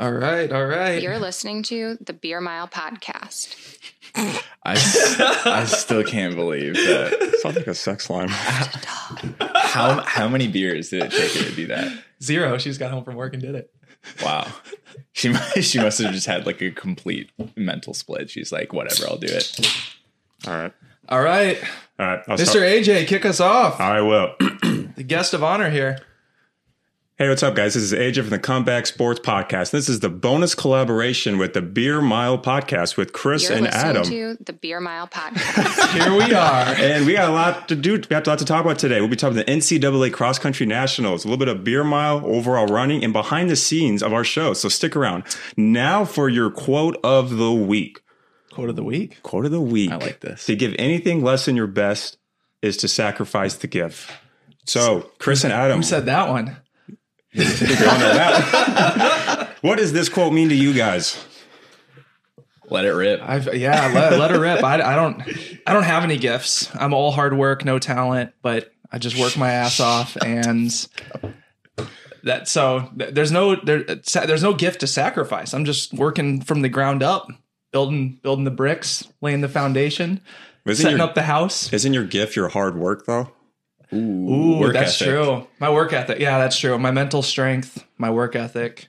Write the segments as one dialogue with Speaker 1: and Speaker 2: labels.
Speaker 1: All right, all right.
Speaker 2: You're listening to the Beer Mile Podcast.
Speaker 3: I, s- I still can't believe that.
Speaker 4: Sounds like a sex line.
Speaker 3: How how many beers did it take you to do that?
Speaker 1: Zero. She just got home from work and did it.
Speaker 3: Wow. She mu- she must have just had like a complete mental split. She's like, whatever, I'll do it.
Speaker 4: All right.
Speaker 1: All right,
Speaker 4: All right. I'll
Speaker 1: Mr.
Speaker 4: start-
Speaker 1: AJ, kick us off.
Speaker 4: I will.
Speaker 1: The guest of honor here.
Speaker 4: Hey, what's up, guys? This is AJ from the Comeback Sports Podcast. This is the bonus collaboration with the Beer Mile Podcast with Chris
Speaker 2: You're
Speaker 4: and
Speaker 2: listening
Speaker 4: Adam.
Speaker 2: to the Beer Mile Podcast.
Speaker 1: Here we are.
Speaker 4: and we got a lot to do. We have a lot to talk about today. We'll be talking the NCAA cross country nationals, a little bit of beer mile, overall running, and behind the scenes of our show. So stick around. Now for your quote of the week.
Speaker 1: Quote of the week.
Speaker 4: Quote of the week.
Speaker 3: I like this.
Speaker 4: To give anything less than your best is to sacrifice the give. So Chris and Adam,
Speaker 1: Who said that one?
Speaker 4: what does this quote mean to you guys?
Speaker 3: Let it rip.
Speaker 1: I've yeah, let, let her rip. I, I don't I don't have any gifts. I'm all hard work, no talent, but I just work my ass off and that so th- there's no there it's- there's no gift to sacrifice. I'm just working from the ground up, building building the bricks, laying the foundation,
Speaker 4: Isn't
Speaker 1: setting
Speaker 4: your,
Speaker 1: up the house.
Speaker 4: isn't your gift your hard work though?
Speaker 3: Ooh,
Speaker 1: Ooh,
Speaker 3: work
Speaker 1: that's
Speaker 3: ethic.
Speaker 1: true. My work ethic. Yeah, that's true. My mental strength, my work ethic.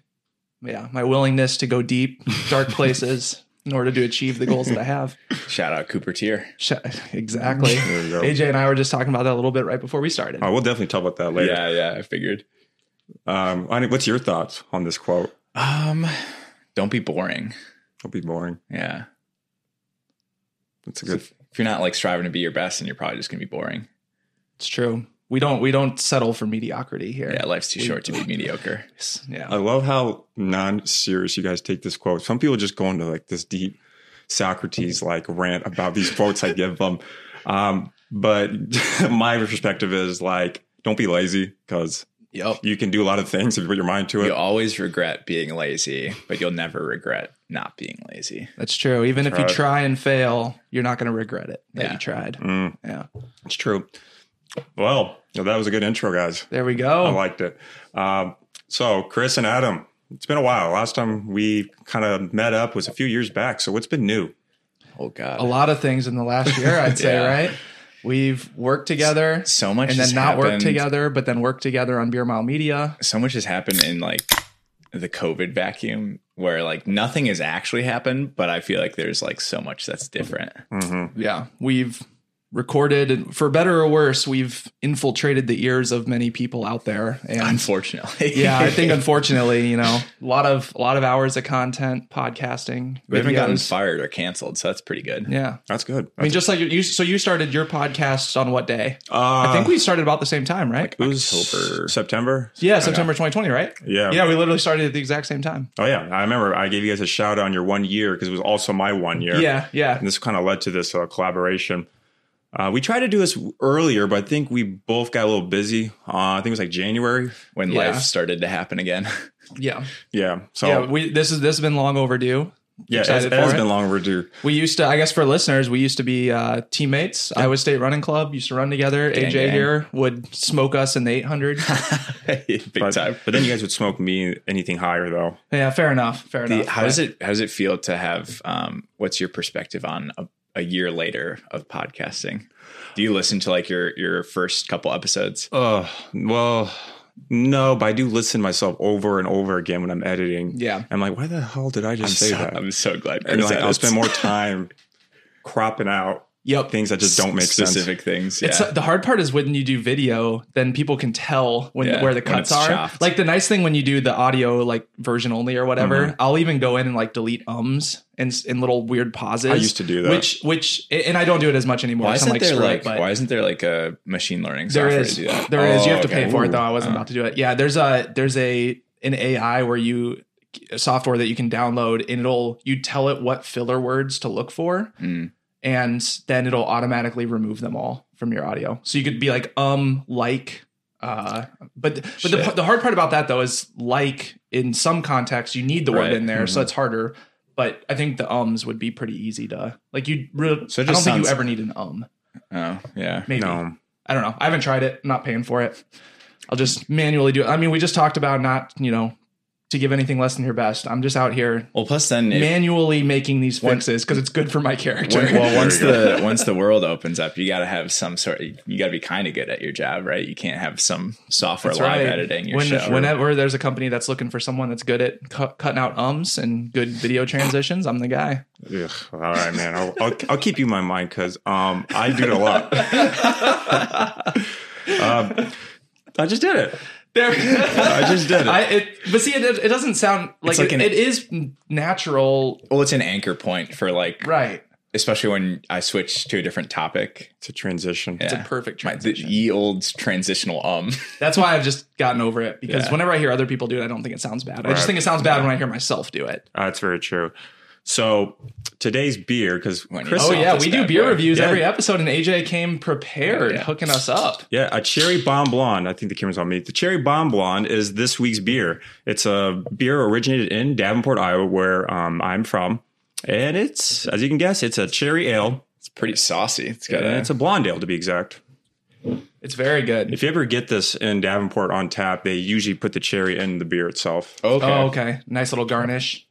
Speaker 1: Yeah, my willingness to go deep, dark places in order to achieve the goals that I have.
Speaker 3: Shout out Cooper Tier.
Speaker 1: Sh- Exactly.
Speaker 4: There we go.
Speaker 1: AJ and I were just talking about that a little bit right before we started.
Speaker 4: Oh, we'll definitely talk about that later.
Speaker 3: Yeah, yeah, I figured.
Speaker 4: Um, I mean, what's your thoughts on this quote?
Speaker 3: Um, don't be boring.
Speaker 4: It'll be boring.
Speaker 3: Yeah.
Speaker 4: That's a good.
Speaker 3: If you're not like striving to be your best, then you're probably just gonna be boring.
Speaker 1: It's true. We don't we don't settle for mediocrity here.
Speaker 3: Yeah, life's too short to be mediocre.
Speaker 1: Yeah.
Speaker 4: I love how non-serious you guys take this quote. Some people just go into like this deep Socrates like rant about these quotes I give them. Um, but my perspective is like, don't be lazy because
Speaker 1: Yep.
Speaker 4: you can do a lot of things if you put your mind to it.
Speaker 3: You'll always regret being lazy, but you'll never regret not being lazy.
Speaker 1: That's true. Even if you
Speaker 4: Right.
Speaker 1: try and fail, you're not going to regret it that
Speaker 3: Yeah.
Speaker 1: you tried.
Speaker 4: Mm,
Speaker 1: Yeah.
Speaker 4: it's true. Well, that was a good intro, guys.
Speaker 1: There we go.
Speaker 4: I liked it. Um, so Chris and Adam, it's been a while. Last time we kind of met up was a few years back. So what's been new?
Speaker 3: Oh god.
Speaker 1: a lot of things in the last year, I'd say,
Speaker 3: Yeah.
Speaker 1: right? We've worked together
Speaker 3: So much
Speaker 1: and then
Speaker 3: has
Speaker 1: not worked
Speaker 3: happened.
Speaker 1: together, but then worked together on Beer Mile Media.
Speaker 3: So much has happened in like the COVID vacuum where like nothing has actually happened, but I feel like there's like so much that's different.
Speaker 1: Yeah. We've recorded and for better or worse, we've infiltrated the ears of many people out there. And
Speaker 3: Unfortunately.
Speaker 1: yeah, I think unfortunately, you know, a lot of a lot of hours of content, podcasting.
Speaker 3: we haven't gotten
Speaker 1: videos.
Speaker 3: fired or canceled, so that's pretty good.
Speaker 1: Yeah.
Speaker 4: That's good.
Speaker 1: I mean, just like you, so you started your podcast on what day? Uh, I think we started about the same time, right?
Speaker 4: it was
Speaker 3: October.
Speaker 4: September.
Speaker 1: yeah, September 2020, right?
Speaker 4: Yeah.
Speaker 1: Yeah, we literally started at the exact same time.
Speaker 4: Oh yeah, I remember I gave you guys a shout out on your one year because it was also my one year.
Speaker 1: Yeah, yeah.
Speaker 4: and this kind of led to this uh, collaboration. Uh, we tried to do this earlier, but I think we both got a little busy. Uh, I think it was like January.
Speaker 3: When
Speaker 1: Yeah.
Speaker 3: life started to happen again.
Speaker 1: Yeah.
Speaker 4: Yeah, so
Speaker 1: yeah,
Speaker 4: yeah,
Speaker 1: we this is this has been long overdue.
Speaker 4: it, has,
Speaker 1: excited
Speaker 4: it
Speaker 1: for
Speaker 4: has
Speaker 1: it.
Speaker 4: been long overdue.
Speaker 1: We used to, I guess, for listeners, we used to be uh, teammates. Iowa State Running Club used to run together. AJ
Speaker 3: gang.
Speaker 1: here would smoke us in the 800.
Speaker 3: Big
Speaker 4: But,
Speaker 3: time.
Speaker 4: but then you guys would smoke me anything higher though.
Speaker 1: yeah, fair enough. Fair
Speaker 3: The-
Speaker 1: enough.
Speaker 3: how does it how does it feel to have um what's your perspective on a, a year later of podcasting? Do you listen to like your your first couple episodes?
Speaker 4: Uh, well, no, but I do listen to myself over and over again when I'm editing.
Speaker 1: Yeah.
Speaker 4: I'm like, why the hell did I just say
Speaker 3: so,
Speaker 4: that?
Speaker 3: I'm so glad.
Speaker 4: and
Speaker 3: Chris
Speaker 4: like, I'll
Speaker 3: edits
Speaker 4: spend more time cropping out
Speaker 1: Yep.
Speaker 4: things that just don't make sense.
Speaker 3: specific things. Yeah.
Speaker 1: It's, the hard part is when you do video, then people can tell when
Speaker 3: Yeah,
Speaker 1: where the
Speaker 3: when
Speaker 1: cuts
Speaker 3: it's
Speaker 1: are.
Speaker 3: chopped.
Speaker 1: Like the nice thing when you do the audio like version only or whatever,
Speaker 3: Mm-hmm.
Speaker 1: I'll even go in and like delete ums and s- and little weird pauses.
Speaker 4: I used to do that.
Speaker 1: Which which and I don't do it as much anymore.
Speaker 3: Why
Speaker 1: 'cause
Speaker 3: isn't
Speaker 1: I'm like,
Speaker 3: there
Speaker 1: screw it,
Speaker 3: like
Speaker 1: but-
Speaker 3: why isn't there like a machine learning
Speaker 1: There
Speaker 3: software
Speaker 1: is.
Speaker 3: to
Speaker 1: there
Speaker 3: do
Speaker 1: is.
Speaker 3: that?
Speaker 1: You
Speaker 3: Oh,
Speaker 1: have to
Speaker 3: okay.
Speaker 1: pay for it though.
Speaker 3: Ooh.
Speaker 1: I wasn't
Speaker 3: Oh.
Speaker 1: about to do it. Yeah, there's a there's a an AI where you a software that you can download and it'll you tell it what filler words to look for
Speaker 3: Mm.
Speaker 1: and then it'll automatically remove them all from your audio. So you could be like um like uh but but the,
Speaker 3: Shit.
Speaker 1: the hard part about that though is like in some contexts you need the word
Speaker 3: Right. Mm-hmm.
Speaker 1: in there so it's harder but I think the ums would be pretty easy to like you re-
Speaker 3: So
Speaker 1: so I
Speaker 3: it
Speaker 1: don't
Speaker 3: just
Speaker 1: think you
Speaker 3: sounds-
Speaker 1: ever need an um
Speaker 3: Oh, yeah.
Speaker 1: maybe
Speaker 4: No.
Speaker 1: I don't know. I haven't tried it. I'm not paying for it. I'll just manually do it. I mean, we just talked about not, you know, to give anything less than your best. I'm just out here
Speaker 3: Well, plus then, if,
Speaker 1: manually making these fixes because it's good for my character.
Speaker 3: when- well, once
Speaker 4: There you
Speaker 3: the once the world opens up, you got to have some sort. You got to be kind of good at your job, right? You can't have some software
Speaker 1: That's
Speaker 3: live
Speaker 1: right.
Speaker 3: editing your
Speaker 1: When-
Speaker 3: show.
Speaker 1: Whenever there's a company that's looking for someone that's good at cu- cutting out ums and good video transitions, I'm the guy.
Speaker 4: Ugh, all right, man. I'll, I'll, I'll keep you in my mind because um, I do it a lot. um, I just did it.
Speaker 1: There.
Speaker 4: I just did it.
Speaker 1: I, it, but see, it, it doesn't sound like,
Speaker 3: like
Speaker 1: it-
Speaker 3: an-
Speaker 1: it is natural,
Speaker 3: well, it's an anchor point for like,
Speaker 1: right?
Speaker 3: especially when I switch to a different topic.
Speaker 4: it's a transition.
Speaker 1: It's
Speaker 3: Yeah.
Speaker 1: a perfect
Speaker 3: My, the
Speaker 1: transition.
Speaker 3: ye old transitional um.
Speaker 1: That's why I've just gotten over it because
Speaker 3: Yeah.
Speaker 1: whenever I hear other people do it, I don't think it sounds bad. I
Speaker 4: Right.
Speaker 1: just think it sounds bad when I hear myself do it.
Speaker 4: Uh, that's very true. So today's beer, because
Speaker 3: When you-
Speaker 4: Chris,
Speaker 1: Oh
Speaker 3: Soft
Speaker 1: yeah,
Speaker 3: as
Speaker 1: we do
Speaker 3: bad
Speaker 1: beer
Speaker 3: boy.
Speaker 1: reviews
Speaker 4: Yeah.
Speaker 1: every episode, and AJ came prepared,
Speaker 3: Yeah.
Speaker 1: hooking us up.
Speaker 4: yeah, a cherry bomb blonde. I think the camera's on me. The cherry bomb blonde is this week's beer. It's a beer originated in Davenport, Iowa, where um, I'm from, and it's as you can guess, it's a cherry ale.
Speaker 3: It's pretty saucy. It's got
Speaker 4: And
Speaker 3: a,
Speaker 4: it's a blonde ale to be exact.
Speaker 1: It's very good.
Speaker 4: If you ever get this in Davenport on tap, they usually put the cherry in the beer itself.
Speaker 3: okay.
Speaker 1: Oh, okay. Nice little garnish.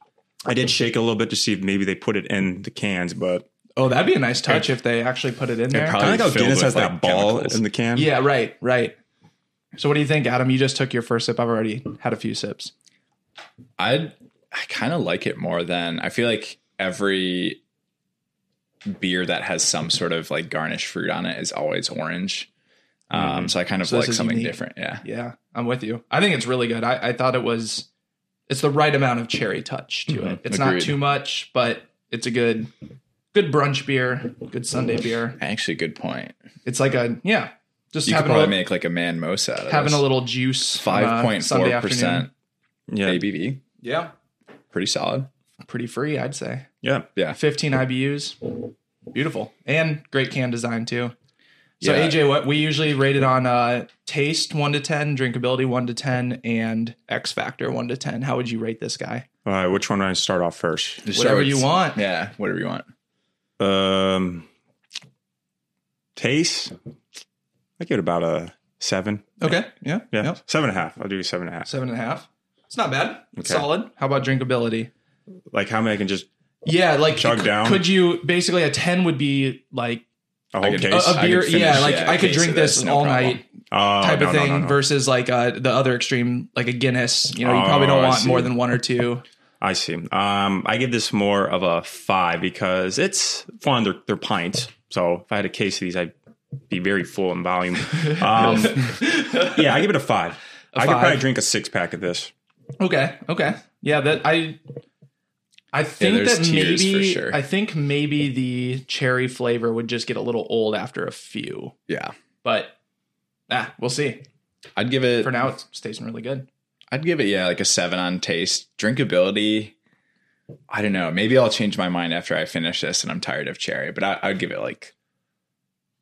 Speaker 4: I did shake a little bit to see if maybe they put it in the cans, but
Speaker 1: Oh, that'd be a nice touch if they actually put it in there.
Speaker 3: probably-
Speaker 4: I like how
Speaker 3: filled
Speaker 4: Guinness
Speaker 3: with,
Speaker 4: has that
Speaker 3: like,
Speaker 4: ball
Speaker 3: chemicals.
Speaker 4: in the can.
Speaker 1: yeah, right, right. So, what do you think, Adam? You just took your first sip. I've already had a few sips.
Speaker 3: I I kind of like it more than I feel like every beer that has some sort of like garnish fruit on it is always orange. Um, so I kind of
Speaker 1: Mm-hmm. So this
Speaker 3: like
Speaker 1: is
Speaker 3: something
Speaker 1: unique.
Speaker 3: different. Yeah.
Speaker 1: Yeah, I'm with you. I think it's really good. I, I thought it was, it's the right amount of cherry touch to it. It's
Speaker 3: Mm-hmm. Agreed.
Speaker 1: not too much, but it's a good, good brunch beer, good Sunday beer.
Speaker 3: Actually, good point.
Speaker 1: It's like a yeah, just
Speaker 3: You could
Speaker 1: having a,
Speaker 3: probably
Speaker 1: li-
Speaker 3: make like a man mosa out of
Speaker 1: having
Speaker 3: this.
Speaker 1: a little juice. on a
Speaker 3: five point
Speaker 1: Sunday
Speaker 3: four
Speaker 1: afternoon.
Speaker 3: percent
Speaker 4: yeah,
Speaker 3: ABV.
Speaker 1: Yeah,
Speaker 3: Pretty solid.
Speaker 1: pretty free, I'd say.
Speaker 4: yeah.
Speaker 1: 15 IBUs. Beautiful. And great can design too. So
Speaker 3: Yeah.
Speaker 1: AJ, what we usually rate it on uh taste 1 to 10, drinkability 1 to 10 and X factor 1 to 10. How would you rate this guy?
Speaker 4: All right, which one do I start off first?
Speaker 1: Whatever
Speaker 3: Just start with-
Speaker 1: you want.
Speaker 3: Yeah, whatever you want.
Speaker 4: Um, taste. I give it about a seven.
Speaker 1: Okay. Yeah.
Speaker 4: Yeah, seven and a half. I'll do seven and a half.
Speaker 1: Seven and a half. It's not bad. It's
Speaker 4: Okay.
Speaker 1: Solid. How about drinkability?
Speaker 4: Like how many I can just
Speaker 1: Yeah, like
Speaker 4: Chug
Speaker 1: c-
Speaker 4: down.
Speaker 1: could you basically a 10 would be like
Speaker 4: a
Speaker 3: I
Speaker 4: whole
Speaker 3: can-
Speaker 1: a,
Speaker 4: case?
Speaker 1: a
Speaker 3: I could
Speaker 1: beer,
Speaker 3: finish,
Speaker 1: yeah, like
Speaker 3: yeah,
Speaker 1: I could
Speaker 3: case
Speaker 1: drink
Speaker 3: of this,
Speaker 1: this
Speaker 3: no
Speaker 1: all
Speaker 3: problem.
Speaker 1: night
Speaker 4: Oh,
Speaker 1: type
Speaker 4: no,
Speaker 1: of
Speaker 4: no,
Speaker 1: thing
Speaker 4: no, no.
Speaker 1: versus like uh the other extreme like a Guinness, you know, you probably
Speaker 4: Oh,
Speaker 1: don't
Speaker 4: I
Speaker 1: want
Speaker 4: see.
Speaker 1: more than one or two.
Speaker 4: I see. Um, I give this more of a five because it's fun. They're, they're pints. So if I had a case of these, I'd be very full in volume. Um, yeah, I give it a five. I could
Speaker 1: five.
Speaker 4: probably drink a six pack of this.
Speaker 1: Okay. Okay. Yeah. That I. I think
Speaker 3: there's
Speaker 1: that
Speaker 3: tiers for
Speaker 1: maybe
Speaker 3: sure.
Speaker 1: I think maybe the cherry flavor would just get a little old after a few,
Speaker 3: Yeah.
Speaker 1: but ah, we'll see.
Speaker 3: I'd give it
Speaker 1: For now, it's it's tasting really good.
Speaker 3: I'd give it, yeah, like a seven on taste. Drinkability. I don't know. Maybe I'll change my mind after I finish this and I'm tired of cherry, but I, I'd give it like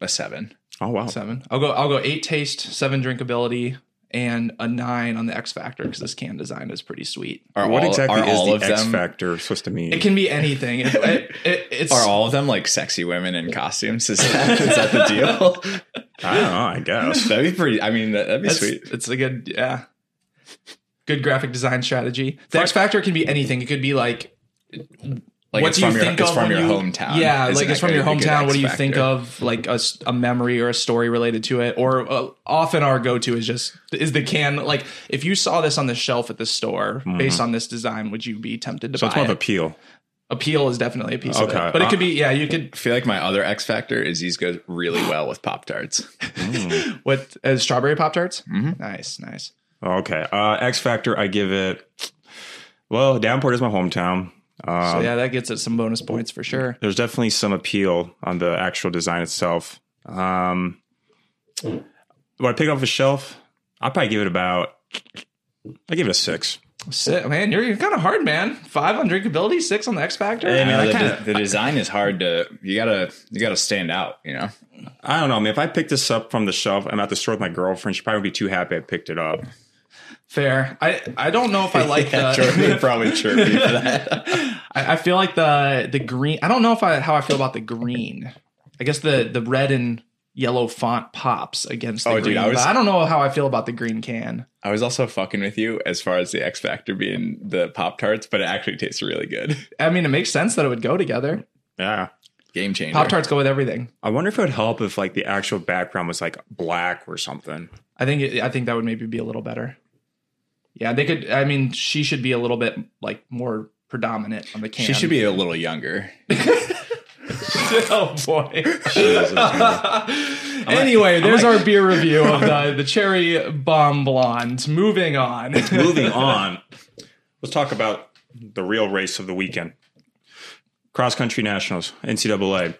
Speaker 3: a seven.
Speaker 4: Oh wow!
Speaker 1: Seven. I'll go. I'll go eight taste, seven drinkability, and a nine on the X factor because this can design is pretty sweet.
Speaker 3: Are
Speaker 4: what
Speaker 3: all,
Speaker 4: exactly
Speaker 3: are all
Speaker 4: is
Speaker 3: of
Speaker 4: the X
Speaker 3: them?
Speaker 4: factor supposed to mean?
Speaker 1: It can be anything. It, it, it- it's
Speaker 3: Are all of them like sexy women in costumes? Is that, is that the deal?
Speaker 4: I don't know. I guess.
Speaker 3: that'd be pretty. I mean, that, that'd be
Speaker 1: That's,
Speaker 3: sweet.
Speaker 1: It's a good, yeah. Good graphic design strategy. The X factor can be anything. It could be like
Speaker 3: Like
Speaker 1: what
Speaker 3: it's
Speaker 1: do you
Speaker 3: from your,
Speaker 1: think
Speaker 3: it's
Speaker 1: of
Speaker 3: from
Speaker 1: when
Speaker 3: your
Speaker 1: you-
Speaker 3: hometown.
Speaker 1: Yeah,
Speaker 3: Isn't
Speaker 1: like it's
Speaker 3: that
Speaker 1: from your
Speaker 3: gonna be a good
Speaker 1: hometown.
Speaker 3: X
Speaker 1: What do you
Speaker 3: factor?
Speaker 1: think of like a, s- a memory or a story related to it? Or uh, often our go to is just is the can like if you saw this on the shelf at the store
Speaker 3: Mm-hmm.
Speaker 1: based on this design, would you be tempted to
Speaker 4: So it's
Speaker 1: buy
Speaker 4: more of
Speaker 1: it?
Speaker 4: appeal.
Speaker 1: Appeal is definitely a piece of
Speaker 4: Okay.
Speaker 1: it, but it
Speaker 3: Uh,
Speaker 1: could be yeah. You could
Speaker 3: I feel like my other X factor is these go really well with Pop Tarts.
Speaker 1: with uh, strawberry pop tarts.
Speaker 3: Mm-hmm.
Speaker 1: Nice, nice.
Speaker 4: Okay. Uh, X Factor, I give it. Well, Downport is my hometown. Um,
Speaker 1: So yeah, that gets it some bonus points for sure.
Speaker 4: There's definitely some appeal on the actual design itself. Um, what I pick off a shelf, I probably give it about. I give it a six.
Speaker 1: Sit, man, you're, you're kind of hard, man. Five on drinkability, six on the X factor.
Speaker 4: Hey, man, I
Speaker 3: Uh, the,
Speaker 4: kinda-
Speaker 3: the design is hard to you gotta you gotta stand out. You know,
Speaker 4: I don't know, man. If I picked this up from the shelf, I'm at the store with my girlfriend. She probably would be too happy I picked it up.
Speaker 1: Fair. I I don't know if I like that.
Speaker 3: Jordan would probably chirp you for that.
Speaker 1: I, I feel like the the green. I don't know if I how I feel about the green. I guess the the red and yellow font pops against the
Speaker 3: Oh,
Speaker 1: green.
Speaker 3: dude, I was-
Speaker 1: but I don't know how I feel about the green can.
Speaker 3: I was also fucking with you as far as the X Factor being the Pop Tarts, but it actually tastes really good.
Speaker 1: I mean, it makes sense that it would go together.
Speaker 4: Yeah.
Speaker 3: Game changer.
Speaker 1: Pop tarts go with everything.
Speaker 4: I wonder if it would help if like the actual background was like black or something.
Speaker 1: I think it, I think that would maybe be a little better. Yeah, they could. I mean, she should be a little bit like more predominant on the can.
Speaker 3: She should be a little younger.
Speaker 1: oh boy.
Speaker 4: Jesus, man.
Speaker 1: anyway, there's our beer review of the, the cherry bomb blonde. Moving on.
Speaker 4: Moving on, let's talk about the real race of the weekend: cross country nationals, NCAA.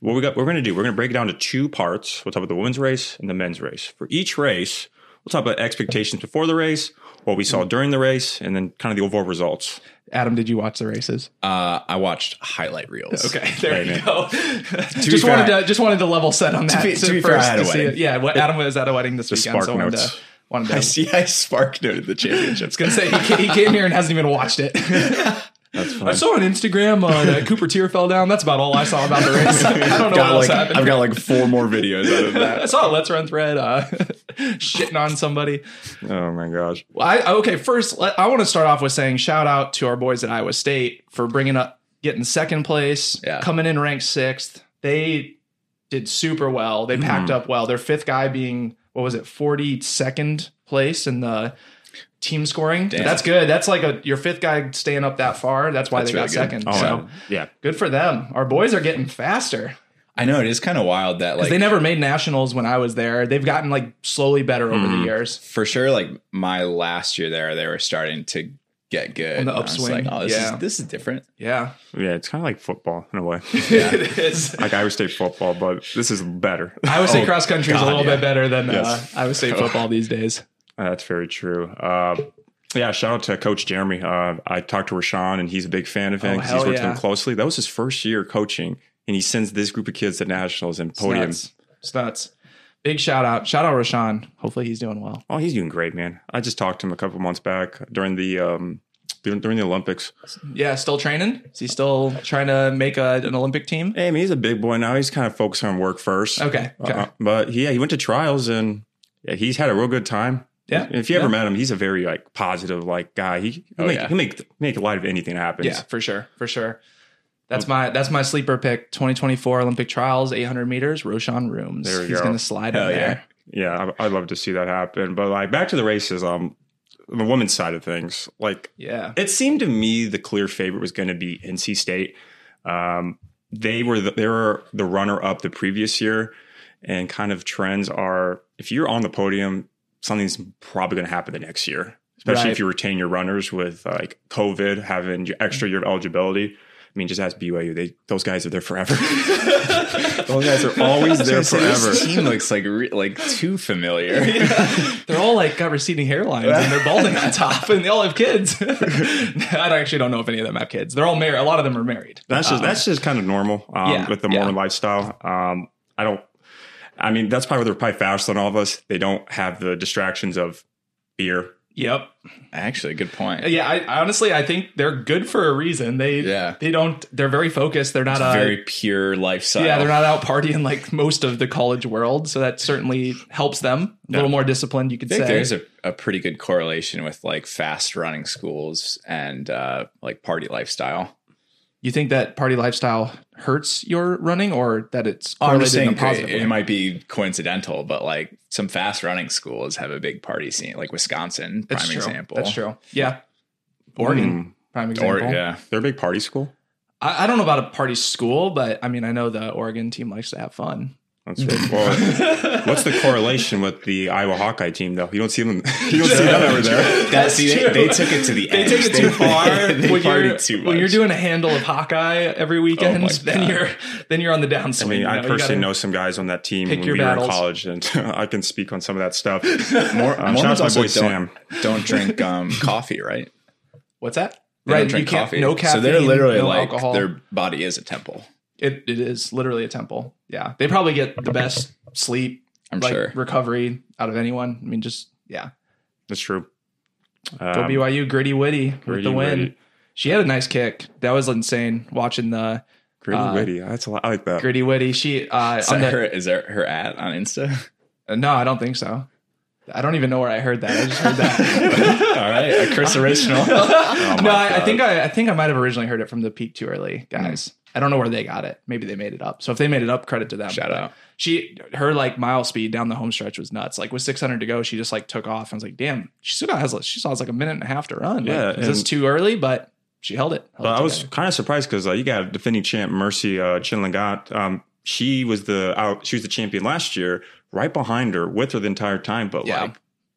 Speaker 4: What we got? We're going to do. We're going to break it down to two parts. We'll talk about the women's race and the men's race. For each race, we'll talk about expectations before the race, what we saw during the race, and then kind of the overall results.
Speaker 1: Adam, did you watch the races?
Speaker 3: Uh, I watched highlight reels.
Speaker 1: Okay, there
Speaker 4: Hey,
Speaker 1: you
Speaker 4: man.
Speaker 1: go. just
Speaker 3: fair,
Speaker 1: wanted
Speaker 3: I-
Speaker 1: to just wanted to level set on that
Speaker 3: be- to be fair, I had a
Speaker 1: see
Speaker 3: wedding.
Speaker 1: it. Yeah, what Adam was at a wedding this weekend,
Speaker 4: spark
Speaker 1: so I wanted
Speaker 4: notes.
Speaker 1: to wanted to.
Speaker 3: I see. I spark noted the
Speaker 1: was
Speaker 3: championships.
Speaker 1: gonna say he, ca- he came here and hasn't even watched it.
Speaker 4: That's fine.
Speaker 1: I saw on Instagram uh, that Cooper Tier fell down. That's about all I saw about the race. I don't know what
Speaker 3: Got
Speaker 1: else
Speaker 3: like,
Speaker 1: happened.
Speaker 3: I've got like four more videos out of
Speaker 1: I
Speaker 3: that.
Speaker 1: saw a Let's Run thread uh, shitting on somebody.
Speaker 4: oh my gosh!
Speaker 1: Well, I, okay, first, let, I want to start off with saying shout out to our boys at Iowa State for bringing up, getting second place,
Speaker 3: Yeah.
Speaker 1: coming in ranked sixth. They did super well. They packed
Speaker 3: Mm-hmm.
Speaker 1: up well. Their fifth guy being, what was it, 42nd place in the team scoring.
Speaker 3: Damn.
Speaker 1: That's good. That's like a your fifth guy staying up that far. That's why
Speaker 3: That's
Speaker 1: they got
Speaker 3: really
Speaker 1: second.
Speaker 3: good.
Speaker 4: Oh
Speaker 1: so
Speaker 4: yeah,
Speaker 1: good for them. Our boys are getting faster.
Speaker 3: I know it is kind of wild that
Speaker 1: 'Cause
Speaker 3: like
Speaker 1: they never made nationals when I was there. They've gotten like slowly better over the
Speaker 3: Mm-hmm.
Speaker 4: Mhm.
Speaker 1: years.
Speaker 3: for sure. Like my last year there, they were starting to get good.
Speaker 1: On the
Speaker 3: And I was
Speaker 1: upswing,
Speaker 3: like, oh, this
Speaker 1: yeah.
Speaker 3: is this is different.
Speaker 1: Yeah.
Speaker 4: yeah. It's kind of like football in a way,
Speaker 1: it is.
Speaker 4: like Iowa State football, but this is better.
Speaker 1: Iowa State cross country is a
Speaker 3: God,
Speaker 1: little
Speaker 3: yeah.
Speaker 1: bit better than
Speaker 4: Oh, Yes.
Speaker 1: uh, Iowa State football these days.
Speaker 4: That's very true. Uh, yeah, shout out to Coach Jeremy. Uh, I talked to Rashawn, and he's a big fan of him
Speaker 1: Oh,
Speaker 4: 'cause
Speaker 1: hell
Speaker 4: he's worked with
Speaker 1: yeah.
Speaker 4: him closely. That was his first year coaching, and he sends this group of kids to nationals and
Speaker 1: It's
Speaker 4: podiums.
Speaker 1: nuts. It's nuts. Big shout out. Shout out Rashawn. Hopefully he's doing well.
Speaker 4: Oh, he's doing great, man. I just talked to him a couple months back during the um, during, during the Olympics.
Speaker 1: Yeah, still training? Is he still trying to make a, an Olympic team?
Speaker 4: Hey, I mean, he's a big boy now. He's kind of focusing on work first.
Speaker 1: Okay. okay.
Speaker 4: Uh, but he- yeah, he went to trials and yeah, he's had a real good time.
Speaker 1: Yeah.
Speaker 4: If you ever
Speaker 1: Yeah.
Speaker 4: met him, he's a very like positive like guy. He he'll
Speaker 3: Oh,
Speaker 4: make,
Speaker 3: yeah.
Speaker 4: he'll make make light of anything that happens.
Speaker 1: yeah, for sure. For sure. That's my that's my sleeper pick. 2024 Olympic trials, 800 meters, Roshan Rooms.
Speaker 4: There we
Speaker 1: he's
Speaker 4: go.
Speaker 1: going to slide
Speaker 3: Hell
Speaker 1: in there.
Speaker 3: yeah.
Speaker 4: yeah, I, I'd love to see that happen. But like back to the races, um, on the women's side of things, like
Speaker 1: Yeah.
Speaker 4: it seemed to me the clear favorite was going to be NC State. Um, they were the, they were the runner up the previous year, and kind of trends are if you're on the podium, something's probably going to happen the next year, especially
Speaker 1: Right.
Speaker 4: if you retain your runners with like COVID having your extra year of eligibility. I mean, just ask BYU; they those guys are there forever. those guys are always
Speaker 3: I
Speaker 4: there
Speaker 3: was gonna say,
Speaker 4: forever.
Speaker 3: This team looks like re- like too familiar.
Speaker 1: They're all like got receding hairlines and they're balding on top and they all have kids. I actually don't know if any of them have kids. They're all married. A lot of them are married.
Speaker 4: That's just that's just kind of normal um,
Speaker 1: Yeah,
Speaker 4: with the
Speaker 1: yeah.
Speaker 4: Mormon lifestyle. Um, I don't. I mean, that's probably they're probably faster than all of us. They don't have the distractions of beer.
Speaker 1: Yep.
Speaker 3: Actually, good point.
Speaker 1: Yeah. I honestly, I think they're good for a reason. They,
Speaker 3: Yeah.
Speaker 1: they don't, they're very focused. They're not, uh,
Speaker 3: Very pure lifestyle.
Speaker 1: yeah, they're not out partying like most of the college world. So that certainly helps them a little more disciplined. You could
Speaker 3: I think
Speaker 1: say
Speaker 3: there's a, a pretty good correlation with like fast running schools and uh, like party lifestyle.
Speaker 1: you think that party lifestyle hurts your running or that it's
Speaker 3: I'm just
Speaker 1: correlated in a
Speaker 3: saying
Speaker 1: positive
Speaker 3: it,
Speaker 1: way?
Speaker 3: it might be coincidental, but like some fast running schools have a big party scene, like Wisconsin, prime
Speaker 1: That's true.
Speaker 3: example. Mm.
Speaker 1: That's true. Yeah. Oregon, prime
Speaker 3: Or
Speaker 1: example.
Speaker 3: yeah,
Speaker 4: they're a big party school.
Speaker 1: I, I don't know about a party school, but I mean, I know the Oregon team likes to have fun.
Speaker 4: That's right. Well, what's the correlation with the Iowa Hawkeye team though? You don't see them. You don't see them over there.
Speaker 3: That's see, they,
Speaker 1: true.
Speaker 3: they took it to the
Speaker 1: They
Speaker 3: end.
Speaker 1: take it too far.
Speaker 3: they
Speaker 1: when, you're,
Speaker 3: partied too much.
Speaker 1: when you're doing a handle of Hawkeye every weekend,
Speaker 3: my
Speaker 1: then
Speaker 3: God.
Speaker 1: you're then you're on the
Speaker 4: I
Speaker 1: downswing.
Speaker 4: mean,
Speaker 1: you
Speaker 4: I
Speaker 1: know, you
Speaker 4: personally
Speaker 1: gotta-
Speaker 4: know some guys on that team
Speaker 1: Pick
Speaker 4: when
Speaker 1: your
Speaker 4: we were
Speaker 1: battles.
Speaker 4: in college, and I can speak on some of that stuff.
Speaker 3: more,
Speaker 4: Um, shout out
Speaker 3: Mormons
Speaker 4: to my
Speaker 3: also
Speaker 4: boy
Speaker 3: don't,
Speaker 4: Sam.
Speaker 3: don't drink um, coffee, right?
Speaker 1: What's that?
Speaker 3: They
Speaker 1: right,
Speaker 3: don't drink
Speaker 1: you can't.
Speaker 3: coffee.
Speaker 1: No caffeine.
Speaker 3: so they're literally
Speaker 1: no
Speaker 3: like
Speaker 1: alcohol.
Speaker 3: their body is a temple.
Speaker 1: It, it is literally a temple. Yeah, they probably get the best sleep,
Speaker 3: I'm
Speaker 1: like
Speaker 3: sure.
Speaker 1: recovery out of anyone. I mean, just yeah.
Speaker 4: That's true.
Speaker 1: Go
Speaker 4: Um,
Speaker 1: BYU, gritty witty with
Speaker 4: Gritty
Speaker 1: the win.
Speaker 4: Witty.
Speaker 1: She had a nice kick. That was insane. Watching the
Speaker 4: Gritty
Speaker 1: Uh,
Speaker 4: witty. That's a lot. I like that.
Speaker 1: Gritty witty. She uh,
Speaker 3: Is
Speaker 1: on
Speaker 3: that,
Speaker 1: the-
Speaker 3: her, is that her at on Insta?
Speaker 1: Uh, no, I don't think so. I don't even know where I heard that. I just heard that.
Speaker 3: All right, a curse original. Oh,
Speaker 1: no, I, I
Speaker 4: Oh God.
Speaker 1: think I, I think I might have originally heard it from the Peak Too Early guys.
Speaker 4: Hmm.
Speaker 1: I don't know where they got it. Maybe they made it up. So if they made it up, credit to them.
Speaker 3: Shout
Speaker 1: But
Speaker 3: out.
Speaker 1: She her like mile speed down the home stretch was nuts. Like with 600 to go, she just like took off. and was like, damn, she still has like- she still has like a minute and a half to run.
Speaker 4: Yeah,
Speaker 1: like, is this
Speaker 4: and-
Speaker 1: too early? But she held it. Held
Speaker 4: But
Speaker 1: it
Speaker 4: I was
Speaker 1: together.
Speaker 4: kind of surprised because uh, you got defending champ Mercy uh, Chinlingant. Um, she was the out. She was the champion last year, right behind her with her the entire time. But
Speaker 1: Yeah.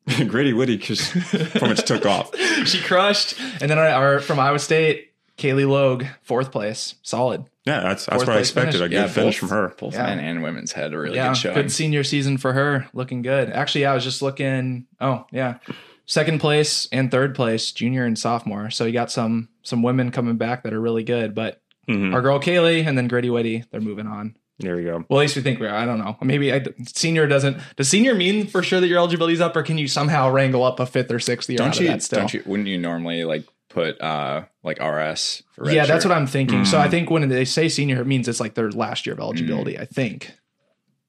Speaker 4: like Gritty Witty just pretty much took off.
Speaker 1: she crushed. And then our, our from Iowa State, Kaylee Logue, fourth place, solid.
Speaker 4: Yeah, that's that's
Speaker 1: Fourth
Speaker 4: what I
Speaker 1: place
Speaker 4: expected.
Speaker 1: finish.
Speaker 4: A good finish from her.
Speaker 3: Both
Speaker 1: Yeah.
Speaker 3: men and women's had a really
Speaker 1: yeah,
Speaker 3: good showing.
Speaker 1: good senior season for her, looking good. Actually, I was just looking. Oh yeah, second place and third place, junior and sophomore. So you got some some women coming back that are really good. But
Speaker 4: Mhm.
Speaker 3: Mm.
Speaker 1: our girl Kaylee and then Gritty Witty, they're moving on.
Speaker 4: There you go.
Speaker 1: Well, at least we think we are. I don't know. Maybe I, senior doesn't. Does senior mean for sure that your eligibility's up, or can you somehow wrangle up a fifth or sixth year out
Speaker 3: don't
Speaker 1: of
Speaker 3: you?
Speaker 1: that still?
Speaker 3: Don't you? Wouldn't you normally like put uh like RS? For
Speaker 1: yeah, that's
Speaker 3: redshirt?
Speaker 1: what I'm thinking. So
Speaker 4: Mm.
Speaker 1: I think when they say senior, it means it's like their last year of
Speaker 3: Mm.
Speaker 1: eligibility. I think.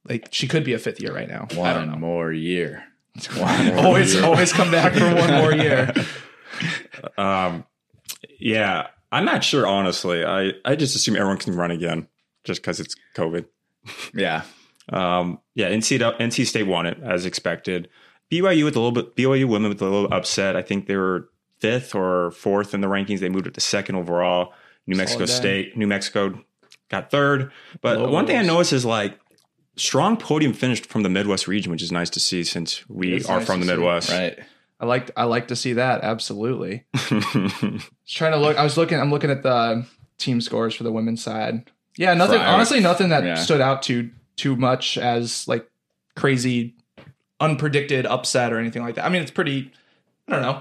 Speaker 1: Like she could be a fifth year right now.
Speaker 3: One
Speaker 1: I don't know.
Speaker 3: more year. One more
Speaker 1: Always,
Speaker 3: year.
Speaker 1: always come back for one more year.
Speaker 4: Um, yeah, I'm not sure honestly. I I just assume everyone can run again just because it's COVID.
Speaker 3: Yeah,
Speaker 4: Um, yeah, NC, do- NC State won it as expected. BYU with a little bit BYU women with a little upset. I think they were fifth or fourth in the rankings. They moved it to second overall. New Mexico
Speaker 1: Solid day.
Speaker 4: State, New Mexico got third. But
Speaker 1: Low
Speaker 4: one thing I
Speaker 1: goals.
Speaker 4: noticed is like strong podium finished from the Midwest region, which is nice to see since we
Speaker 1: It's
Speaker 4: are
Speaker 1: nice
Speaker 4: from the
Speaker 1: to see.
Speaker 4: Midwest.
Speaker 3: right.
Speaker 1: I like I like to see that absolutely. I was trying to look. I was looking. I'm looking at the team scores for the women's side. Yeah, nothing.
Speaker 3: Right.
Speaker 1: honestly, nothing that
Speaker 3: Yeah.
Speaker 1: stood out too too much as like crazy, unpredicted upset or anything like that. I mean, it's pretty. I don't know.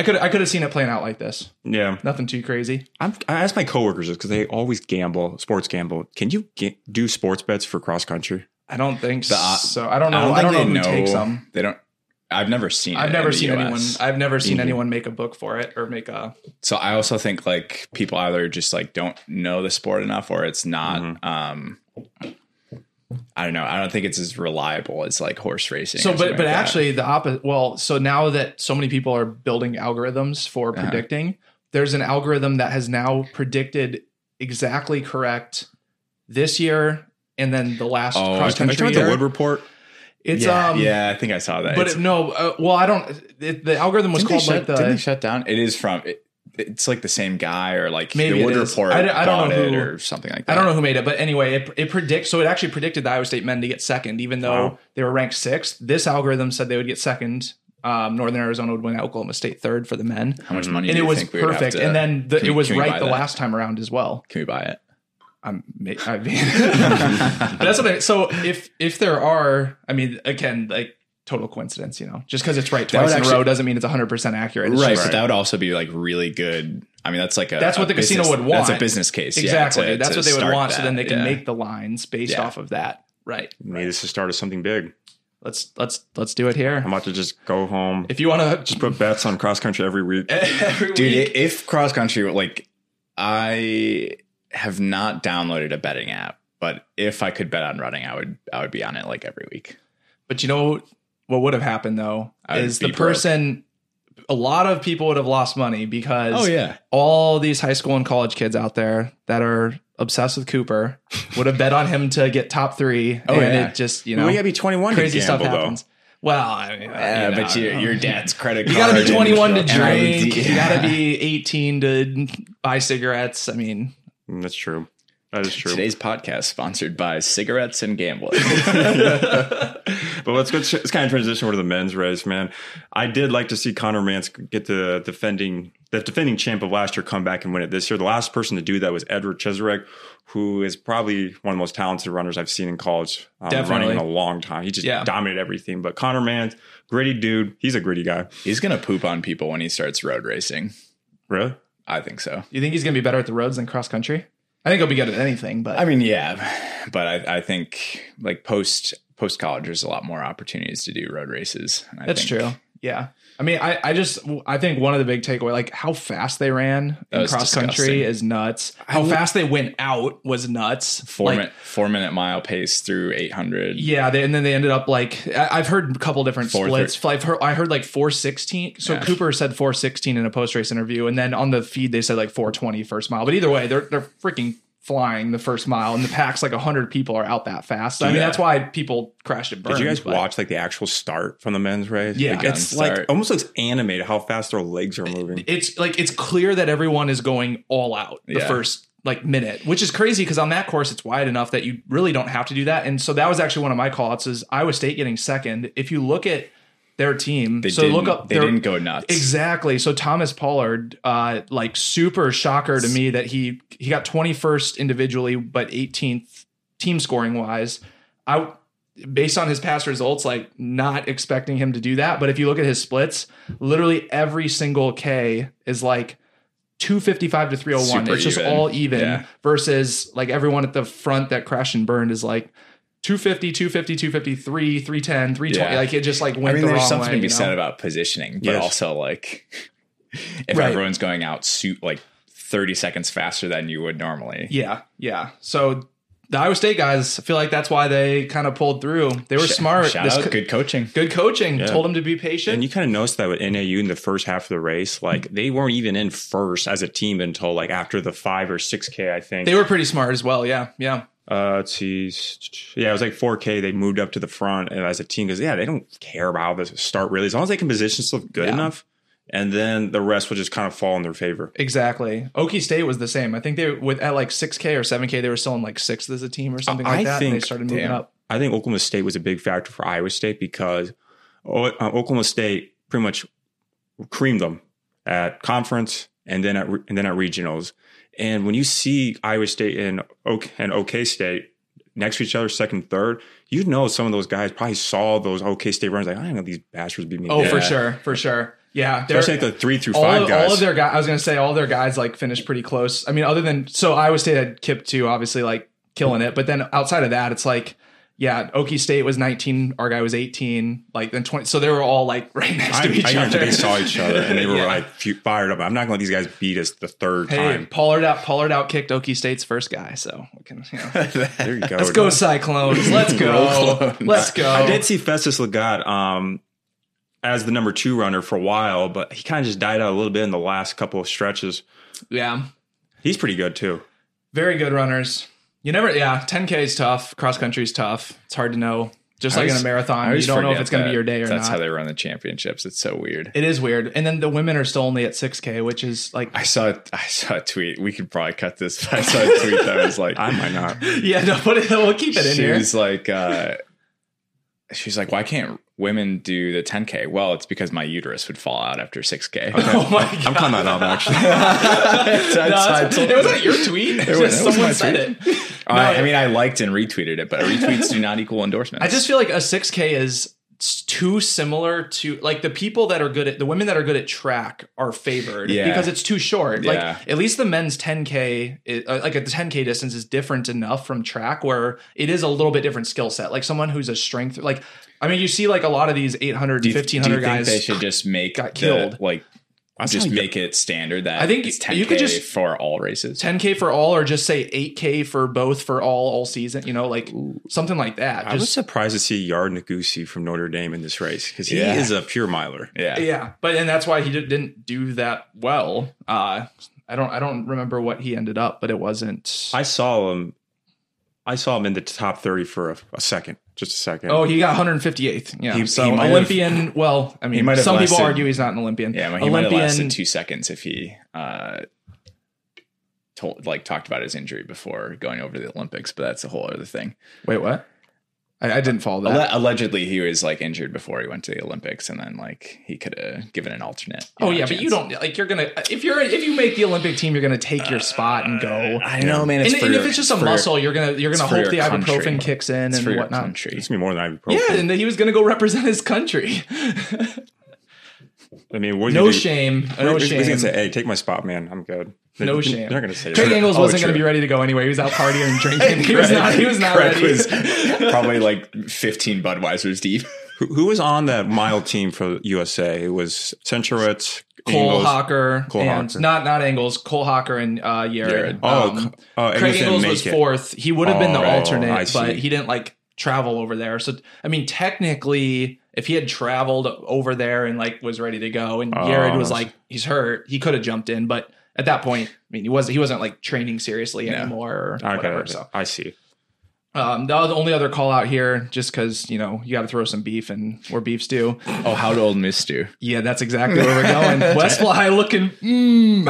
Speaker 1: I could I could have seen it playing out like this.
Speaker 4: yeah,
Speaker 1: Nothing too crazy.
Speaker 4: I'm, I asked my coworkers this because they always gamble, sports gamble. Can you ga- do sports bets for cross country?
Speaker 1: I don't think
Speaker 3: The- uh,
Speaker 1: so. I don't know. I
Speaker 3: think
Speaker 1: don't, know who
Speaker 3: they
Speaker 1: takes them.
Speaker 3: They don't. I've never seen. it
Speaker 1: I've
Speaker 3: in
Speaker 1: never
Speaker 3: the Mm-hmm.
Speaker 1: seen anyone.
Speaker 3: US.
Speaker 1: I've never seen
Speaker 4: Mhm.
Speaker 1: anyone make a book for it or make a.
Speaker 3: so I also think like people either just like don't know the sport enough, or it's not. Um, I don't know. I don't think it's as reliable as like horse racing.
Speaker 1: So,
Speaker 3: or something
Speaker 1: but but
Speaker 3: like that.
Speaker 1: actually, the opposite. Well, so now that so many people are building algorithms for
Speaker 3: Uh-huh.
Speaker 1: predicting, there's an algorithm that has now predicted exactly correct this year and then the last cross
Speaker 3: Oh, I'm
Speaker 4: Are you talking
Speaker 1: country
Speaker 4: about the
Speaker 1: year.
Speaker 4: Wood Report?
Speaker 1: it's
Speaker 3: yeah,
Speaker 1: um,
Speaker 3: yeah, I think I saw that.
Speaker 1: but
Speaker 3: It's-
Speaker 1: it, no. Uh, well, I don't. It, the algorithm was
Speaker 3: didn't they
Speaker 1: called like
Speaker 3: shut- didn't they
Speaker 1: the.
Speaker 3: shut down? It is from. It, it's like the same guy or like
Speaker 1: Maybe
Speaker 3: the
Speaker 1: it
Speaker 3: Wood
Speaker 1: is.
Speaker 3: Report.
Speaker 1: I d- I don't
Speaker 3: bought
Speaker 1: know
Speaker 3: it
Speaker 1: who-
Speaker 3: or something like that.
Speaker 1: I don't know who made it, but anyway, it, it predicts. So it actually predicted the Iowa State men to get second, even though
Speaker 4: Wow.
Speaker 1: they were ranked sixth. This algorithm said they would get second. Um, Northern Arizona would win. Oklahoma State third for the men.
Speaker 3: how much money.
Speaker 1: and it
Speaker 3: do you
Speaker 1: was
Speaker 3: think we would have
Speaker 1: perfect.
Speaker 3: to-
Speaker 1: And then the,
Speaker 3: can
Speaker 1: it
Speaker 3: we-
Speaker 1: was
Speaker 3: can we buy
Speaker 1: right the
Speaker 3: that?
Speaker 1: last time around as well.
Speaker 3: Can we buy it?
Speaker 1: I'm, ma- I mean, but that's what I So if if there are, I mean, again, like total coincidence, you know, just because it's right
Speaker 3: That would
Speaker 1: twice in a
Speaker 3: actually-
Speaker 1: row doesn't mean it's 100 percent accurate. It's
Speaker 3: right,
Speaker 1: just-
Speaker 3: but that would also be like really good. I mean, that's like a
Speaker 1: That's what
Speaker 3: a
Speaker 1: the casino
Speaker 3: business-
Speaker 1: would
Speaker 3: That's
Speaker 1: want.
Speaker 3: a business case,
Speaker 1: exactly.
Speaker 3: Yeah, to-
Speaker 1: that's
Speaker 3: to
Speaker 1: what they would
Speaker 3: start
Speaker 1: want. so
Speaker 3: that,
Speaker 1: then they can
Speaker 3: yeah.
Speaker 1: make the lines based
Speaker 3: Yeah.
Speaker 1: off of that. Right.
Speaker 4: Maybe this is the start of something big.
Speaker 1: Let's let's let's do it here.
Speaker 4: I'm about to just go home,
Speaker 1: If you want to
Speaker 4: just put bets on cross country every week.
Speaker 1: every
Speaker 3: dude.
Speaker 1: week-
Speaker 3: i- If cross country, like I have not downloaded a betting app, but if I could bet on running, I would. I would be on it like every week.
Speaker 1: But you know what would have happened though
Speaker 3: I would
Speaker 1: is the
Speaker 3: be broke.
Speaker 1: person. A lot of people would have lost money because
Speaker 3: yeah,
Speaker 1: all these high school and college kids out there that are obsessed with Cooper would have bet on him to get top three.
Speaker 3: Oh,
Speaker 1: and
Speaker 3: yeah.
Speaker 1: it just, you
Speaker 4: You know,
Speaker 1: know,
Speaker 4: we gotta be 21
Speaker 1: crazy
Speaker 4: to gamble,
Speaker 1: stuff
Speaker 4: though.
Speaker 1: happens. Well, I mean,
Speaker 3: yeah
Speaker 1: you
Speaker 3: Uh, but
Speaker 1: know,
Speaker 3: your, your dad's credit
Speaker 1: you
Speaker 3: card.
Speaker 1: gotta be
Speaker 3: and-
Speaker 1: 21 to
Speaker 3: and I would
Speaker 1: drink.
Speaker 3: do-
Speaker 1: You gotta be 18 to buy cigarettes. I mean,
Speaker 4: Mm, That's true. That is true.
Speaker 3: Today's podcast sponsored by cigarettes and gambling.
Speaker 4: but let's go. Let's kind of transition over to the men's race, man. I did like to see Connor Mansk get the defending the defending champ of last year come back and win it this year. The last person to do that was Edward Cheserek, who is probably one of the most talented runners I've seen in college. Um,
Speaker 1: Definitely.
Speaker 4: running in a long time. He just
Speaker 1: Yeah.
Speaker 4: dominated everything. But Connor Mansk, gritty dude. He's a gritty guy.
Speaker 3: He's gonna poop on people when he starts road racing.
Speaker 4: Really?
Speaker 3: I think so.
Speaker 1: you think he's gonna be better at the roads than cross country? I think he'll be good at anything, but
Speaker 3: I mean, yeah, but I, I think like post post college, there's a lot more opportunities to do road races. And I
Speaker 1: that's
Speaker 3: think
Speaker 1: true. Yeah. I mean, I, I just I think one of the big takeaway, like how fast they ran
Speaker 3: That
Speaker 1: in
Speaker 3: was
Speaker 1: cross country
Speaker 3: disgusting.
Speaker 1: is nuts.
Speaker 3: I
Speaker 1: How
Speaker 3: would-
Speaker 1: fast they went out was nuts.
Speaker 3: Four
Speaker 1: Like,
Speaker 3: minute four minute mile pace through eight hundred.
Speaker 1: Yeah, they, and then they ended up like I, I've heard a couple different
Speaker 3: Four
Speaker 1: splits. I've heard I heard like four sixteen. So
Speaker 3: Yeah.
Speaker 1: Cooper said four sixteen in a post race interview, and then on the feed they said like 420 first mile. But either way, they're they're freaking flying the first mile, and the pack's like hundred people are out that fast. I mean,
Speaker 3: Yeah.
Speaker 1: that's why people crashed and burned.
Speaker 4: Did you guys
Speaker 1: but-
Speaker 4: watch like the actual start from the men's race?
Speaker 1: Yeah.
Speaker 4: Like,
Speaker 3: Gun
Speaker 4: it's like
Speaker 3: start.
Speaker 4: almost looks animated how fast their legs are moving.
Speaker 1: It's like it's clear that everyone is going all out the
Speaker 3: Yeah.
Speaker 1: first like minute, which is crazy because on that course it's wide enough that you really don't have to do that. And so that was actually one of my call outs is Iowa State getting second. If you look at their team,
Speaker 3: They
Speaker 1: so
Speaker 3: didn't,
Speaker 1: look up
Speaker 3: they
Speaker 1: their-
Speaker 3: didn't go nuts.
Speaker 1: Exactly. So Thomas Pollard, uh, like super shocker to me that he he got 21st individually, but 18th team scoring wise. I based on his past results, like not expecting him to do that. But if you look at his splits, literally every single K is like 255 to 301.
Speaker 3: Super
Speaker 1: it's just
Speaker 3: even.
Speaker 1: all even
Speaker 3: Yeah.
Speaker 1: versus like everyone at the front that crashed and burned is like 250, 250, 253, 310, 320.
Speaker 3: Yeah.
Speaker 1: Like it just like
Speaker 3: I
Speaker 1: went
Speaker 3: mean,
Speaker 1: the wrong
Speaker 3: there's something
Speaker 1: way,
Speaker 3: to
Speaker 1: you
Speaker 3: be
Speaker 1: know?
Speaker 3: said about positioning, but
Speaker 4: Yes.
Speaker 3: also like if
Speaker 1: Right.
Speaker 3: everyone's going out suit like 30 seconds faster than you would normally.
Speaker 1: Yeah, yeah. So the Iowa State guys, I feel like that's why they kind of pulled through. They were
Speaker 3: Sh-
Speaker 1: smart.
Speaker 3: Shout
Speaker 1: This
Speaker 3: out,
Speaker 1: co-
Speaker 3: good coaching.
Speaker 1: good coaching.
Speaker 4: Yeah.
Speaker 1: Told them to be
Speaker 4: And
Speaker 1: patient.
Speaker 4: you kind of noticed that with NAU in the first half of the race, like they weren't even in first as a team until like after the five or six K, I think.
Speaker 1: they were pretty smart as well. Yeah, yeah.
Speaker 4: Uh, let's see. Yeah, it was like 4K. They moved up to the front and as a team because, yeah, they don't care about how this start really. As long as they can position stuff good
Speaker 1: Yeah.
Speaker 4: enough, and then the rest will just kind of fall in their favor.
Speaker 1: Exactly. Okie State was the same. I think they with at like six K or seven K, they were still in like sixth as a team or something like
Speaker 4: I
Speaker 1: that. and they
Speaker 4: think-
Speaker 1: started moving
Speaker 3: damn.
Speaker 1: up.
Speaker 4: I think Oklahoma State was a big factor for Iowa State because O- uh, Oklahoma State pretty much creamed them at conference and then at re- and then at regionals. And when you see Iowa State and OK, and OK State next to each other, second, third, you know some of those guys probably saw those OK State runs. Like I didn't know these bastards beat me.
Speaker 1: Oh,
Speaker 4: down."
Speaker 1: for
Speaker 3: Yeah.
Speaker 1: sure, for sure. Yeah, they're-
Speaker 4: especially like the three through
Speaker 1: all
Speaker 4: five
Speaker 1: of,
Speaker 4: guys.
Speaker 1: all of their guys. I was gonna say all their guys like finished pretty close. I mean, other than so Iowa State had Kip too, obviously like killing it. But then outside of that, it's like yeah, Okie State was 19, our guy was 18, like then 20. So they were all like right next
Speaker 4: I,
Speaker 1: to each
Speaker 4: I learned that
Speaker 1: other.
Speaker 4: they saw each other and they were
Speaker 1: Yeah.
Speaker 4: like fu- fired up. I'm not going to let these guys beat us the third
Speaker 1: Hey,
Speaker 4: time.
Speaker 1: Pollard out, Pollard out kicked Okie State's first guy. So we can, you know,
Speaker 4: There you go.
Speaker 1: let's go
Speaker 4: dude.
Speaker 1: Cyclones. Let's
Speaker 3: Roll
Speaker 1: go.
Speaker 3: Clones.
Speaker 1: Let's go.
Speaker 4: I did see Festus Legat um, as the number two runner for a while, but he kind of just died out a little bit in the last couple of stretches.
Speaker 1: Yeah.
Speaker 4: He's pretty good too.
Speaker 1: Very good runners. You never, yeah, 10K is tough. Cross country is tough. It's hard to know. Just
Speaker 3: I
Speaker 1: like in
Speaker 3: always-
Speaker 1: a
Speaker 3: I
Speaker 1: marathon, you
Speaker 3: always
Speaker 1: don't know if
Speaker 3: forget
Speaker 1: it's going to
Speaker 3: that
Speaker 1: be your day or
Speaker 3: That's
Speaker 1: not.
Speaker 3: how they run the championships. It's so weird.
Speaker 1: It is weird. And then the women are still only at 6K, which is like,
Speaker 3: I saw I saw a tweet. We could probably cut this. But I saw a tweet that was like
Speaker 4: I might not.
Speaker 1: yeah, no, put it, we'll keep it in
Speaker 3: she
Speaker 1: here.
Speaker 3: was like uh, she's like why can't women do the 10k? Well, it's because my uterus would fall out after 6k.
Speaker 1: Oh my God.
Speaker 4: I'm kind of out actually.
Speaker 3: That's-
Speaker 1: No, that's-
Speaker 3: I told-
Speaker 1: it wasn't your tweet. It
Speaker 3: was-
Speaker 1: was,
Speaker 3: that was
Speaker 1: someone
Speaker 3: my
Speaker 1: said it.
Speaker 3: I, I mean, I liked and retweeted it, but retweets do not equal endorsements.
Speaker 1: I just feel like a 6K is s- too similar to like the people that are good at the women that are good at track are favored
Speaker 3: Yeah.
Speaker 1: because it's too short.
Speaker 3: Yeah.
Speaker 1: Like at least the men's 10K, is, uh, like at the 10K distance is different enough from track where it is a little bit different skill set. Like someone who's a strength, like, I mean, you see like a lot of these 800,
Speaker 3: do you,
Speaker 1: 1500
Speaker 3: do you
Speaker 1: guys.
Speaker 3: think they should just make
Speaker 1: got
Speaker 3: the-
Speaker 1: killed.
Speaker 3: like just
Speaker 4: not good.
Speaker 3: make it standard that
Speaker 1: I think
Speaker 3: it's 10k
Speaker 1: you could just-
Speaker 3: for all races.
Speaker 1: 10k for all or just say 8k for both for all all season you know like something like that
Speaker 4: I was
Speaker 1: just
Speaker 4: surprised to see Yard Nagusi from Notre Dame in this race because he
Speaker 3: Yeah.
Speaker 4: is a pure miler.
Speaker 3: yeah.
Speaker 1: yeah but and that's why he did, didn't do that well uh i don't i don't remember what he ended up but it wasn't
Speaker 4: I saw him. I saw him in the top thirty for a, a second, just a second.
Speaker 1: oh he got 158th yeah
Speaker 4: He-
Speaker 1: so
Speaker 4: he might have-
Speaker 1: olympian well i mean
Speaker 3: might have
Speaker 1: some people
Speaker 3: lasted-
Speaker 1: argue he's not an olympian
Speaker 3: Yeah, well, he might have
Speaker 1: olympian
Speaker 3: lasted two seconds if he uh, told like talked about his injury before going over to the Olympics, but that's a whole other thing.
Speaker 1: wait what I, I didn't follow that
Speaker 3: Alle- allegedly, he was like injured before he went to the Olympics, and then like he could have given an alternate.
Speaker 1: Oh
Speaker 3: know,
Speaker 1: yeah, but
Speaker 3: chance.
Speaker 1: you don't like you're gonna if you're if you make the Olympic team, you're gonna take your spot and go.
Speaker 3: I know, man. Uh, It's
Speaker 1: and,
Speaker 3: for
Speaker 1: and
Speaker 3: your-
Speaker 1: if it's just a
Speaker 3: for your-
Speaker 1: muscle, you're gonna you're gonna
Speaker 3: it's for
Speaker 1: hope the
Speaker 3: your country.
Speaker 1: ibuprofen kicks in
Speaker 3: it's
Speaker 1: and
Speaker 3: for your
Speaker 1: whatnot.
Speaker 3: country.
Speaker 4: It's gonna be more than ibuprofen.
Speaker 1: Yeah, and that he was going to go represent his country.
Speaker 4: I mean, what
Speaker 1: no
Speaker 4: you do-
Speaker 1: shame.
Speaker 4: what-
Speaker 1: No
Speaker 4: what- He's
Speaker 1: shame.
Speaker 4: gonna say, "Hey, take my spot, man. I'm good."
Speaker 1: No
Speaker 4: they're,
Speaker 1: shame.
Speaker 4: They're gonna say
Speaker 1: Craig
Speaker 4: that.
Speaker 1: Engels
Speaker 3: Oh,
Speaker 1: wasn't going to
Speaker 3: true.
Speaker 1: be ready to go anyway. He was out partying and drinking. He was not. He was not
Speaker 3: Craig
Speaker 1: ready.
Speaker 3: was probably like 15 Budweisers deep.
Speaker 4: Who, who was on that mild team for USA? It was Centrowitz,
Speaker 1: Cole
Speaker 4: Ingles-
Speaker 1: Hawker
Speaker 4: Cole
Speaker 1: and
Speaker 4: Hawker.
Speaker 1: not not Engels, Cole Hawker and uh Yared.
Speaker 3: Yared.
Speaker 4: Oh,
Speaker 1: Um,
Speaker 4: c- oh, Ingles
Speaker 1: Craig
Speaker 4: didn't
Speaker 1: Engels
Speaker 4: make
Speaker 1: was
Speaker 4: it.
Speaker 1: fourth. He would have been the
Speaker 4: Oh, I
Speaker 1: alternate,
Speaker 4: see.
Speaker 1: but he didn't like travel over there. So I mean, technically, if he had traveled over there and like was ready to go, and
Speaker 4: Oh,
Speaker 1: Yared was
Speaker 4: I see.
Speaker 1: like he's hurt, he could have jumped in, but at that point, I mean, he was he wasn't like training seriously
Speaker 3: No.
Speaker 1: anymore or
Speaker 4: Okay,
Speaker 1: whatever.
Speaker 4: okay.
Speaker 1: So
Speaker 4: I see.
Speaker 1: um, the other- only other call out here, just because you know you got to throw some beef and we're beefs too.
Speaker 3: Oh, how would Old Miss do?
Speaker 1: Yeah, that's exactly where we're going. West Fly looking. Mm.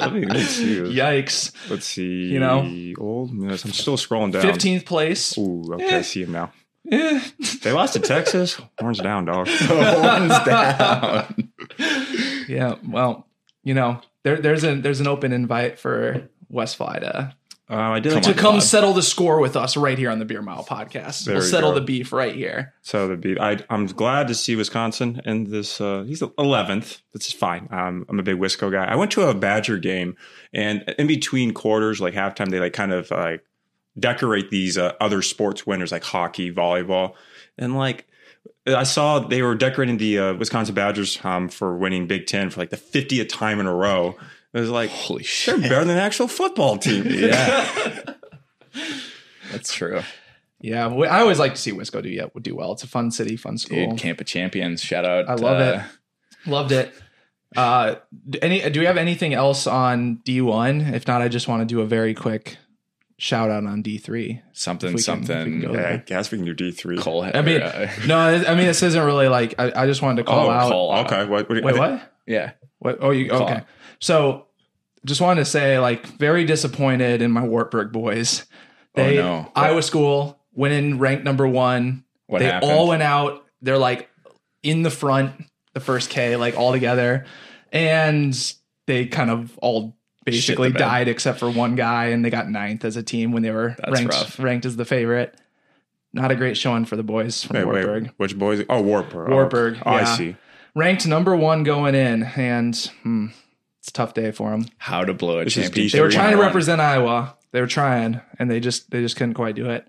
Speaker 4: Let me, let me see.
Speaker 1: Yikes.
Speaker 4: Let's see.
Speaker 1: You know?
Speaker 4: Old Miss. I'm still scrolling down.
Speaker 1: 15th place.
Speaker 4: Ooh, okay. I see him now.
Speaker 1: Eh.
Speaker 4: They lost to Texas. Horns down, dog. Uh,
Speaker 3: One's down.
Speaker 1: Yeah, well, you know, there, there's an there's an open invite for West Fly to,
Speaker 4: Uh, I did.
Speaker 3: Come
Speaker 4: like
Speaker 1: to
Speaker 3: on.
Speaker 4: to-
Speaker 1: come
Speaker 3: God.
Speaker 1: settle the score with us right here on the Beer Mile podcast.
Speaker 4: There
Speaker 1: we'll
Speaker 4: we
Speaker 1: settle
Speaker 4: go.
Speaker 1: the beef right here.
Speaker 4: so the beat. I, I'm glad to see Wisconsin in this. Uh, he's 11th. This is fine. Um, I'm a big Wisco guy. I went to a Badger game, and in between quarters, like halftime, they like kind of like decorate these uh, other sports winners like hockey, volleyball, and like I saw they were decorating the uh, Wisconsin Badgers um, for winning Big Ten for like the 50th time in a row. It was like
Speaker 3: Holy
Speaker 4: they're
Speaker 3: shit.
Speaker 4: better than an actual football team.
Speaker 3: Yeah. That's true.
Speaker 1: Yeah, we, I always like to see Wisco do yeah, do well. It's a fun city, fun school.
Speaker 3: Dude, Camp of Champions. Shout out.
Speaker 1: I love
Speaker 3: uh,
Speaker 1: Loved it. Uh, d- any do we have anything else on D one? If not, I just want to do a very quick shout out on D three. If
Speaker 3: Something,
Speaker 1: we can- if we can
Speaker 3: something.
Speaker 1: go
Speaker 4: Yeah, I guess we can do D three.
Speaker 3: Cole
Speaker 1: I mean,
Speaker 3: uh,
Speaker 1: no, I I mean this isn't really like I, I just wanted to call
Speaker 3: oh,
Speaker 1: out.
Speaker 3: Cole.
Speaker 4: Okay. What, what, do you-
Speaker 1: Wait, what?
Speaker 3: Yeah.
Speaker 1: What? Oh, you
Speaker 3: Call
Speaker 1: okay?
Speaker 3: out.
Speaker 1: So, just wanted to say, like, very disappointed in my Wartburg boys.
Speaker 3: Oh,
Speaker 1: They,
Speaker 3: no.
Speaker 1: Iowa School went in ranked number one.
Speaker 3: What
Speaker 1: they
Speaker 3: happened?
Speaker 1: all went out. They're like in the front, the first K, like all together, and they kind of all basically
Speaker 3: Shit the bed.
Speaker 1: died except for one guy, and they got ninth as a team when they were
Speaker 3: That's
Speaker 1: ranked
Speaker 3: rough.
Speaker 1: ranked as the favorite. Not a great showing for the boys from
Speaker 4: Wait,
Speaker 1: Wartburg.
Speaker 4: wait, which boys? Oh, Warburg.
Speaker 1: Warburg,
Speaker 4: Oh, I
Speaker 1: yeah.
Speaker 4: see.
Speaker 1: Ranked number one going in, and hmm, it's a tough day for them.
Speaker 3: How to blow a
Speaker 4: This is
Speaker 3: championship.
Speaker 1: They were
Speaker 4: Three
Speaker 1: trying to
Speaker 3: one-on-one.
Speaker 1: represent Iowa. They were trying, and they just they just couldn't quite do it.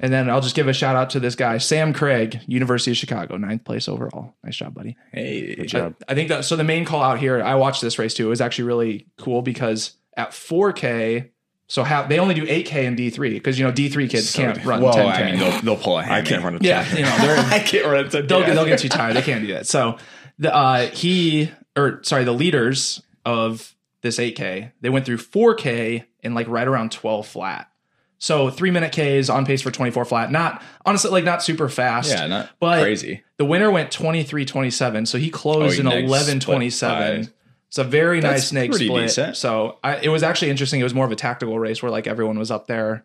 Speaker 1: And then I'll just give a shout out to this guy, Sam Craig, University of Chicago, ninth place overall. Nice job, buddy.
Speaker 3: Hey.
Speaker 4: Good job.
Speaker 1: I think that so the main call out here, I watched this race too. It was actually really cool because at 4K, so how they only do 8K and D3 because you know D3 kids
Speaker 3: So-
Speaker 1: can't run
Speaker 3: Well,
Speaker 1: 10K.
Speaker 3: I mean, they'll, they'll pull a hammy.
Speaker 4: I can't run a
Speaker 1: yeah,
Speaker 4: time.
Speaker 1: you know they're
Speaker 3: I can't run a ten.
Speaker 1: they'll get they'll get too tired. They can't do that. So the uh he or sorry, the leaders of this 8K, they went through 4K in like right around 12 flat. So three minute K's on pace for 24 flat. Not honestly, like not super fast.
Speaker 3: Yeah, not
Speaker 1: But-
Speaker 3: crazy.
Speaker 1: The winner went 23 27. So he closed
Speaker 3: Oh,
Speaker 1: in
Speaker 3: nice split
Speaker 1: 11 27.
Speaker 3: by-
Speaker 1: It's a very
Speaker 3: That's
Speaker 1: nice snake
Speaker 3: pretty
Speaker 1: split.
Speaker 3: decent.
Speaker 1: So I, it was actually interesting. It was more of a tactical race where like everyone was up there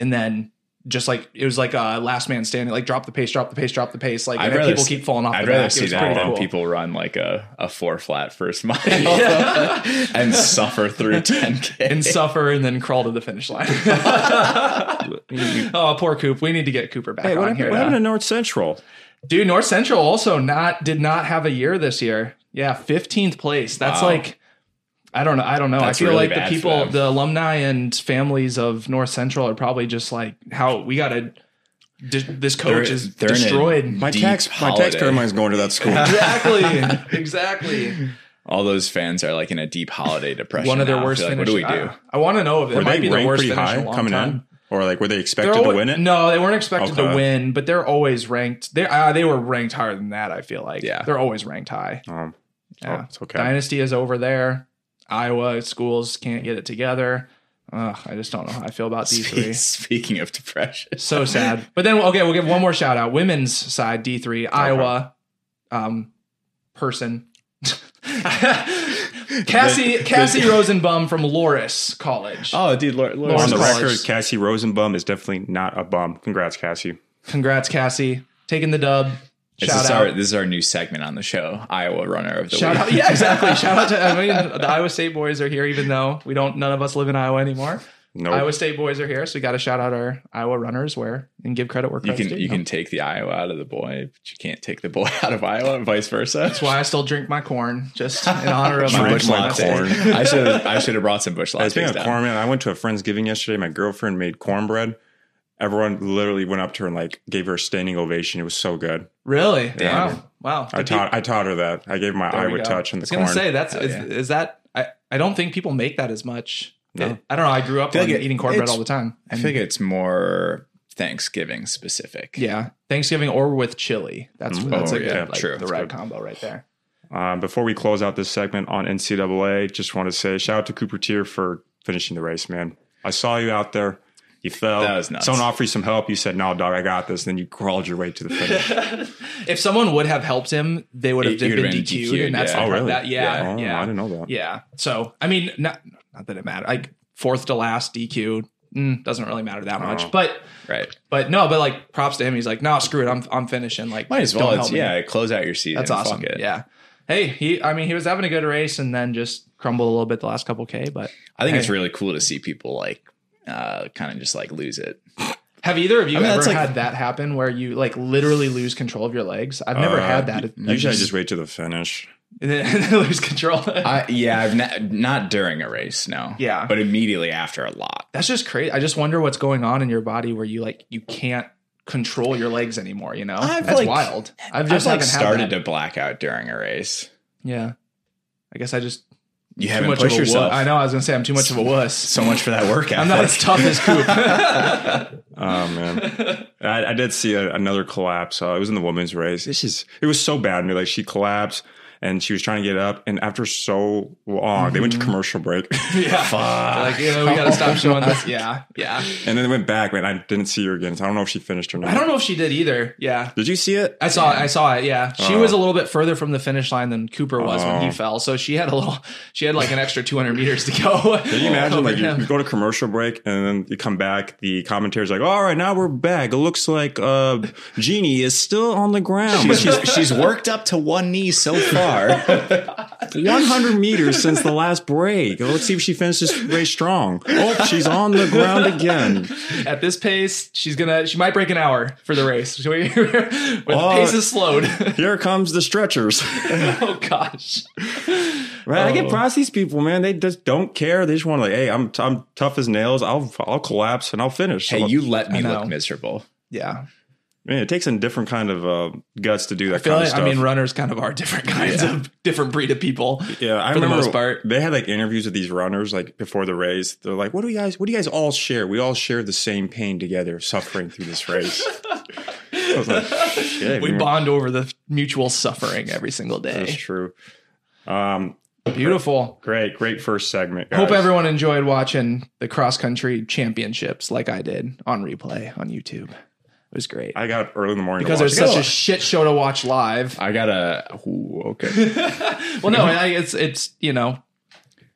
Speaker 1: and then just like it was like a last man standing, like drop the pace, drop the pace, drop the pace. Like
Speaker 3: I'd
Speaker 1: and then
Speaker 3: rather
Speaker 1: people
Speaker 3: see-
Speaker 1: keep falling off
Speaker 3: I'd
Speaker 1: the
Speaker 3: rather
Speaker 1: back. it
Speaker 3: see
Speaker 1: was
Speaker 3: that
Speaker 1: pretty
Speaker 3: than
Speaker 1: cool.
Speaker 3: people run like a, a four flat first mile
Speaker 1: Yeah.
Speaker 3: and suffer through 10K.
Speaker 1: and suffer and then crawl to the finish line. oh, poor Coop. We need to get Cooper back
Speaker 4: Hey,
Speaker 1: on
Speaker 4: what happened,
Speaker 1: here.
Speaker 4: what happened to North Central?
Speaker 1: Dude, North Central also not did not have a year this year. Yeah, fifteenth place. That's
Speaker 3: Wow.
Speaker 1: like I don't know. I don't know.
Speaker 3: That's
Speaker 1: I feel like
Speaker 3: really
Speaker 1: the
Speaker 3: bad for
Speaker 1: people,
Speaker 3: them.
Speaker 1: the alumni and families of North Central are probably just like, how we got to. this coach
Speaker 3: They're-
Speaker 1: is
Speaker 3: they're in a-
Speaker 1: destroyed.
Speaker 4: My
Speaker 3: Deep
Speaker 4: tax, my tax
Speaker 3: holiday.
Speaker 4: credit mine's going to that school.
Speaker 1: exactly. Exactly.
Speaker 3: All those fans are like in a deep holiday depression.
Speaker 1: One of their
Speaker 3: now.
Speaker 1: worst
Speaker 3: They're like, What
Speaker 1: finishes. Ah,
Speaker 3: do we do?
Speaker 1: I, I want to know if it
Speaker 4: were
Speaker 1: might
Speaker 4: they
Speaker 1: be the
Speaker 4: ranked
Speaker 1: worst
Speaker 4: pretty
Speaker 1: finish
Speaker 4: high
Speaker 1: in a long
Speaker 4: coming
Speaker 1: time.
Speaker 4: in, or like were they
Speaker 1: They're
Speaker 4: expected to
Speaker 1: alwa-
Speaker 4: win it?
Speaker 1: No, they weren't expected to
Speaker 4: Okay.
Speaker 1: win, but they're always ranked. They uh, they were ranked higher than that. I feel like.
Speaker 3: Yeah.
Speaker 1: they're always ranked high.
Speaker 4: Um,
Speaker 1: Yeah.
Speaker 4: oh, it's okay.
Speaker 1: Dynasty is over there. Iowa schools can't get it together. Ugh, I just don't know how I feel about D
Speaker 3: Spe-
Speaker 1: three.
Speaker 3: Speaking of depression,
Speaker 1: So sad. But then okay, we'll give one more shout out. Women's side D three Iowa um, person. Cassie Cassie Rosenbaum from Loris College.
Speaker 3: Oh, dude, Laura, Laura's
Speaker 4: On the
Speaker 1: Lawrence
Speaker 4: record,
Speaker 1: College.
Speaker 4: Cassie Rosenbaum is definitely not a bum. Congrats, Cassie.
Speaker 1: Congrats, Cassie, taking the dub.
Speaker 3: This
Speaker 1: Shout
Speaker 3: is
Speaker 1: out.
Speaker 3: our this is our new segment on the show, Iowa Runner of the
Speaker 1: Shout
Speaker 3: Week.
Speaker 1: out, yeah, exactly. Shout out to I mean, the Iowa State boys are here, even though we don't. None of us live in Iowa anymore.
Speaker 4: No,
Speaker 1: Iowa State boys are here, so we got to shout out our Iowa runners where and give credit where
Speaker 3: You
Speaker 1: credit's
Speaker 3: can
Speaker 1: due.
Speaker 3: you can take the Iowa out of the boy, but you can't take the boy out of Iowa, and vice versa.
Speaker 1: That's why I still drink my corn, just in honor of
Speaker 4: Drink
Speaker 1: my
Speaker 3: Bush
Speaker 4: Bush my
Speaker 3: latte.
Speaker 1: latte.
Speaker 4: corn.
Speaker 3: I should I should have brought some bush
Speaker 4: I
Speaker 3: lattes.
Speaker 4: think
Speaker 3: down.
Speaker 4: corn, man. I went to a friend's giving yesterday. My girlfriend made cornbread, everyone literally went up to her and like gave her a standing ovation. It was so good.
Speaker 1: Really?
Speaker 4: Yeah.
Speaker 1: Wow. Wow.
Speaker 4: I taught I taught her that. I gave her my
Speaker 3: There we
Speaker 4: Iowa
Speaker 3: go.
Speaker 4: touch
Speaker 1: I
Speaker 4: and the
Speaker 1: was
Speaker 4: corn.
Speaker 1: gonna say that's
Speaker 3: Hell
Speaker 1: is,
Speaker 3: Oh, yeah.
Speaker 1: is that I, I don't think people make that as much.
Speaker 4: No.
Speaker 1: I don't know. I grew up
Speaker 3: Feel
Speaker 1: on
Speaker 3: like it-
Speaker 1: eating cornbread
Speaker 3: it's-
Speaker 1: all the time.
Speaker 3: I think it's more Thanksgiving specific.
Speaker 1: yeah, Thanksgiving or with chili. That's
Speaker 4: Mm.
Speaker 1: that's
Speaker 3: Oh,
Speaker 1: a good,
Speaker 3: yeah,
Speaker 1: like,
Speaker 3: true.
Speaker 1: the
Speaker 3: That's
Speaker 1: right
Speaker 3: good.
Speaker 1: combo right there.
Speaker 4: Um, before we close out this segment on NCAA, just want to say shout out to Cooper Tier for finishing the race, man. I saw you out there. You fell.
Speaker 3: That was nuts.
Speaker 4: Someone offered you some help. You said, "No, dog, I got this." Then you crawled your way to the finish.
Speaker 1: if someone would have helped him, they would have
Speaker 3: He- he
Speaker 1: been,
Speaker 3: would've been
Speaker 1: DQ'd, and
Speaker 3: DQ'd,
Speaker 1: that's
Speaker 3: yeah.
Speaker 1: the
Speaker 4: oh,
Speaker 1: pro-
Speaker 4: really?
Speaker 1: that- yeah,
Speaker 4: Oh,
Speaker 1: yeah,
Speaker 4: I
Speaker 1: yeah,
Speaker 4: didn't know that.
Speaker 1: So I mean, not not that it mattered. Like fourth to last DQ mm, doesn't really matter that much,
Speaker 4: Oh.
Speaker 1: but
Speaker 3: Right.
Speaker 1: but no, but like props to him. He's like, no, screw it, I'm I'm finishing. Like
Speaker 3: Might as
Speaker 1: don't
Speaker 3: well.
Speaker 1: help
Speaker 3: It's,
Speaker 1: me.
Speaker 3: yeah. Close out your season.
Speaker 1: That's
Speaker 3: Fuck
Speaker 1: awesome.
Speaker 3: it.
Speaker 1: Yeah. Hey, he. I mean, he was having a good race and then just crumbled a little bit the last couple k. But
Speaker 3: I think
Speaker 1: Hey.
Speaker 3: it's really cool to see people like uh, kind of just like lose it.
Speaker 1: have either of you
Speaker 3: I mean,
Speaker 1: ever
Speaker 3: that's like-
Speaker 1: had that happen where you like literally lose control of your legs? I've never
Speaker 4: Uh,
Speaker 1: had that. I
Speaker 4: Usually, I just wait to the finish.
Speaker 1: and then, and then lose control.
Speaker 3: I, yeah. I've not, not during a race. No.
Speaker 1: Yeah.
Speaker 3: But immediately after a lot.
Speaker 1: That's just crazy. I just wonder what's going on in your body where you like you can't control your legs anymore. You know,
Speaker 3: I've,
Speaker 1: that's
Speaker 3: like-
Speaker 1: wild. I've
Speaker 3: I've
Speaker 1: just
Speaker 3: just like
Speaker 1: haven't had
Speaker 3: started
Speaker 1: that.
Speaker 3: to black out during a race.
Speaker 1: Yeah. I guess I just
Speaker 3: You
Speaker 1: too
Speaker 3: haven't
Speaker 1: much of a
Speaker 3: pushed
Speaker 1: wuss.
Speaker 3: yourself.
Speaker 1: I know. I was gonna say I'm too much of a wuss.
Speaker 3: So much for that workout.
Speaker 1: I'm not as tough as Coop.
Speaker 4: Oh man, I, I did see a, another collapse. Uh, it was in the women's race. This is it was so bad. I mean, like she collapsed and she was trying to get up, and after so long, they went to
Speaker 1: Mm-hmm.
Speaker 4: commercial break,
Speaker 1: yeah.
Speaker 3: Fuck.
Speaker 1: Like you know, we gotta stop showing this. Yeah, yeah.
Speaker 4: and then they went back. Man, I didn't see her again. So I don't know if she finished or not.
Speaker 1: I don't know if she did either. Yeah.
Speaker 4: Did you see it?
Speaker 1: I saw it. I saw it. Yeah, she
Speaker 4: Oh.
Speaker 1: was a little bit further from the finish line than Cooper was when
Speaker 4: Oh.
Speaker 1: he fell, so she had a little. She had like an extra 200 meters to go.
Speaker 4: Can you imagine,
Speaker 1: over
Speaker 4: like, you,
Speaker 1: him.
Speaker 4: you go to commercial break and then you come back, the commentator's like, all right, now we're back. It looks like uh, Jeannie is still on the ground. But she's
Speaker 3: she's, she's worked up to one knee so far.
Speaker 4: 100 meters since the last break. Let's see if she finishes race strong. Oh, she's on the ground again.
Speaker 1: at this pace, she's gonna. She might break an hour for the race. So we- when the
Speaker 4: Oh.
Speaker 1: pace is slowed.
Speaker 4: Here comes the stretchers.
Speaker 1: oh gosh.
Speaker 4: Right, I get
Speaker 1: Oh.
Speaker 4: past these people, man. They just don't care. They just want to like, hey, I'm I'm tough as nails. I'll I'll collapse and I'll finish.
Speaker 3: hey,
Speaker 4: So,
Speaker 3: you let
Speaker 1: I
Speaker 3: me
Speaker 1: know.
Speaker 3: look miserable.
Speaker 1: Yeah,
Speaker 4: man, it takes a different kind of uh, guts to do that
Speaker 1: I feel
Speaker 4: kind
Speaker 1: like
Speaker 4: of stuff.
Speaker 1: I mean, runners kind of are different kinds of different breed of people.
Speaker 4: Yeah, I
Speaker 1: for the
Speaker 4: remember
Speaker 1: most part.
Speaker 4: they had like interviews with these runners like before the race. They're like, "What do you guys? What do you guys all share? We all share the same pain together, suffering through this race." I was like, "Shit,
Speaker 1: We
Speaker 4: man,
Speaker 1: bond over the mutual suffering every single
Speaker 4: That's
Speaker 1: day.
Speaker 4: true." Um,
Speaker 1: Beautiful.
Speaker 4: great, great first segment.
Speaker 1: Hope
Speaker 4: guys.
Speaker 1: everyone enjoyed watching the cross country championships like I did on replay on YouTube. It was great.
Speaker 4: I got up early in the morning
Speaker 1: because
Speaker 4: to watch
Speaker 1: there's
Speaker 4: it.
Speaker 1: such a shit show to watch live.
Speaker 3: I gotta. Ooh, okay.
Speaker 1: Well, no, I, it's it's you know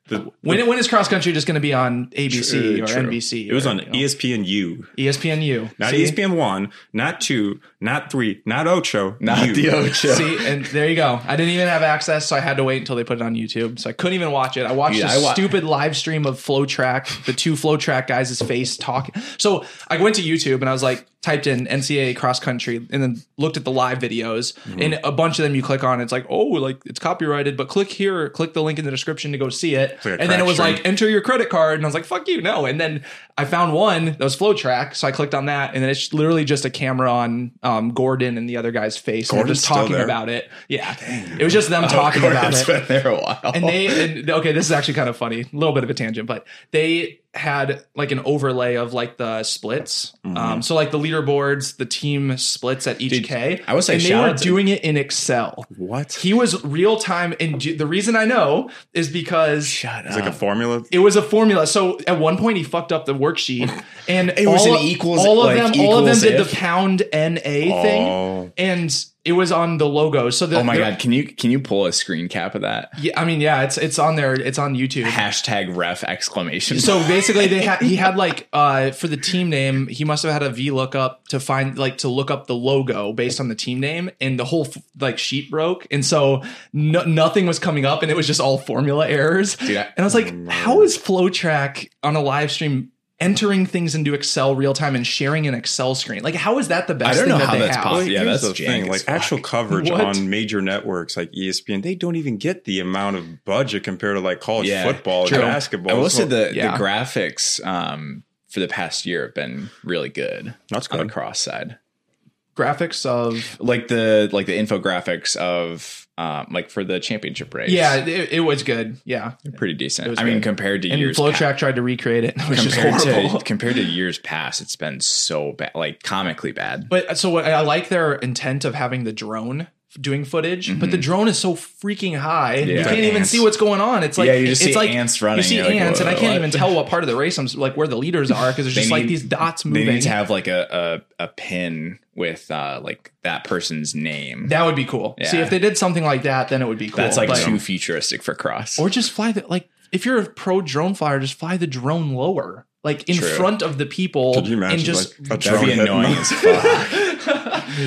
Speaker 4: The-
Speaker 1: when when is cross country just going to be on ABC
Speaker 3: True,
Speaker 1: or
Speaker 3: true.
Speaker 1: NBC?
Speaker 4: It was
Speaker 1: or,
Speaker 4: on E
Speaker 1: you know,
Speaker 4: ESPNU,
Speaker 1: E ESPNU.
Speaker 4: not E
Speaker 1: See?
Speaker 4: ESPN one, not two, not three, not Ocho,
Speaker 3: Not
Speaker 4: you.
Speaker 3: the Ocho.
Speaker 1: See, and there you go. I didn't even have access, so I had to wait until they put it on YouTube. So I couldn't even watch it. I watched
Speaker 3: Yeah,
Speaker 1: a
Speaker 3: I wa-
Speaker 1: stupid live stream of Flow Track, the two Flow Track guys' face talking. So I went to YouTube and I was like, typed in NCAA cross country and then looked at the live videos.
Speaker 4: Mm-hmm.
Speaker 1: And a bunch of them you click on, it's like, oh, like it's copyrighted, but click here, click the link in the description to go see it.
Speaker 4: like a
Speaker 1: and then it
Speaker 4: crack
Speaker 1: was
Speaker 4: stream.
Speaker 1: like, enter your credit card. And I was like, fuck you, no. And then I found one that was Flow Track. So I clicked on that. And then it's literally just a camera on um, Gordon and the other guy's face. and they're
Speaker 4: Gordon's
Speaker 1: just
Speaker 4: still
Speaker 1: talking
Speaker 4: there?
Speaker 1: about it. Yeah. It was just them talking about
Speaker 3: It's
Speaker 1: it.
Speaker 3: been there a while.
Speaker 1: And they, and, okay, this is actually kind of funny, a little bit of a tangent, but they had like an overlay of like the splits. Um, so like the leaderboards, the team splits at each
Speaker 3: Mm-hmm. Dude,
Speaker 1: K.
Speaker 3: I would say
Speaker 1: and they
Speaker 3: shout
Speaker 1: were
Speaker 3: out to-
Speaker 1: doing it in Excel.
Speaker 4: What?
Speaker 1: He was real time. And do- the reason I know is because
Speaker 3: shut
Speaker 4: It's like a formula.
Speaker 1: it was a formula. So at one point he fucked up the worksheet, and
Speaker 3: It was
Speaker 1: all,
Speaker 3: an equals-
Speaker 1: All of
Speaker 3: like,
Speaker 1: them, all of them
Speaker 3: equals
Speaker 1: did
Speaker 3: if.
Speaker 1: the pound na thing,
Speaker 4: Oh.
Speaker 1: and it was on the logo. So the,
Speaker 3: oh my
Speaker 1: the-
Speaker 3: god! Can you can you pull a screen cap of that?
Speaker 1: Yeah, I mean, yeah, it's it's on there. It's on YouTube.
Speaker 3: Hashtag ref exclamation.
Speaker 1: So basically, they had he had like uh, for the team name, he must have had a V lookup to find like to look up the logo based on the team name, and the whole f- like sheet broke, and so no, nothing was coming up, and it was just all formula errors.
Speaker 3: I-
Speaker 1: and I was like, how is FlowTrack on a live stream? Entering things into Excel real time and sharing an Excel screen. Like, how is that the best
Speaker 3: I
Speaker 1: thing
Speaker 3: don't know
Speaker 1: that
Speaker 3: how
Speaker 1: they
Speaker 3: that's
Speaker 1: have?
Speaker 3: possible. Yeah,
Speaker 4: here's
Speaker 3: that's
Speaker 4: the thing.
Speaker 3: jank
Speaker 4: Like
Speaker 3: as fuck.
Speaker 4: actual coverage
Speaker 1: What?
Speaker 4: on major networks like E ESPN, they don't even get the amount of budget compared to like college
Speaker 3: Yeah,
Speaker 4: football,
Speaker 1: true.
Speaker 4: and basketball.
Speaker 3: I will
Speaker 4: So-
Speaker 3: say the
Speaker 1: yeah.
Speaker 3: the graphics um, for the past year have been really good
Speaker 4: That's
Speaker 3: on the
Speaker 4: good.
Speaker 3: cross side.
Speaker 1: Graphics of
Speaker 3: Like the like the infographics of um, like for the championship race.
Speaker 1: yeah, it, it was good. Yeah,
Speaker 3: pretty
Speaker 1: It
Speaker 3: decent.
Speaker 1: was
Speaker 3: I mean,
Speaker 1: good.
Speaker 3: compared to
Speaker 1: and
Speaker 3: years
Speaker 1: Flowtrack
Speaker 3: past-
Speaker 1: tried to recreate it, which is
Speaker 3: compared
Speaker 1: horrible.
Speaker 3: to compared to years past, it's been so bad, like comically bad.
Speaker 1: But uh, so what I like their intent of having the drone doing footage, but the drone is so freaking high, you
Speaker 3: Mm-hmm. Yeah.
Speaker 1: can't even
Speaker 4: Ants.
Speaker 1: see what's going on. It's like
Speaker 3: Yeah, you just
Speaker 1: it's
Speaker 3: see
Speaker 1: like,
Speaker 3: ants running,
Speaker 1: You see
Speaker 3: you're like,
Speaker 1: ants, and I
Speaker 3: "Whoa,
Speaker 1: can't
Speaker 3: what?"
Speaker 1: even tell what part of the race I'm s- like where the leaders are because there's
Speaker 3: They
Speaker 1: just like
Speaker 3: need-
Speaker 1: these dots
Speaker 3: they
Speaker 1: moving.
Speaker 3: need to have like a a, a pin with uh, like that person's name.
Speaker 1: that would be cool. See
Speaker 3: Yeah.
Speaker 1: if they did something like that, then it would be cool.
Speaker 3: That's like
Speaker 1: But-
Speaker 3: too futuristic for cross.
Speaker 1: or just fly the like if you're a pro drone flyer, just fly the drone lower, like in
Speaker 3: True.
Speaker 1: front of the people,
Speaker 4: Could you imagine
Speaker 1: and just
Speaker 4: like, a
Speaker 3: That'd
Speaker 4: drone
Speaker 3: be
Speaker 4: hitting
Speaker 3: annoying
Speaker 4: them?
Speaker 3: as fuck.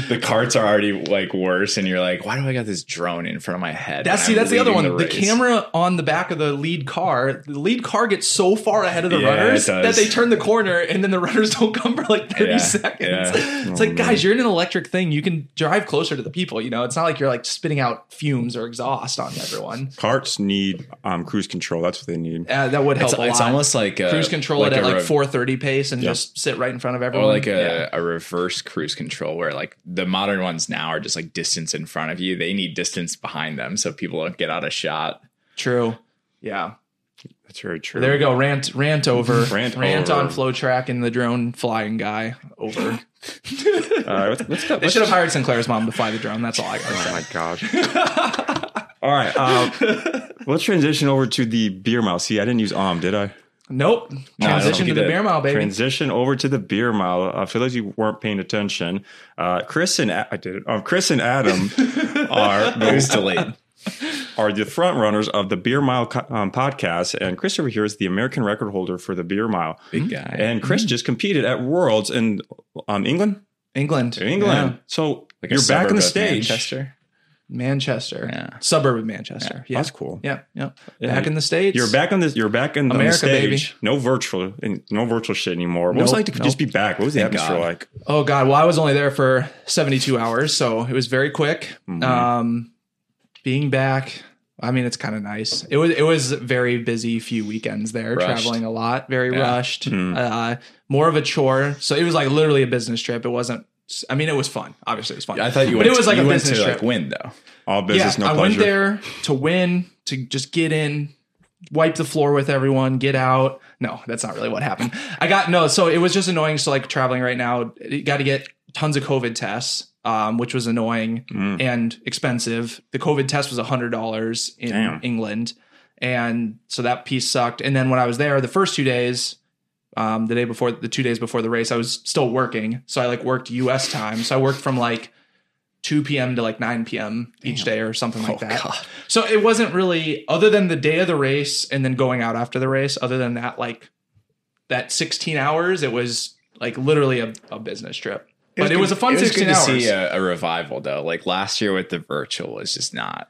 Speaker 3: the carts are already like worse, and you're like, why do I got this drone in front of my head?
Speaker 1: That's see,
Speaker 3: when I'm
Speaker 1: that's the other one.
Speaker 3: leading
Speaker 1: The,
Speaker 3: race?
Speaker 1: camera on the back of the lead car. The lead car gets so far ahead of the
Speaker 3: Yeah, it
Speaker 1: runners that
Speaker 3: does.
Speaker 1: they turn the corner and then the runners don't come for like thirty
Speaker 3: Yeah,
Speaker 1: seconds.
Speaker 3: yeah. Oh,
Speaker 1: It's like, guys, you're in an electric thing. You can drive closer to the people. You know, it's not like you're like spitting out fumes or exhaust on everyone.
Speaker 4: Carts need um, cruise control. That's what they need.
Speaker 1: Uh, that would help.
Speaker 3: It's,
Speaker 1: a
Speaker 3: it's
Speaker 1: lot.
Speaker 3: almost uh, like a,
Speaker 1: cruise control it
Speaker 3: a
Speaker 1: at like
Speaker 3: re-
Speaker 1: four thirty pace and
Speaker 4: Yeah.
Speaker 1: just sit right in front of everyone.
Speaker 3: or like a,
Speaker 1: Yeah.
Speaker 3: a reverse cruise control where like the modern ones now are just like distance in front of you. They need distance behind them so people don't get out of shot.
Speaker 1: true. Yeah,
Speaker 4: That's very true.
Speaker 1: there you go. Rant, rant over,
Speaker 4: Rant
Speaker 1: rant
Speaker 4: over.
Speaker 1: on flow track and the drone flying guy over.
Speaker 4: All right, let's, let
Speaker 1: They should have hired Sinclair's mom to fly the drone. That's all I got.
Speaker 4: Oh my gosh. All right. Um, let's transition over to the beer mile. See, I didn't use um, did I?
Speaker 1: Nope.
Speaker 3: I don't
Speaker 1: Transition
Speaker 3: think
Speaker 1: to
Speaker 3: he
Speaker 1: the
Speaker 3: did.
Speaker 1: bear mile, baby.
Speaker 4: Transition over to the beer mile. Uh, for those who weren't paying attention, uh, Chris and A- I did it. Um, Chris and Adam are
Speaker 3: It was
Speaker 4: the,
Speaker 3: delayed.
Speaker 4: are the front runners of the beer mile co- um, podcast, and Chris over here is the American record holder for the beer mile.
Speaker 3: Big guy.
Speaker 4: And Chris just competed at Worlds in um, England.
Speaker 1: England.
Speaker 4: England. So
Speaker 3: Like a
Speaker 4: you're back
Speaker 3: suburb
Speaker 4: on the
Speaker 3: of
Speaker 4: stage.
Speaker 3: Manchester.
Speaker 1: Yeah. Manchester.
Speaker 3: Yeah.
Speaker 1: Suburb of Manchester. Yeah.
Speaker 4: That's cool.
Speaker 1: Yeah. Yeah.
Speaker 4: Yeah.
Speaker 1: Back in the States.
Speaker 4: You're back on this. You're back in
Speaker 1: America,
Speaker 4: on the stage.
Speaker 1: baby.
Speaker 4: No virtual and no virtual shit anymore. What was it
Speaker 1: Nope,
Speaker 4: like to
Speaker 1: nope.
Speaker 4: just be back? What was the
Speaker 3: Thank
Speaker 4: atmosphere
Speaker 3: God.
Speaker 4: like?
Speaker 1: Oh God. Well, I was only there for 72 hours, so it was very quick.
Speaker 3: Mm-hmm.
Speaker 1: Um, being back. I mean, it's kind of nice. It was it was a very busy few weekends there,
Speaker 3: Rushed.
Speaker 1: traveling a lot, very
Speaker 3: Yeah. Mm-hmm.
Speaker 1: rushed. Uh, more of a chore. So it was like literally a business trip. It wasn't. I mean, it was fun. Obviously, it was fun.
Speaker 3: I thought you
Speaker 1: But
Speaker 3: went
Speaker 1: it was
Speaker 3: to,
Speaker 1: like
Speaker 3: you
Speaker 1: a
Speaker 3: went
Speaker 1: business
Speaker 3: to
Speaker 1: trip.
Speaker 3: like win though.
Speaker 4: All business, no
Speaker 1: I
Speaker 4: pleasure.
Speaker 1: went there to win, to just get in, wipe the floor with everyone, get out. No, that's not really what happened. I got no, so it was just annoying. So like traveling right now, you got to get tons of COVID tests, um, which was annoying
Speaker 4: Mm.
Speaker 1: and expensive. The COVID test was hundred dollars in
Speaker 4: Damn.
Speaker 1: England, and so that piece sucked. And then when I was there, the first two days. Um, the day before the two days before the race, I was still working. So I like worked US time. So I worked from like 2 p.m. to like 9 p.m. each day or something like
Speaker 3: Oh,
Speaker 1: that. So it wasn't really other than the day of the race and then going out after the race. Other than that, like that 16 hours, it was like literally a, a business trip. but it was a fun
Speaker 3: It was
Speaker 1: 16
Speaker 3: good to
Speaker 1: hours.
Speaker 3: see uh, a, a revival though. Like last year with the virtual was just not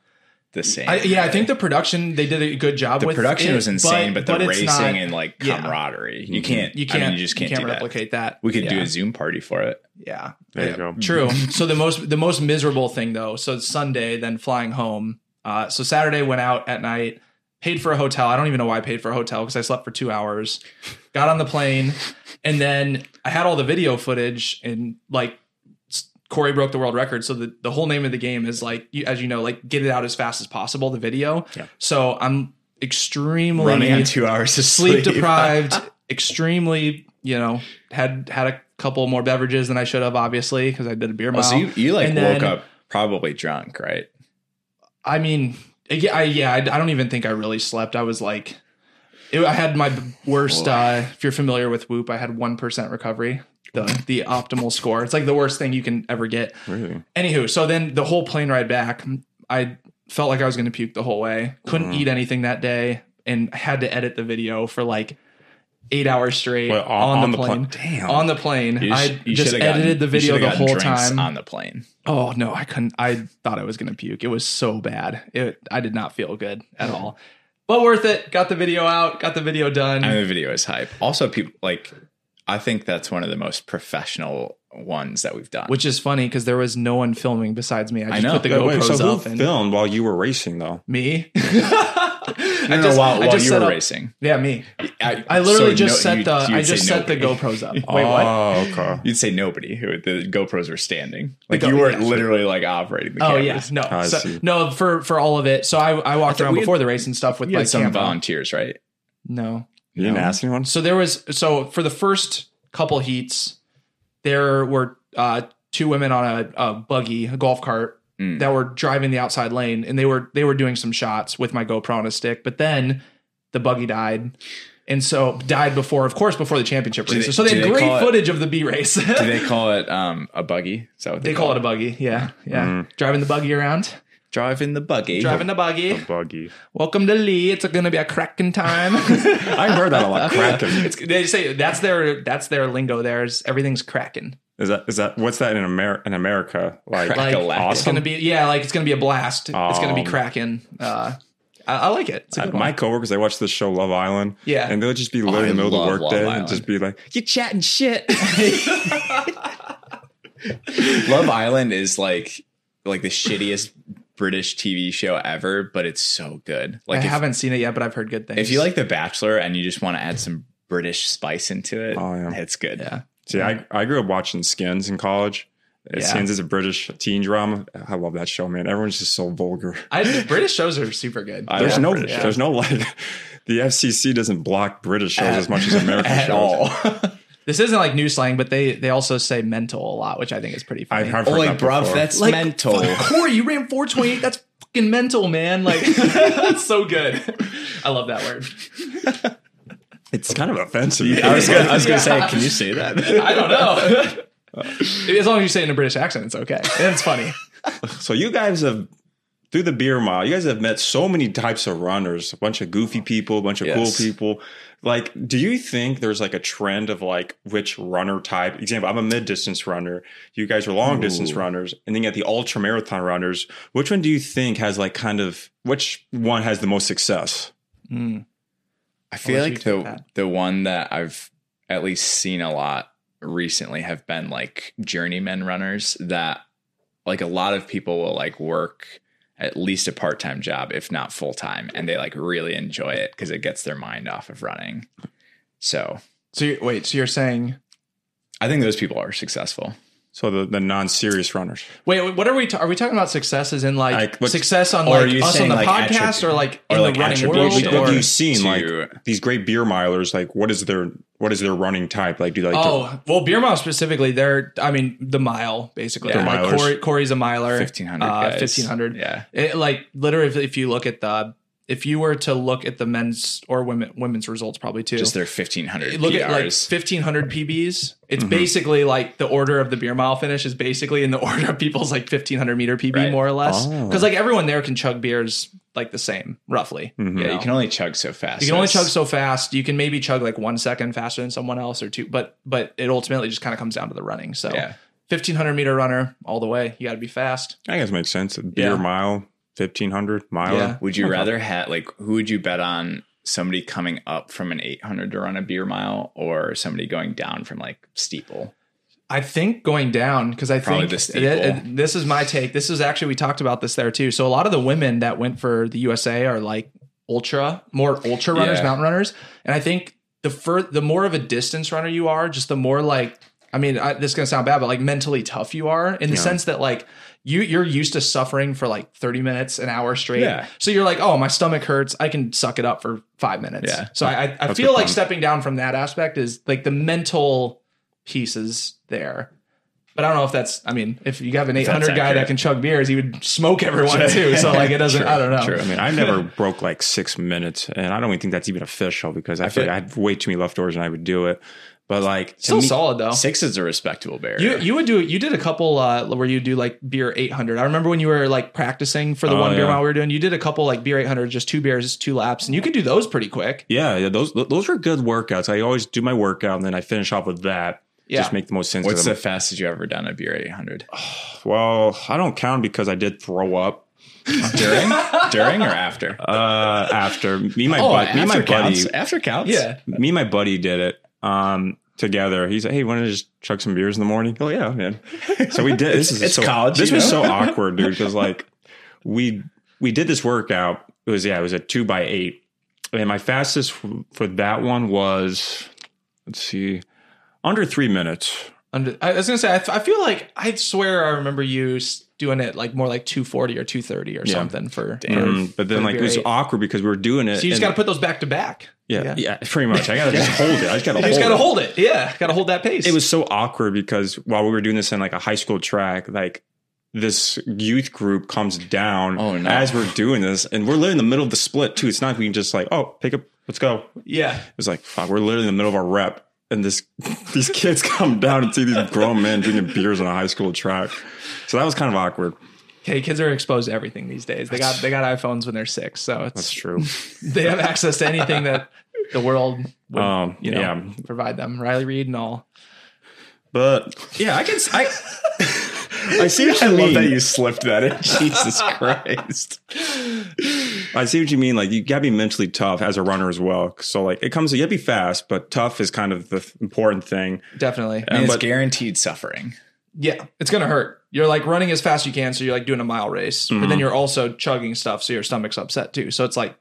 Speaker 3: the same.
Speaker 1: I, yeah, I think the production they did a good job
Speaker 3: the
Speaker 1: with
Speaker 3: production
Speaker 1: it,
Speaker 3: was insane, but, the
Speaker 1: it's
Speaker 3: racing
Speaker 1: not-
Speaker 3: and like
Speaker 1: yeah.
Speaker 3: camaraderie, you
Speaker 4: Mhm.
Speaker 3: can't.
Speaker 1: you can't
Speaker 3: I mean, you just can't, do that.
Speaker 1: replicate that.
Speaker 3: We could do
Speaker 1: Yeah.
Speaker 3: a Zoom party for it.
Speaker 1: Yeah.
Speaker 4: There you
Speaker 1: Yeah.
Speaker 4: go.
Speaker 3: Mm-hmm.
Speaker 1: True. so the most the most miserable thing though, so it's Sunday, then flying home. Uh, so Saturday went out at night, paid for a hotel. I don't even know why I paid for a hotel because I slept for two hours. Got on the plane, and then I had all the video footage and like s- Corey broke the world record. So the, the whole name of the game is like you, as you know, like get it out as fast as possible. The video.
Speaker 4: Yeah.
Speaker 1: So I'm extremely
Speaker 3: Running on two hours of
Speaker 1: sleep
Speaker 3: sleep,
Speaker 1: deprived, extremely, you know, had had a couple more beverages than I should have, obviously, because I did a beer mile.
Speaker 3: Oh, so you, you like
Speaker 1: And
Speaker 3: woke
Speaker 1: then-
Speaker 3: up probably drunk, right?
Speaker 1: I mean, yeah, I, yeah, I, I don't even think I really slept. I was like, it, I had my worst. Uh, if you're familiar with Whoop, I had one percent recovery. The, the optimal score. It's like the worst thing you can ever get.
Speaker 4: Really?
Speaker 1: Anywho, so then the whole plane ride back, I felt like I was going to puke the whole way. Couldn't
Speaker 3: Mm-hmm.
Speaker 1: eat anything that day, and had to edit the video for like eight hours straight
Speaker 4: Well,
Speaker 1: on, the plane.
Speaker 4: Damn.
Speaker 1: on the plane.
Speaker 3: Oh. You sh-
Speaker 1: I
Speaker 3: you
Speaker 1: just
Speaker 3: shoulda gotten-
Speaker 1: edited the
Speaker 3: you
Speaker 1: video
Speaker 3: shoulda
Speaker 1: the
Speaker 3: gotten
Speaker 1: whole
Speaker 3: drinks
Speaker 1: time.
Speaker 3: on the plane.
Speaker 1: oh no, I couldn't. I thought I was gonna puke. It was so bad. It. I did not feel good at all. But worth it. Got the video out. Got the video done.
Speaker 3: I mean, the video is hype. Also, people like, I think that's one of the most professional ones that we've done.
Speaker 1: which is funny because there was no one filming besides me. I just
Speaker 3: know.
Speaker 1: put the
Speaker 4: Wait,
Speaker 1: GoPros
Speaker 4: so who
Speaker 1: up and
Speaker 4: filmed while you were racing though?
Speaker 1: me.
Speaker 3: I
Speaker 1: just-
Speaker 3: while,
Speaker 1: I
Speaker 3: while
Speaker 1: just
Speaker 3: you
Speaker 1: set
Speaker 3: were
Speaker 1: up-
Speaker 3: racing.
Speaker 1: yeah, me. I literally
Speaker 3: so
Speaker 1: just
Speaker 3: no-
Speaker 1: set
Speaker 3: you-
Speaker 1: the
Speaker 3: you
Speaker 1: I
Speaker 3: would say
Speaker 1: just set the
Speaker 3: nobody.
Speaker 1: GoPros up. Wait, what?
Speaker 4: Oh, okay.
Speaker 3: You'd say nobody. Who the GoPros were standing.
Speaker 1: The
Speaker 3: Like
Speaker 1: Go-
Speaker 3: you weren't
Speaker 1: yeah.
Speaker 3: literally like operating the
Speaker 1: Oh yeah,
Speaker 3: cameras.
Speaker 1: no,
Speaker 4: I
Speaker 1: so-
Speaker 4: see.
Speaker 1: no for for all of it. So I I walked
Speaker 3: thought
Speaker 1: around
Speaker 3: we had-
Speaker 1: before the race and stuff with
Speaker 3: You
Speaker 1: my
Speaker 3: had some
Speaker 1: camera.
Speaker 3: volunteers, right?
Speaker 1: No,
Speaker 4: You didn't
Speaker 3: No.
Speaker 4: ask anyone?
Speaker 1: so there was so for the first couple heats, there were uh, two women on a, a buggy, a golf cart
Speaker 3: Mm.
Speaker 1: that were driving the outside lane, and they were they were doing some shots with my GoPro on a stick. But then the buggy died. And so died before, of course, before the championship
Speaker 3: Do
Speaker 1: race.
Speaker 3: they-
Speaker 1: so they
Speaker 3: do
Speaker 1: had
Speaker 3: they
Speaker 1: great
Speaker 3: call it-
Speaker 1: footage of the B race.
Speaker 3: Do they call it um, a buggy? Is that what they,
Speaker 1: They call it a buggy. Yeah. Yeah.
Speaker 3: Mm.
Speaker 1: Driving the buggy around.
Speaker 3: Driving the buggy.
Speaker 1: Driving the buggy.
Speaker 3: Oh.
Speaker 4: buggy.
Speaker 1: Welcome to Lee. It's going to be a cracking time.
Speaker 4: I heard that a lot. Kraken.
Speaker 1: it's, they say that's their that's their lingo there is everything's cracking.
Speaker 4: Is that is that what's that in America? In America, like,
Speaker 1: Like
Speaker 3: Crackalactic.
Speaker 1: it's going to be yeah, like it's going to be a blast. it's going to
Speaker 4: Um,
Speaker 1: be cracking. Uh I, I like it. It's a
Speaker 4: I-
Speaker 1: good
Speaker 4: uh, my
Speaker 1: one.
Speaker 4: coworkers, they watch the show Love Island.
Speaker 1: Yeah.
Speaker 4: and they'll just be literally in the
Speaker 3: I
Speaker 4: middle of the
Speaker 3: love Love
Speaker 4: workday and
Speaker 3: Island.
Speaker 4: just be like,
Speaker 3: You're chatting shit. Love Island is like like the shittiest British TV show ever, but it's so good.
Speaker 1: I
Speaker 3: Like if,
Speaker 1: haven't seen it yet, but I've heard good things.
Speaker 3: if you like The Bachelor and you just want to add some British spice into it,
Speaker 4: Oh, yeah.
Speaker 3: it's good.
Speaker 1: yeah.
Speaker 4: "See, I, I grew up watching Skins in college.
Speaker 1: Yeah.
Speaker 4: Skins is a British teen drama. I love that show, man. Everyone's just so vulgar.
Speaker 1: I, British shows are super good.
Speaker 3: I
Speaker 4: There's
Speaker 3: love
Speaker 4: no,
Speaker 3: British
Speaker 4: there's no like, the FCC doesn't block British shows as much as American
Speaker 3: At
Speaker 4: shows.
Speaker 3: all.
Speaker 1: This isn't like new slang, but they they also say mental a lot, which I think is pretty funny.
Speaker 4: I've heard
Speaker 3: Or like,
Speaker 4: that
Speaker 3: bruv,
Speaker 4: before.
Speaker 3: that's
Speaker 1: Like,
Speaker 3: mental.
Speaker 1: Corey, you ran 428. That's fucking mental, man. Like, that's so good. I love that word.
Speaker 4: it's kind of offensive.
Speaker 3: I was gonna, I was gonna
Speaker 1: Yeah.
Speaker 3: say, can you say that?
Speaker 1: I don't know. as long as you say it in a British accent, it's okay. And it's funny.
Speaker 4: So you guys have through the beer mile, you guys have met so many types of runners, a bunch of goofy people, a bunch of
Speaker 3: Yes.
Speaker 4: cool people. Like, do you think there's like a trend of like which runner type? Example, I'm a mid distance runner. You guys are long distance
Speaker 3: Ooh.
Speaker 4: runners, and then you got the ultra marathon runners. Which one do you think has like kind of which one has the most success?
Speaker 1: Hmm.
Speaker 3: I feel
Speaker 1: let you
Speaker 3: like
Speaker 1: take
Speaker 3: the
Speaker 1: that.
Speaker 3: the one that I've at least seen a lot recently have been like journeyman runners that like a lot of people will like work at least a part-time job if not full-time and they like really enjoy it because it gets their mind off of running so
Speaker 1: So you, wait, so you're saying
Speaker 3: i think those people are successful
Speaker 4: So the, the non serious runners.
Speaker 1: wait, wait, what are we ta- are we talking about successes in like,
Speaker 4: Like, what-
Speaker 1: success on
Speaker 3: or are
Speaker 1: like
Speaker 3: you
Speaker 1: us on
Speaker 3: saying,
Speaker 1: the
Speaker 3: like,
Speaker 1: podcast
Speaker 3: attribute-
Speaker 1: or like
Speaker 3: or,
Speaker 1: in
Speaker 3: like,
Speaker 1: the running world?
Speaker 3: attribution?
Speaker 4: Like, what
Speaker 1: Or,
Speaker 4: have you seen?
Speaker 3: to-
Speaker 4: like these great beer milers, like what is their what is their running type? Like do they like to-
Speaker 1: oh, well, beer mile specifically, they're I mean the mile basically.
Speaker 3: Yeah.
Speaker 1: Like,
Speaker 4: Milers.
Speaker 1: Corey, Corey's a miler.
Speaker 3: 1500
Speaker 1: Uh,
Speaker 3: guys.
Speaker 1: 1500.
Speaker 3: yeah
Speaker 1: It, like literally, if, if you look at the, if you were to look at the men's or women women's results, probably too.
Speaker 3: just their 1500
Speaker 1: look
Speaker 3: PRs.
Speaker 1: at like fifteen hundred PBs.
Speaker 3: Mm-hmm.
Speaker 1: It's basically like the order of the beer mile finish is basically in the order of people's like fifteen hundred meter PB,
Speaker 3: Right.
Speaker 1: more or less.
Speaker 4: Oh.
Speaker 1: Because like everyone there can chug beers like the same, roughly.
Speaker 4: Mhm.
Speaker 3: yeah
Speaker 1: you
Speaker 3: Mm, you
Speaker 1: know.
Speaker 3: can only chug so fast
Speaker 1: You can only
Speaker 3: It's-
Speaker 1: chug so fast. You can maybe chug like one second faster than someone else or two, but but it ultimately just kind of comes down to the running. So
Speaker 3: yeah
Speaker 1: fifteen hundred meter runner all the way. You got to be fast.
Speaker 4: I guess makes sense. Beer
Speaker 1: Yeah.
Speaker 4: mile, fifteen hundred mile.
Speaker 1: Yeah.
Speaker 3: Would you rather have like who would you bet on somebody coming up from an 800 to run a beer mile or somebody going down from like steeple?
Speaker 1: I think going down because I
Speaker 3: Probably
Speaker 1: think
Speaker 3: the
Speaker 1: th- th-
Speaker 3: steeple.
Speaker 1: this is my take. This is actually we talked about this there too. So a lot of the women that went for the USA are like ultra, more ultra runners,
Speaker 3: Yeah.
Speaker 1: mountain runners, and I think the fur the more of a distance runner you are, just the more like I mean, I, this is gonna sound bad, but like mentally tough you are in the
Speaker 4: Yeah.
Speaker 1: sense that like you you're used to suffering for like thirty minutes, an hour straight.
Speaker 3: Yeah.
Speaker 1: So you're like, oh, my stomach hurts. I can suck it up for five minutes.
Speaker 3: Yeah.
Speaker 1: So I I, I
Speaker 4: That's
Speaker 1: feel
Speaker 4: a
Speaker 1: like
Speaker 4: problem.
Speaker 1: stepping down from that aspect is like the mental pieces there. But I don't know if that's. I mean, if you have an
Speaker 3: that's
Speaker 1: 800 guy that
Speaker 3: accurate.
Speaker 1: can chug beers, he would smoke everyone too. So like, it doesn't. I don't know.
Speaker 3: True.
Speaker 4: I mean, I never broke like six minutes, and I don't even think that's even official because I,
Speaker 3: I
Speaker 4: feel
Speaker 3: feel-
Speaker 4: like I have way too many leftovers and I would do it. But like, to
Speaker 1: Still
Speaker 4: me-
Speaker 1: solid though.
Speaker 3: Six is a respectable barrier.
Speaker 1: You you would do. You did a couple uh, where you do like beer 800. I remember when you were like practicing for the
Speaker 4: Oh,
Speaker 1: one beer
Speaker 4: yeah.
Speaker 1: mile we were doing. You did a couple like beer 800, just two beers, two laps, and you could do those pretty quick.
Speaker 4: yeah, yeah, those those are good workouts. I always do my workout and then I finish off with that.
Speaker 1: Yeah.
Speaker 4: Just make the most sense.
Speaker 3: What's
Speaker 4: to
Speaker 3: the
Speaker 4: them.
Speaker 3: fastest you ever done a beer 800?
Speaker 4: well? I don't count because I did throw up
Speaker 3: During, during or after?
Speaker 4: uh, after me and my bud- me and my
Speaker 3: after
Speaker 4: buddy
Speaker 3: counts. After counts.
Speaker 1: Yeah.
Speaker 4: me and my buddy did it um together he's like hey want to just chuck some beers in the morning oh yeah man so we did this is
Speaker 3: It's
Speaker 4: so,
Speaker 3: college,
Speaker 4: this
Speaker 3: you
Speaker 4: was
Speaker 3: know?
Speaker 4: so awkward dude because like we we did this workout it was yeah it was a two by eight And my fastest f- for that one was, let's see, under three minutes.
Speaker 1: Under, I was gonna say, I, f- I feel like I swear I remember you s- doing it like more like 240 or 230 or
Speaker 4: Yeah.
Speaker 1: something for.
Speaker 4: Mm, but
Speaker 1: That'd
Speaker 4: then like
Speaker 1: be
Speaker 4: it was
Speaker 1: right.
Speaker 4: awkward because we were doing it.
Speaker 1: So you just
Speaker 4: Uh, and-
Speaker 1: got to put those back to back.
Speaker 4: yeah,
Speaker 1: yeah.
Speaker 4: yeah, pretty much. I gotta just hold it. I just gotta
Speaker 1: You
Speaker 4: hold
Speaker 1: just got
Speaker 4: it.
Speaker 1: to hold it. Yeah, got to hold that pace.
Speaker 4: it was so awkward because while we were doing this in like a high school track, like this youth group comes down
Speaker 3: Oh, no.
Speaker 4: as we're doing this, and we're literally in the middle of the split too. It's not like we can just like, oh, pick up, let's go.
Speaker 1: yeah.
Speaker 4: It was like, fuck, we're literally in the middle of our rep, and this these kids come down and see these grown men drinking beers on a high school track. So that was kind of awkward.
Speaker 1: Okay, kids are exposed to everything these days. They got they got iPhones when they're six, so
Speaker 4: That's
Speaker 1: it's
Speaker 4: true.
Speaker 1: they have access to anything that the world would
Speaker 4: Um,
Speaker 1: you know
Speaker 4: yeah.
Speaker 1: provide them. Riley Reed and all.
Speaker 4: But
Speaker 3: Yeah, I can. s- I,
Speaker 4: I see what you
Speaker 3: I
Speaker 4: mean.
Speaker 3: love that you slipped that in. Jesus Christ.
Speaker 4: I see what you mean. Like you gotta be mentally tough as a runner as well. So like it comes, you gotta be fast, but tough is kind of the th- important thing.
Speaker 1: Definitely.
Speaker 3: And it's
Speaker 4: but-
Speaker 3: guaranteed suffering.
Speaker 1: Yeah, it's gonna hurt. You're like running as fast as you can, so you're like doing a mile race, but
Speaker 4: Mm-hmm.
Speaker 1: then you're also chugging stuff, so your stomach's upset too. So it's like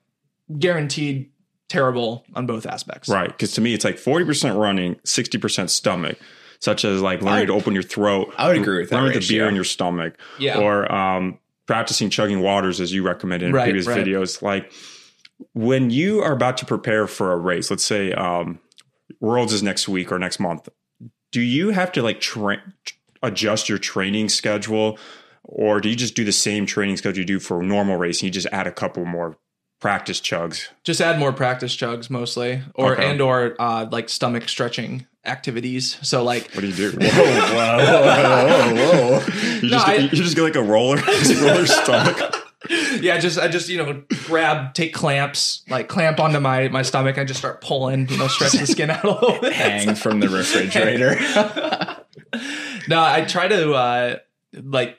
Speaker 1: guaranteed terrible on both aspects.
Speaker 4: Right. Because to me, it's like 40% running, 60% stomach, such as like learning to open your throat.
Speaker 3: I would agree with that
Speaker 4: Learning to
Speaker 3: ratio.
Speaker 4: beer in your stomach.
Speaker 1: Yeah.
Speaker 4: Or um, practicing chugging waters as you recommended in
Speaker 1: Right,
Speaker 4: previous
Speaker 1: right.
Speaker 4: videos. Like when you are about to prepare for a race, let's say um, Worlds is next week or next month, do you have to like tra- adjust your training schedule? Or do you just do the same training schedule you do for normal racing? You just add a couple more practice chugs.
Speaker 1: Just add more practice chugs mostly, or
Speaker 4: Okay.
Speaker 1: and or uh, like stomach stretching activities. So like
Speaker 4: What do you do?
Speaker 3: whoa, whoa, whoa.
Speaker 4: You
Speaker 1: No,
Speaker 4: just
Speaker 1: I-
Speaker 4: you just get like a roller, roller stomach.
Speaker 1: yeah, just I just you know grab, take clamps, like clamp onto my my stomach, and just start pulling, you know, stretch the skin out a little bit.
Speaker 3: Hang from the refrigerator.
Speaker 1: No, I try to uh like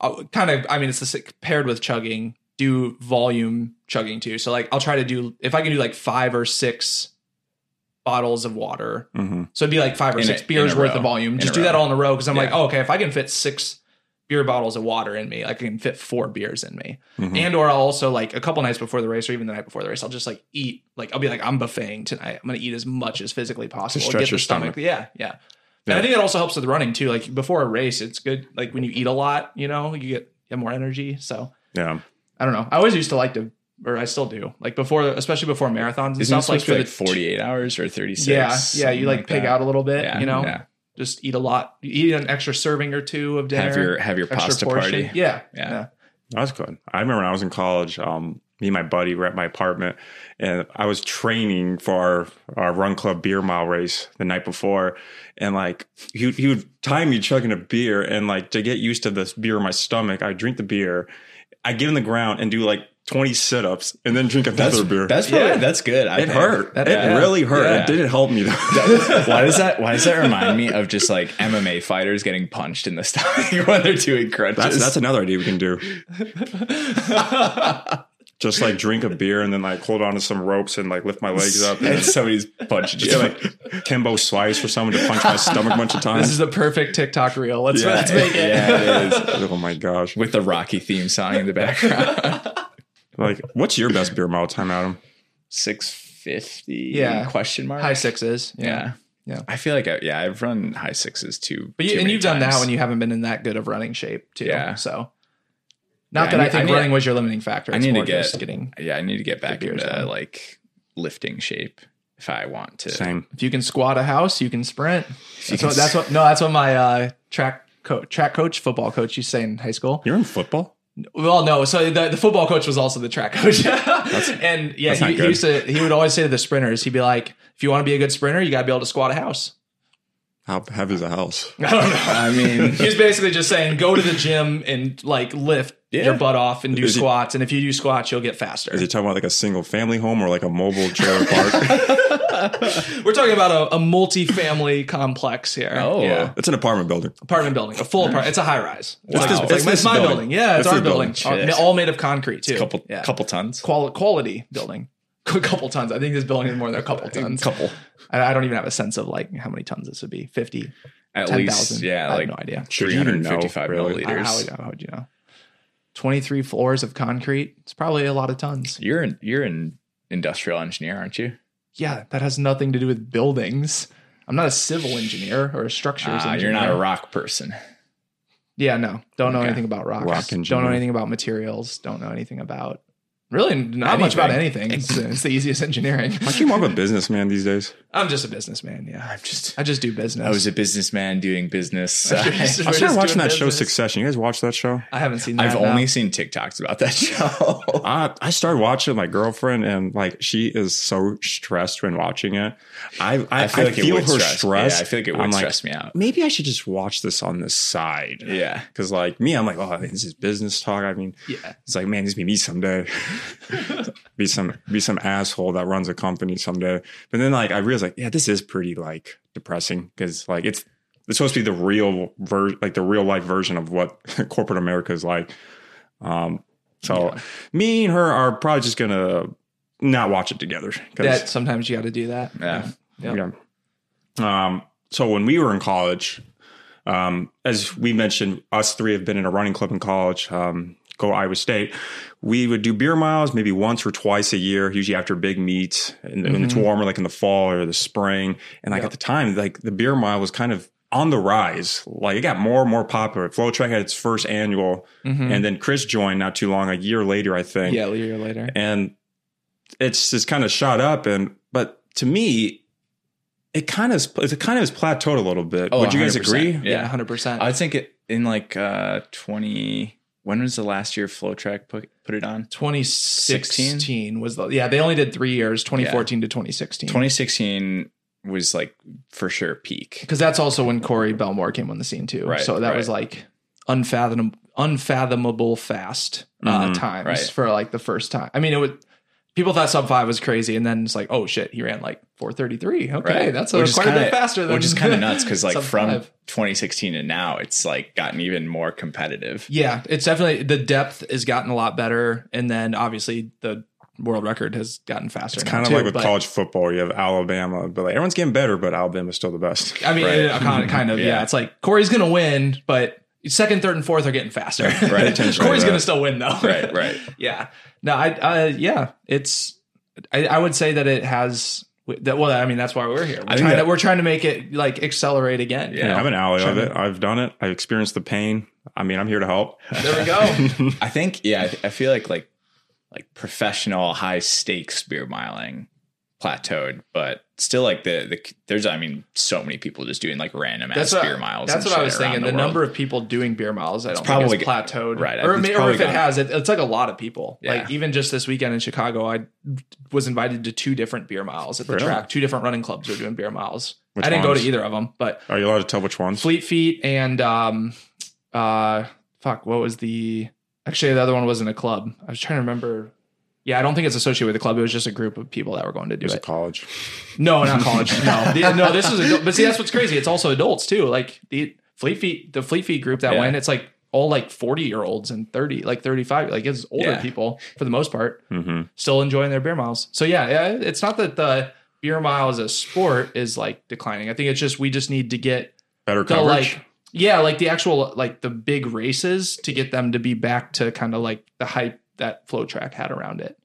Speaker 1: uh, kind of. I mean, it's the s- paired with chugging. Do volume chugging too. So like, I'll try to do if I can do like five or six bottles of water.
Speaker 4: Mm-hmm,
Speaker 1: So it'd be like five or
Speaker 3: In a-
Speaker 1: six
Speaker 3: in a
Speaker 1: beers worth
Speaker 3: row.
Speaker 1: of volume.
Speaker 3: In
Speaker 1: Just
Speaker 3: a
Speaker 1: do that
Speaker 3: row.
Speaker 1: all in a row because I'm like,
Speaker 3: Yeah.
Speaker 1: oh, okay, if I can fit six beer bottles of water in me, I can fit four beers in me.
Speaker 4: mm-hmm.
Speaker 3: Mm.
Speaker 1: And or I'll also like a couple nights before the race or even the night before the race, I'll just like eat like I'll be like, I'm buffeting tonight. I'm gonna eat as much as physically possible.
Speaker 4: stretch
Speaker 1: Get
Speaker 4: your
Speaker 1: the stomach. Yeah, yeah. And
Speaker 4: Yeah.
Speaker 1: I think it also helps with running too. Like before a race, it's good. Like when you eat a lot, you know, you get you have more energy. So
Speaker 4: Yeah,
Speaker 1: I don't know. I always used to like to, or I still do. Like before, especially before marathons and
Speaker 3: Isn't it
Speaker 1: stuff. Like
Speaker 3: supposed to
Speaker 1: for
Speaker 3: be
Speaker 1: the
Speaker 3: like 48 hours or 36?
Speaker 1: yeah, yeah. You
Speaker 3: something
Speaker 1: like pig
Speaker 3: that?
Speaker 1: out a little bit.
Speaker 3: Yeah,
Speaker 1: you know,
Speaker 3: yeah.
Speaker 1: just eat a lot. Eat an extra serving or two of dinner.
Speaker 3: Have your have your pasta party.
Speaker 1: Yeah,
Speaker 3: Yeah.
Speaker 4: that was good. I remember when I was in college. Um, me and my buddy were at my apartment, and I was training for our, our run club beer mile race the night before, and like he he would time me chugging a beer, and like to get used to this beer in my stomach, I drink the beer, I get on the ground and do like twenty sit ups, and then drink another
Speaker 3: That's
Speaker 4: beer.
Speaker 3: that's probably,
Speaker 1: Yeah.
Speaker 3: that's good. I
Speaker 4: it
Speaker 3: think.
Speaker 4: hurt.
Speaker 1: That-
Speaker 4: it
Speaker 1: yeah.
Speaker 4: really hurt.
Speaker 3: Yeah.
Speaker 4: It didn't help me though.
Speaker 3: why does that why does that remind me of just like MMA fighters getting punched in the stomach when they're doing crunches?
Speaker 4: That's, that's another idea we can do. Just like drink a beer and then like hold on to some ropes and like lift my legs up and
Speaker 3: and somebody's punching you.
Speaker 4: just like Kimbo slice for someone to punch my stomach a bunch of
Speaker 1: This is
Speaker 4: times.
Speaker 1: the perfect TikTok reel. Let's let's make it.
Speaker 3: Yeah, it is.
Speaker 4: Oh my gosh.
Speaker 3: With the Rocky theme song in the background.
Speaker 4: Like, what's your best beer mile time, Adam?
Speaker 3: 650
Speaker 1: Yeah.
Speaker 3: question mark.
Speaker 1: High sixes.
Speaker 3: Yeah.
Speaker 1: Yeah.
Speaker 3: I feel like I, yeah, I've run high sixes too.
Speaker 1: But you,
Speaker 3: too
Speaker 1: and
Speaker 3: many
Speaker 1: you've done that
Speaker 3: times.
Speaker 1: when you haven't been in that good of running shape too.
Speaker 3: Yeah.
Speaker 1: So not
Speaker 3: Yeah,
Speaker 1: that
Speaker 3: I
Speaker 1: I,
Speaker 3: need-
Speaker 1: think
Speaker 3: I need-
Speaker 1: running was your limiting factor.
Speaker 3: I
Speaker 1: It's
Speaker 3: need to
Speaker 1: more
Speaker 3: get-
Speaker 1: just getting
Speaker 3: Yeah, I need to get back
Speaker 1: beer's
Speaker 3: into
Speaker 1: fine.
Speaker 3: like lifting shape if I want to.
Speaker 4: Same.
Speaker 1: if you can squat a house, you can sprint.
Speaker 3: you
Speaker 1: That's
Speaker 3: can
Speaker 1: what, that's what no, that's what my uh, track co- track coach, football coach used to say in high school.
Speaker 4: You're in football?
Speaker 1: Well, no. So the, the football coach was also the track coach, and yeah,
Speaker 4: that's not
Speaker 1: he, he
Speaker 4: good.
Speaker 1: used to he would always say to the sprinters, he'd be like, "If you want to be a good sprinter, you got to be able to squat a house."
Speaker 4: How heavy is a house?
Speaker 1: I don't know.
Speaker 3: I mean,
Speaker 1: He was basically just saying, go to the gym and like lift
Speaker 3: Yeah.
Speaker 1: your butt off and do
Speaker 4: Is he-
Speaker 1: squats, and if you do squats, you'll get faster.
Speaker 4: Is he talking about like a single family home or like a mobile trailer park?
Speaker 1: We're talking about a, a multi-family complex here.
Speaker 3: oh,
Speaker 1: yeah.
Speaker 4: it's an apartment building.
Speaker 1: apartment building, a full apartment. It's a high rise. It's,
Speaker 3: this-
Speaker 1: like,
Speaker 3: it's
Speaker 1: my-
Speaker 4: this
Speaker 1: my
Speaker 4: building.
Speaker 1: building. Yeah, it's,
Speaker 4: It's
Speaker 1: our
Speaker 4: this building.
Speaker 1: building.
Speaker 3: Shit.
Speaker 1: Our- all made of concrete too.
Speaker 3: couple
Speaker 1: yeah.
Speaker 3: couple tons.
Speaker 1: Quali- quality building. A couple tons. I think this building is more than a couple tons.
Speaker 3: Couple.
Speaker 1: I, I don't even have a sense of like how many tons this would be. 50,
Speaker 3: At
Speaker 1: 10,000.
Speaker 3: least, yeah,
Speaker 1: I
Speaker 3: like
Speaker 1: have no idea.
Speaker 4: Should you even know,
Speaker 3: 355
Speaker 4: really?
Speaker 1: How, how,
Speaker 3: milliliters.
Speaker 1: would- how would you know? 23 floors of concrete. It's probably a lot of tons.
Speaker 3: You're in you're in industrial engineer, aren't you?
Speaker 1: Yeah, that has nothing to do with buildings. I'm not a civil engineer or a structures
Speaker 3: Ah,
Speaker 1: engineer.
Speaker 3: you're not a rock person.
Speaker 1: Yeah, no. Don't know
Speaker 3: Okay.
Speaker 1: anything about rocks.
Speaker 4: Rock
Speaker 1: Don't
Speaker 4: engineer.
Speaker 1: know anything about materials. Don't know anything about really not much
Speaker 3: Anything.
Speaker 1: about anything. It's, it's the easiest engineering.
Speaker 4: Aren't you more of a businessman these days?
Speaker 1: I'm just a businessman. Yeah,
Speaker 3: I'm just. Oh,
Speaker 1: I just do business.
Speaker 3: I was a businessman doing business.
Speaker 1: I just-
Speaker 4: I
Speaker 1: We're
Speaker 4: started
Speaker 1: just
Speaker 4: watching that
Speaker 1: doing
Speaker 4: show
Speaker 1: business.
Speaker 4: Succession. You guys watch that show?
Speaker 1: I haven't seen. That
Speaker 3: I've
Speaker 1: now.
Speaker 3: only seen TikToks about that show.
Speaker 4: I, I started watching my girlfriend and like she is so stressed when watching it. I I, I feel, her stress.
Speaker 3: Yeah, I feel like it would
Speaker 4: I'm like,
Speaker 3: stress me out.
Speaker 4: Maybe I should just watch this on the side.
Speaker 3: Yeah.
Speaker 4: Cause like me, I'm like, oh, this is business talk. I mean,
Speaker 1: Yeah,
Speaker 4: it's like, man, this be me someday. be some be some asshole that runs a company someday. But then like I realized like, yeah, this is pretty like depressing because like it's it's supposed to be the real ver- like the real life version of what corporate America is like. Um so me and her are probably just gonna not watch it together. 'cause-
Speaker 1: that sometimes you got to do that.
Speaker 3: Yeah.
Speaker 1: Yeah.
Speaker 4: yeah. Um, so when we were in college, um, as we mentioned, us three have been in a running club in college. Um, go Iowa State. We would do beer miles maybe once or twice a year, usually after big meets, and, and it's
Speaker 1: Mhm.
Speaker 4: warmer, like in the fall or the spring. And like
Speaker 1: Yeah.
Speaker 4: at the time, like the beer mile was kind of on the rise. Like it got more and more popular. Flow Track had its first annual,
Speaker 1: Mhm.
Speaker 4: and then Chris joined not too long, a year later, I think
Speaker 1: yeah, a year later.
Speaker 4: and it's just kind of shot up and but to me it kind of it kind of is plateaued a little bit
Speaker 3: Oh,
Speaker 4: would you guys
Speaker 3: 100%.
Speaker 4: agree
Speaker 1: Yeah,
Speaker 3: Yeah.
Speaker 1: hundred percent.
Speaker 3: I think it in like uh 20 when was the last year Flow Track put, put it on?
Speaker 1: 2016 was the yeah. They only did three years, 2014 to 2016.
Speaker 3: 2016 was like for sure peak.
Speaker 1: because that's also when Corey Belmore came on the scene too.
Speaker 3: Right,
Speaker 1: so that
Speaker 3: right.
Speaker 1: was like unfathomable, unfathomable fast uh,
Speaker 4: Mhm,
Speaker 1: times
Speaker 3: Mm-hmm, right.
Speaker 1: for like the first time. I mean, it would. People thought sub five was crazy, and then it's like, oh shit, he ran like four thirty three. Okay,
Speaker 3: Right.
Speaker 1: that's a,
Speaker 3: Which is
Speaker 1: quite a bit
Speaker 3: kinda-
Speaker 1: faster than
Speaker 3: Which is kind of nuts because like
Speaker 1: sub
Speaker 3: from
Speaker 1: five.
Speaker 3: 2016 to now it's like gotten even more competitive.
Speaker 1: Yeah, it's definitely the depth has gotten a lot better, and then obviously the world record has gotten faster.
Speaker 4: it's
Speaker 1: now,
Speaker 4: kind of
Speaker 1: too,
Speaker 4: like with
Speaker 1: but-
Speaker 4: college football you have alabama but like everyone's getting better but alabama's still the best
Speaker 1: I mean,
Speaker 3: Right.
Speaker 1: uh, kind, kind of, yeah.
Speaker 3: Yeah.
Speaker 1: It's like Corey's gonna win, but second, third, and fourth are getting faster.
Speaker 3: Right.
Speaker 1: Corey's
Speaker 4: Right.
Speaker 1: gonna still win though.
Speaker 3: Right, right.
Speaker 1: yeah. No, I, uh, yeah, it's, I, I would say that it has that. Well, I mean, that's why we're here. We're,
Speaker 3: I think
Speaker 1: trying, to,
Speaker 3: that-
Speaker 1: we're trying to make it like accelerate again. you
Speaker 3: Yeah.
Speaker 1: know?
Speaker 4: i'm an ally of
Speaker 1: Sure.
Speaker 4: it i've done it i experienced the pain i mean i'm here to help
Speaker 1: There we go.
Speaker 3: I think yeah, I, I feel like like like professional high stakes beer miling plateaued, but still like the the there's I mean so many people just doing like random
Speaker 1: That's
Speaker 3: ass
Speaker 1: what-
Speaker 3: beer miles.
Speaker 1: That's
Speaker 3: and
Speaker 1: what I
Speaker 3: shit
Speaker 1: was
Speaker 3: around
Speaker 1: thinking. The,
Speaker 3: world.
Speaker 1: number of people doing beer miles, I don't
Speaker 3: probably
Speaker 1: think it's
Speaker 3: got-
Speaker 1: plateaued.
Speaker 3: right, I
Speaker 1: Or,
Speaker 3: think it's
Speaker 1: may- or
Speaker 3: probably
Speaker 1: if it
Speaker 3: gone-
Speaker 1: has, it, it's like a lot of people.
Speaker 3: Yeah.
Speaker 1: Like even just this weekend in Chicago, I was invited to two different beer miles at the
Speaker 4: Really?
Speaker 1: track. Two different running clubs were doing beer miles.
Speaker 4: Which
Speaker 1: I didn't go
Speaker 4: ones?
Speaker 1: to either of them, but
Speaker 4: are you allowed to tell which ones
Speaker 1: Fleet Feet and um, uh, fuck, what was the? Actually, the other one wasn't a club. I was trying to remember. Yeah, I don't think it's associated with a club. It was just a group of people that were going to do
Speaker 4: There's a
Speaker 1: it.
Speaker 4: college
Speaker 1: No, not college. No, The- no. This is adult, but see, that's what's crazy. It's also adults too. Like the Fleet Feet, the Fleet Feet group that
Speaker 3: Yeah.
Speaker 1: went. It's like all like forty year olds and thirty, like thirty five, like it's older
Speaker 3: Yeah.
Speaker 1: people for the most part,
Speaker 4: hmm
Speaker 1: still enjoying their beer miles. So yeah, yeah, it's not that the beer mile as a sport is like declining. I think it's just we just need to get
Speaker 4: better
Speaker 1: the
Speaker 4: coverage
Speaker 1: like yeah, like the actual like the big races to get them to be back to kind of like the hype that flow track had around it.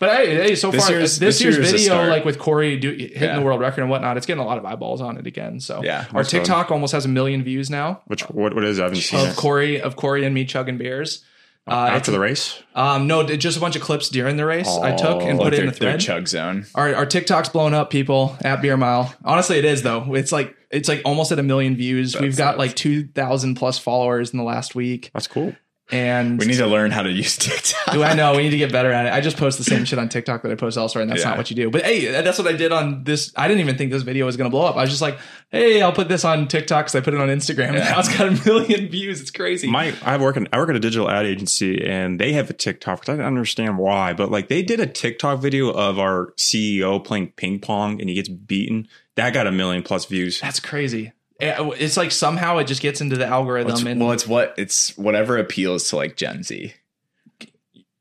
Speaker 1: But hey, hey so
Speaker 3: This
Speaker 1: far
Speaker 3: year's-
Speaker 1: this,
Speaker 3: this
Speaker 1: year's,
Speaker 3: year's a
Speaker 1: video,
Speaker 3: start.
Speaker 1: like with Corey do, hitting
Speaker 3: Yeah.
Speaker 1: the world record and whatnot, it's getting a lot of eyeballs on it again. So
Speaker 3: yeah,
Speaker 1: our
Speaker 4: That's fun.
Speaker 1: TikTok almost has a million views now
Speaker 4: which what, what is it? i haven't seen
Speaker 1: of
Speaker 4: it
Speaker 1: Corey of Corey and me chugging beers. Uh,
Speaker 4: after
Speaker 1: it's-
Speaker 4: the race
Speaker 1: um, no, d- just a bunch of clips during the race I took and
Speaker 4: Oh,
Speaker 1: put
Speaker 3: like
Speaker 1: it in
Speaker 3: their,
Speaker 1: the
Speaker 3: their
Speaker 1: thread.
Speaker 3: chug zone.
Speaker 1: Our, our TikTok's blown up, people. At Beer Mile, honestly, it is though. It's like it's like almost at a million views. We've got
Speaker 3: nuts.
Speaker 1: like two thousand plus followers in the last week,
Speaker 4: that's cool
Speaker 1: and
Speaker 3: We need to learn how to use TikTok.
Speaker 1: do I know we need to get better at it? I just post the same shit on TikTok that I post elsewhere, and that's
Speaker 3: Yeah.
Speaker 1: not what you do. But hey, that's what I did on this. I didn't even think this video was gonna blow up. I was just like, hey, I'll put this on TikTok because I put it on Instagram, and
Speaker 3: Yeah.
Speaker 1: now it's got a million views. It's crazy.
Speaker 4: My I work in I work at a digital ad agency and they have a TikTok. I don't understand why, but like they did a TikTok video of our CEO playing ping pong and he gets beaten. That got a million plus views.
Speaker 1: that's crazy. Eh, It's like somehow it just gets into the algorithm,
Speaker 3: It's-
Speaker 1: and
Speaker 3: well, it's what it's whatever appeals to like Gen Z,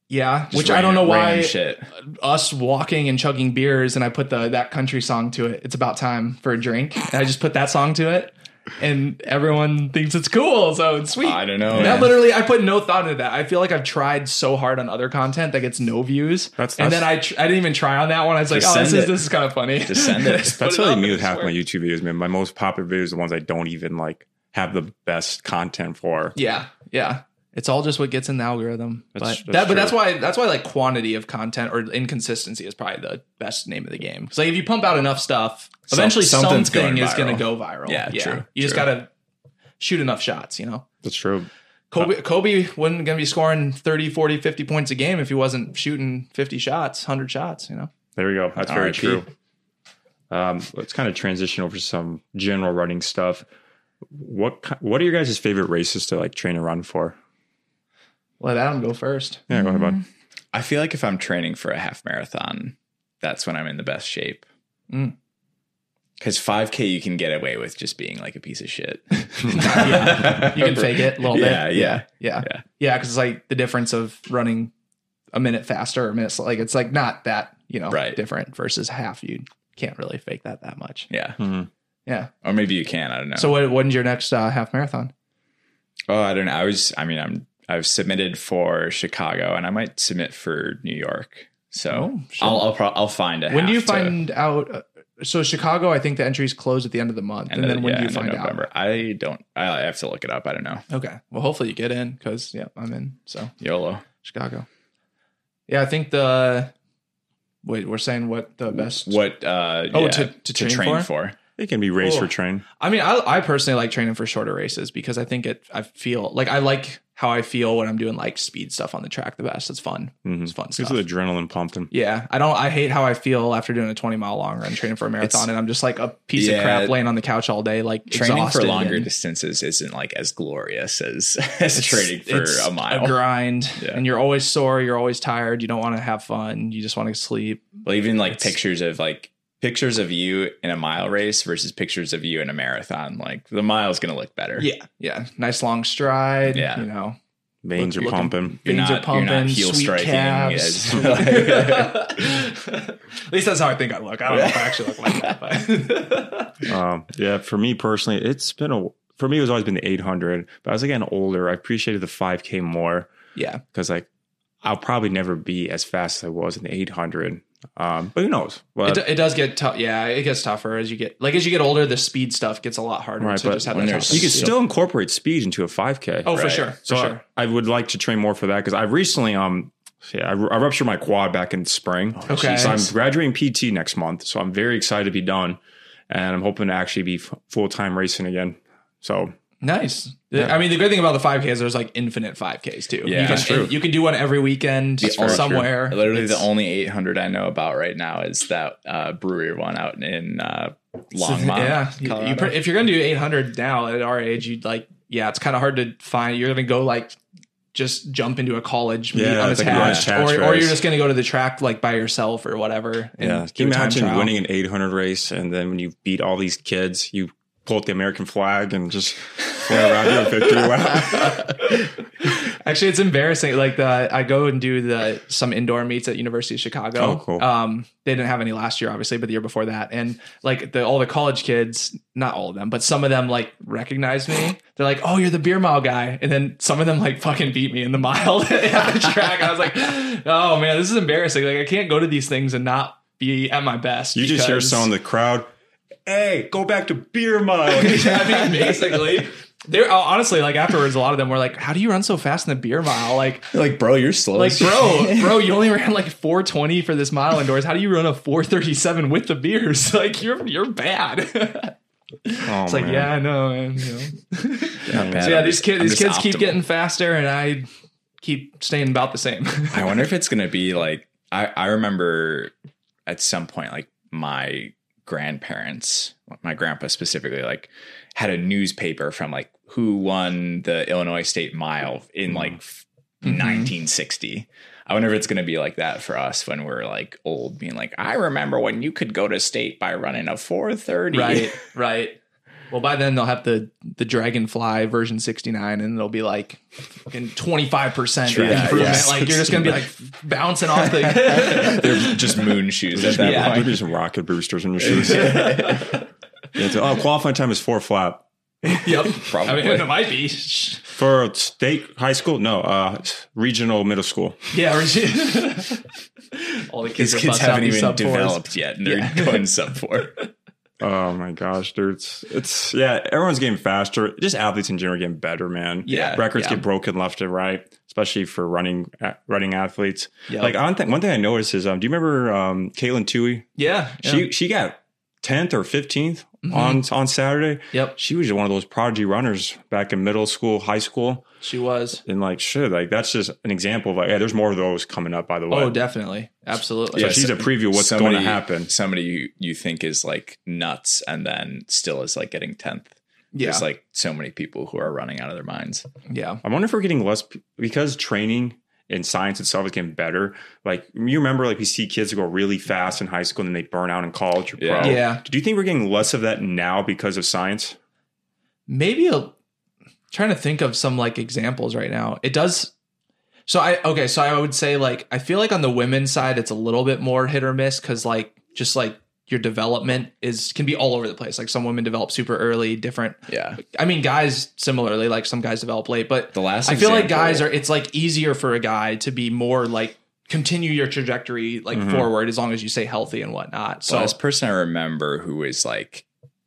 Speaker 1: yeah,
Speaker 3: Just
Speaker 1: which I
Speaker 3: ran-
Speaker 1: don't know
Speaker 3: ran
Speaker 1: why.
Speaker 3: Shit.
Speaker 1: us walking and chugging beers and I put the that country song to it. It's about time for a drink. And I just put that song to it. and everyone thinks it's cool. So it's sweet.
Speaker 3: I don't know.
Speaker 1: That
Speaker 3: man.
Speaker 1: literally, I put no thought into that. I feel like I've tried so hard on other content that gets no views,
Speaker 4: That's-
Speaker 1: and
Speaker 4: that's-
Speaker 1: then I tr- I didn't even try on that one. I was like,
Speaker 3: Just
Speaker 1: oh, this
Speaker 3: send
Speaker 1: is
Speaker 3: it.
Speaker 1: this is kind of funny.
Speaker 3: Just send it.
Speaker 1: Just put
Speaker 4: That's really
Speaker 1: up
Speaker 4: me with
Speaker 1: and
Speaker 4: half
Speaker 1: swear.
Speaker 4: my YouTube videos, man. My most popular videos are the ones I don't even like have the best content for.
Speaker 1: Yeah, yeah. It's all just what gets in the algorithm.
Speaker 4: That's-
Speaker 1: but
Speaker 4: that's
Speaker 1: that, but
Speaker 4: true.
Speaker 1: that's why that's why like quantity of content or inconsistency is probably the best name of the game. Because like if you pump out enough stuff,
Speaker 3: Some-
Speaker 1: eventually
Speaker 3: something's
Speaker 1: something
Speaker 3: going
Speaker 1: is going to
Speaker 3: viral.
Speaker 1: go viral.
Speaker 3: Yeah, true,
Speaker 1: You just
Speaker 3: true.
Speaker 1: gotta shoot enough shots. You know,
Speaker 4: That's true.
Speaker 1: Kobe Kobe wasn't going to be scoring 30, 40, 50 points a game if he wasn't shooting fifty shots, hundred shots. You know.
Speaker 4: There you go. That's very
Speaker 3: RIP.
Speaker 4: true. Um, let's kind of transition over to some general running stuff. What ki- What are your guys' favorite races to like train and run for?
Speaker 1: Let Adam go first.
Speaker 4: Yeah, go ahead, bud.
Speaker 1: Mm-hmm.
Speaker 3: I feel like if I'm training for a half marathon, that's when I'm in the best shape.
Speaker 1: Mm.
Speaker 3: Because 5K, you can get away with just being like a piece of shit.
Speaker 1: Yeah. You can fake it a little bit.
Speaker 3: Yeah, yeah.
Speaker 1: Yeah.
Speaker 3: Yeah.
Speaker 1: Yeah. Cause it's like the difference of running a minute faster or a minute, sl- like it's like not that, you know,
Speaker 3: Right.
Speaker 1: different versus half. You can't really fake that that much.
Speaker 3: Yeah.
Speaker 4: Mhm.
Speaker 1: Yeah.
Speaker 3: Or maybe you can. I don't know.
Speaker 1: So what, when's your next uh, half marathon?
Speaker 3: oh, I don't know. I was, I mean, I'm, I've submitted for Chicago and I might submit for New York. So
Speaker 1: Oh, shit.
Speaker 3: I'll, I'll, pro- I'll find a
Speaker 1: when do you
Speaker 3: half to
Speaker 1: find out? Uh, so Chicago, I think the entries close at the end of the month.
Speaker 3: end
Speaker 1: And,
Speaker 3: of-
Speaker 1: then when
Speaker 3: yeah,
Speaker 1: do you
Speaker 3: end of
Speaker 1: find out?
Speaker 3: November. I don't, I I have to look it up. I don't know.
Speaker 1: Okay. Well, hopefully you get in cause yeah, I'm in. So
Speaker 3: YOLO.
Speaker 1: Chicago. Yeah. I think the, wait, we're saying what the best.
Speaker 3: What, uh,
Speaker 1: Oh,
Speaker 3: yeah,
Speaker 1: to- to train for?
Speaker 4: It can be race
Speaker 1: Cool.
Speaker 4: or train.
Speaker 1: I mean, I, I personally like training for shorter races because I think it. I feel like I like how I feel when I'm doing like speed stuff on the track the best. It's fun.
Speaker 4: Mhm.
Speaker 1: It's fun
Speaker 4: It's
Speaker 1: stuff.
Speaker 4: the adrenaline pumping.
Speaker 1: yeah, I don't. I hate how I feel after doing a 20 mile long run training for a marathon,
Speaker 3: It's-
Speaker 1: and I'm just like a piece
Speaker 3: Yeah.
Speaker 1: of crap laying on the couch all day, like
Speaker 3: Training
Speaker 1: exhausted
Speaker 3: for longer
Speaker 1: and
Speaker 3: distances isn't like as glorious as, as
Speaker 1: it's-
Speaker 3: training for
Speaker 1: it's
Speaker 3: a mile.
Speaker 1: grind,
Speaker 3: Yeah.
Speaker 1: and you're always sore. You're always tired. You don't want to have fun. You just want to sleep.
Speaker 3: Well, even like
Speaker 1: It's-
Speaker 3: pictures of like pictures of you in a mile race versus pictures of you in a marathon. Like the mile's gonna look better.
Speaker 1: Yeah, yeah. Nice long stride.
Speaker 3: Yeah.
Speaker 1: you know,
Speaker 4: Veins
Speaker 1: Look-
Speaker 4: are
Speaker 1: look-
Speaker 4: pumping.
Speaker 3: You're
Speaker 1: Things
Speaker 3: not,
Speaker 1: are pumping,
Speaker 3: you're not heel
Speaker 1: sweet
Speaker 3: striking.
Speaker 1: calves.
Speaker 3: as-
Speaker 1: At least that's how I think I look. I don't know if I actually look like that, but
Speaker 4: um, yeah, for me personally, it's been a for me it was always been the 800. But as I getting older, I appreciated the 5K more
Speaker 1: yeah,
Speaker 4: because like I'll probably never be as fast as I was in the 800. Um, but who knows?
Speaker 1: it,
Speaker 4: But
Speaker 1: do- it does get tough. Yeah, it gets tougher as you get like as you get older. The speed stuff gets a lot harder.
Speaker 4: Right,
Speaker 1: so
Speaker 4: but
Speaker 1: just have
Speaker 3: when
Speaker 1: that
Speaker 3: there's-
Speaker 1: tough
Speaker 4: you can
Speaker 1: speed.
Speaker 4: still incorporate speed into a 5K.
Speaker 1: oh for
Speaker 3: Right.
Speaker 1: sure, for
Speaker 4: so I-
Speaker 1: sure.
Speaker 4: I, would like to train more for that because I recently um yeah I, ru- I ruptured my quad back in spring.
Speaker 1: Oh, Okay.
Speaker 4: so I'm graduating PT next month, so I'm very excited to be done, and I'm hoping to actually be full time racing again. So
Speaker 1: Nice.
Speaker 4: Yeah.
Speaker 1: I mean, the good thing about the five Ks, there's like infinite five Ks too.
Speaker 3: Yeah.
Speaker 1: you
Speaker 3: That's
Speaker 1: can,
Speaker 4: true.
Speaker 1: You can do one every weekend
Speaker 3: The only-
Speaker 1: somewhere.
Speaker 3: Literally, the
Speaker 1: It's-
Speaker 3: only 800 I know about right now is that uh, brewery one out in uh, Longmont.
Speaker 1: Yeah, you- you,
Speaker 3: Colorado.
Speaker 1: pr- if you're gonna do 800 now at our age, you'd like, yeah, it's kind of hard to find. You're gonna go like just jump into a college meet
Speaker 4: Yeah,
Speaker 1: on a
Speaker 4: it's like a
Speaker 1: attached,
Speaker 4: college attached
Speaker 1: or, or you're
Speaker 4: race.
Speaker 1: just gonna go to the track like by yourself or whatever. and
Speaker 4: yeah,
Speaker 1: do
Speaker 4: can
Speaker 1: a
Speaker 4: you
Speaker 1: time
Speaker 4: imagine
Speaker 1: trial.
Speaker 4: winning an 800 race and then when you beat all these kids, you pull out the American flag and just fly around doing victory lap?
Speaker 1: Actually, it's embarrassing. Like the I go and do the some indoor meets at University of Chicago.
Speaker 4: Oh, cool.
Speaker 1: Um, they didn't have any last year, obviously, but the year before that, and like the all the college kids, not all of them, but some of them like recognized me. They're like, "Oh, you're the beer mile guy," and then some of them like fucking beat me in the mile at the track. I was like, "Oh man, this is embarrassing. Like I can't go to these things and not be at my best."
Speaker 4: You just hear
Speaker 1: because-
Speaker 4: someone in the crowd, hey, go back to beer mile.
Speaker 1: I mean, basically. They're honestly like afterwards. A lot of them were like, "How do you run so fast in the beer mile?" Like,
Speaker 3: like, bro, you're slow.
Speaker 1: like
Speaker 3: as-
Speaker 1: bro bro you only ran like 420 for this mile indoors how do you run a 437 with the beers like you're you're bad it's
Speaker 4: Oh,
Speaker 1: like
Speaker 4: man.
Speaker 1: yeah i know man you know
Speaker 3: Not bad.
Speaker 1: so yeah
Speaker 3: I'm
Speaker 1: these
Speaker 3: just-
Speaker 1: kids
Speaker 3: I'm
Speaker 1: these kids
Speaker 3: just
Speaker 1: keep
Speaker 3: optimal.
Speaker 1: getting faster and i keep staying about the same
Speaker 3: I wonder if it's gonna be like I, I remember at some point like my grandparents, my grandpa specifically, like had a newspaper from like who won the Illinois State Mile in like f-
Speaker 1: Mhm.
Speaker 3: 1960. I wonder if it's gonna be like that for us when we're like old, being like, I remember when you could go to state by running a 430.
Speaker 1: right right well by then they'll have the the dragonfly version 69 and it'll be like fucking 25%
Speaker 3: True. Yeah,
Speaker 1: improvement
Speaker 3: yes.
Speaker 1: like you're just gonna be like bouncing off the
Speaker 3: They're just moon shoes at that
Speaker 1: Yeah.
Speaker 3: point.
Speaker 4: Maybe some rocket boosters in your shoes. Yeah, it's, oh, qualifying time is four flap.
Speaker 1: Yep. I
Speaker 3: Probably.
Speaker 1: mean, it might be.
Speaker 4: For state high school? No, uh, regional middle school.
Speaker 1: Yeah. Regina. All the kids,
Speaker 3: These
Speaker 1: are
Speaker 3: kids
Speaker 1: bust out
Speaker 3: haven't
Speaker 1: these
Speaker 3: even
Speaker 1: sub fours.
Speaker 3: developed yet, and they're
Speaker 1: Yeah.
Speaker 3: going sub four.
Speaker 4: Oh my gosh, dude. It's, it's yeah, everyone's getting faster. Just athletes in general are getting better, man.
Speaker 1: Yeah,
Speaker 4: Records
Speaker 1: yeah.
Speaker 4: get broken left and right, especially for running a- running athletes.
Speaker 1: Yeah.
Speaker 4: Like on th- one thing I noticed is um do you remember um Caitlin Tui?
Speaker 1: yeah. yeah. Mm-hmm.
Speaker 4: She she got 10th or 15th on on Saturday.
Speaker 1: Yep.
Speaker 4: She was one of those prodigy runners back in middle school, high school.
Speaker 1: She was.
Speaker 4: And like shit, like that's just an example of like, yeah, there's more of those coming up by the way.
Speaker 1: Oh, definitely. Absolutely.
Speaker 4: so
Speaker 3: yeah,
Speaker 4: she's a preview of what's
Speaker 3: Somebody-
Speaker 4: going to happen.
Speaker 3: Somebody you, you think is like nuts, and then still is like getting tenth.
Speaker 1: Yeah.
Speaker 3: There's like so many people who are running out of their minds.
Speaker 1: yeah.
Speaker 4: I wonder if we're getting less p- because training and science itself is getting better. Like you remember, like we see kids who go really fast in high school and then they burn out in college or
Speaker 3: Yeah.
Speaker 4: pro.
Speaker 1: Yeah.
Speaker 4: Do you think we're getting less of that now because of science?
Speaker 1: maybe a trying to think of some like examples right now. It does so I okay, so I would say like I feel like on the women's side it's a little bit more hit or miss cuz like just like your development is can be all over the place. Like some women develop super early, different.
Speaker 3: Yeah,
Speaker 1: I mean guys similarly like some guys develop late, but
Speaker 3: the last
Speaker 1: I feel like
Speaker 3: example-
Speaker 1: guys are it's like easier for a guy to be more like continue your trajectory like
Speaker 3: Mm-hmm.
Speaker 4: Mhm.
Speaker 1: forward as long as you stay healthy and whatnot.
Speaker 3: The
Speaker 1: So
Speaker 3: last person I remember who was like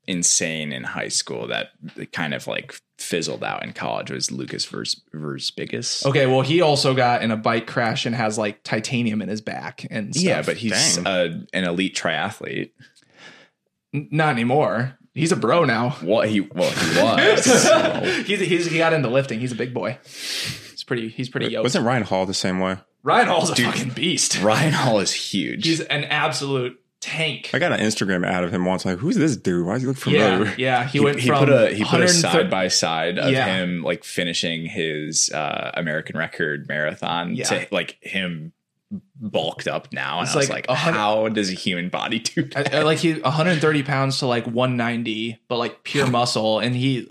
Speaker 3: insane in high school that kind of like fizzled out in college was Lucas Vers- Versbigas.
Speaker 1: okay, well he also got in a bike crash and has like titanium in his back and stuff.
Speaker 3: yeah, but he's
Speaker 4: Dang.
Speaker 3: uh an elite triathlete.
Speaker 1: N- Not anymore. He's a bro now.
Speaker 3: What he well he was.
Speaker 1: he's, he's he got into lifting. He's a big boy. He's pretty. He's pretty yoked.
Speaker 4: Wasn't Ryan Hall the same way?
Speaker 1: Ryan Hall's a fucking beast.
Speaker 3: Ryan Hall is huge.
Speaker 1: He's an absolute tank.
Speaker 4: I got an Instagram ad of him once. Like, who's this dude? Why does he look familiar?
Speaker 1: Yeah, yeah. He,
Speaker 3: he,
Speaker 1: went
Speaker 3: he
Speaker 1: from
Speaker 3: put a he put a
Speaker 1: 130
Speaker 3: side by side of
Speaker 1: Yeah.
Speaker 3: him like finishing his uh, American record marathon
Speaker 1: Yeah.
Speaker 3: to like him bulked up now, and
Speaker 1: It's
Speaker 3: I was
Speaker 1: like
Speaker 3: like,
Speaker 1: a hundred-
Speaker 3: how does a human body do that?
Speaker 1: I- I like he 130 pounds to like 190, but like pure muscle. And he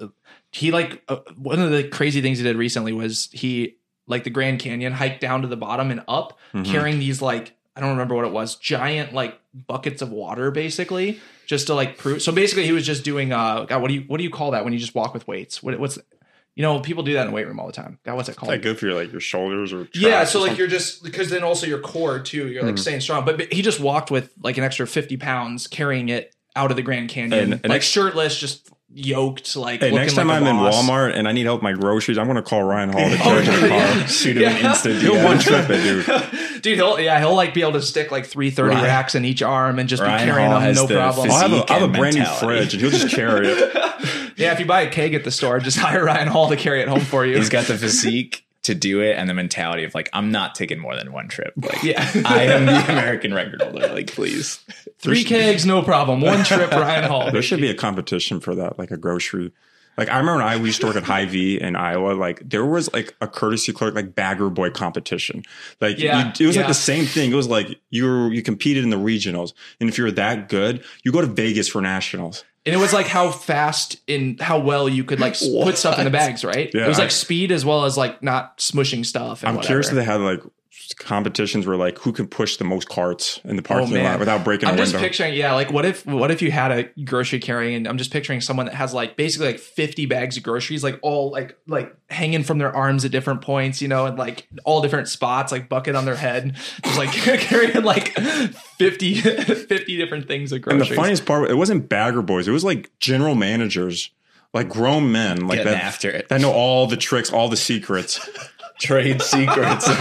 Speaker 1: he like uh, one of the crazy things he did recently was he like the Grand Canyon hiked down to the bottom and up
Speaker 4: Mhm.
Speaker 1: carrying these like I don't remember what it was, giant like buckets of water basically, just to like prove. So basically, he was just doing uh, God, what do you what do you call that when you just walk with weights? What, what's you know people do that in the weight room all the time. God, what's it
Speaker 4: Is
Speaker 1: called?
Speaker 4: that good for your like your shoulders or
Speaker 1: yeah,
Speaker 4: traps
Speaker 1: so
Speaker 4: or
Speaker 1: like
Speaker 4: something?
Speaker 1: you're just because then also your core too. You're like
Speaker 4: Mhm.
Speaker 1: staying strong, but, but he just walked with like an extra 50 pounds carrying it out of the Grand Canyon,
Speaker 4: And- and
Speaker 1: like
Speaker 4: next-
Speaker 1: shirtless, just yoked, like
Speaker 4: Hey,
Speaker 1: looking
Speaker 4: next time
Speaker 1: like a
Speaker 4: I'm in
Speaker 1: boss. Oh,
Speaker 4: Walmart and I need help with my groceries, I'm gonna call Ryan Hall to charge
Speaker 1: yeah.
Speaker 4: my car.
Speaker 3: shoot him an
Speaker 1: Yeah.
Speaker 3: instant.
Speaker 4: He'll
Speaker 3: DM.
Speaker 4: one trip it, dude.
Speaker 1: Dude, he'll yeah, he'll like be able to stick like three thirty
Speaker 3: Ryan-
Speaker 1: racks in each arm and just
Speaker 3: Ryan
Speaker 1: be carrying
Speaker 3: Hall
Speaker 1: them
Speaker 3: has
Speaker 1: no
Speaker 3: the
Speaker 1: problem.
Speaker 4: I'll have a,
Speaker 3: Zeke
Speaker 4: I'll have a
Speaker 3: and
Speaker 4: brand new
Speaker 3: mentality.
Speaker 4: fridge and he'll just carry it.
Speaker 1: yeah, if you buy a keg at the store, just hire Ryan Hall to carry it home for you.
Speaker 3: He's got the physique to do it and the mentality of like, I'm not taking more than one trip. Like,
Speaker 1: yeah,
Speaker 3: I am the American record holder. Like, please.
Speaker 1: three kegs, no problem. One trip, Ryan Hall.
Speaker 4: There should be a competition for that, like a grocery. Like I remember when I used to work at High V in Iowa, like there was like a courtesy clerk, like bagger boy competition. Like
Speaker 1: Yeah,
Speaker 4: you, it was
Speaker 1: yeah.
Speaker 4: like the same thing. It was like you were, you competed in the regionals, and if you were that good, you go to Vegas for nationals.
Speaker 1: And it was like how fast and how well you could like s- put stuff in the bags, right?
Speaker 4: Yeah.
Speaker 1: it was like speed as well as like not smushing stuff. And
Speaker 4: I'm curious if
Speaker 1: whatever.
Speaker 4: they had like competitions where like who can push the most carts in the
Speaker 1: Oh,
Speaker 4: parking
Speaker 1: man.
Speaker 4: lot without breaking
Speaker 1: I'm
Speaker 4: a
Speaker 1: just
Speaker 4: window.
Speaker 1: picturing, yeah, like what if what if you had a grocery carrying and I'm just picturing someone that has like basically like 50 bags of groceries, like all like like hanging from their arms at different points, you know, and like all different spots, like bucket on their head, just like carrying like 50 50 different things of
Speaker 4: and
Speaker 1: groceries.
Speaker 4: the funniest part, it wasn't bagger boys; it was like general managers, like grown men, like
Speaker 3: Getting
Speaker 4: that,
Speaker 3: after it.
Speaker 4: that know all the tricks, all the secrets.
Speaker 3: Trade secrets of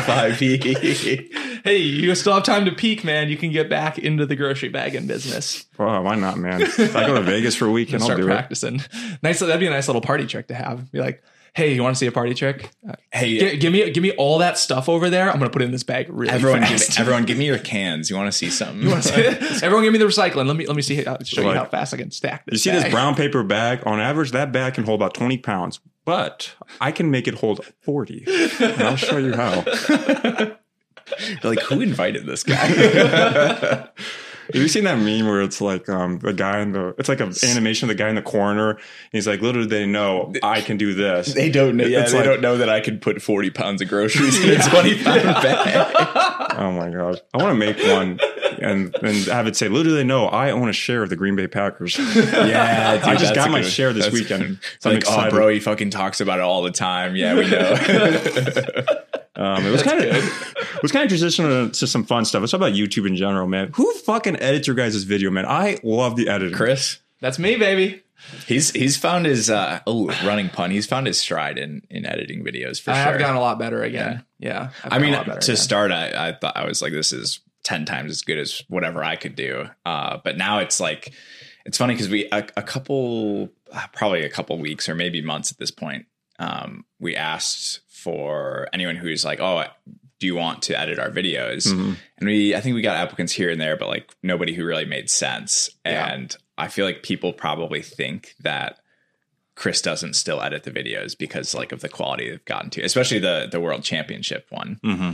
Speaker 3: IP.
Speaker 1: hey, you still have time to peek, man. You can get back into the grocery bagging business.
Speaker 4: Oh, why not, man? If I go to Vegas for a weekend, I'll
Speaker 1: start
Speaker 4: do it.
Speaker 1: practicing. Nice, that'd be a nice little party trick to have. Be like, hey, you want to see a party trick? Uh,
Speaker 3: Hey,
Speaker 1: Gi- give me give me all that stuff over there. I'm gonna put it in this bag really
Speaker 3: everyone, give,
Speaker 1: fast.
Speaker 3: everyone, give me your cans. You want to see something?
Speaker 1: everyone, give me the recycling. Let me let me see how, show you
Speaker 4: Like-
Speaker 1: how fast I can stack
Speaker 4: You
Speaker 1: this.
Speaker 4: see this
Speaker 1: bag.
Speaker 4: brown paper bag? On average, that bag can hold about 20 pounds, but I can make it hold 40. And I'll show you how.
Speaker 3: like, who invited this guy?
Speaker 4: Have you seen that meme where it's like um the guy in the it's like an animation of the guy in the corner and he's like, little do they know I can do this.
Speaker 3: They don't know. Yeah,
Speaker 4: It's
Speaker 3: they
Speaker 4: like-
Speaker 3: don't know that I could put forty pounds of groceries in a twenty pound bag.
Speaker 4: Oh my gosh. I want to make one and and have it say, little do they know I own a share of the Green Bay Packers.
Speaker 3: Yeah, dude,
Speaker 4: I just
Speaker 3: that's
Speaker 4: got
Speaker 3: a
Speaker 4: my
Speaker 3: good-
Speaker 4: share this
Speaker 3: that's-
Speaker 4: weekend.
Speaker 3: It's
Speaker 4: So I'm
Speaker 3: like, oh,
Speaker 4: excited.
Speaker 3: bro, he fucking talks about it all the time. Yeah, we know.
Speaker 4: Um, it was kind of it was kind of transitioning to some fun stuff. Let's talk about YouTube in general, man. Who fucking edits your guys' video, man? I love the editing.
Speaker 3: Chris,
Speaker 1: That's me, baby.
Speaker 3: he's he's found his uh, oh running pun. He's found his stride in in editing videos for
Speaker 1: I
Speaker 3: sure.
Speaker 1: have gotten a lot better again. Yeah. I've
Speaker 3: I
Speaker 1: gotten
Speaker 3: mean,
Speaker 1: a lot better
Speaker 3: to
Speaker 1: again.
Speaker 3: start, I, I thought I was like, this is 10 times as good as whatever I could do. Uh, but now it's like, it's funny because we, a, a couple, uh, probably a couple weeks or maybe months at this point, um, we asked for anyone who's like, oh, do you want to edit our videos?
Speaker 1: Hmm.
Speaker 4: Mhm.
Speaker 3: And we, I think we got applicants here and there, but like nobody who really made sense.
Speaker 1: Yeah.
Speaker 3: And I feel like people probably think that Chris doesn't still edit the videos because like of the quality they've gotten to, especially the the world championship one.
Speaker 4: Mm-hmm.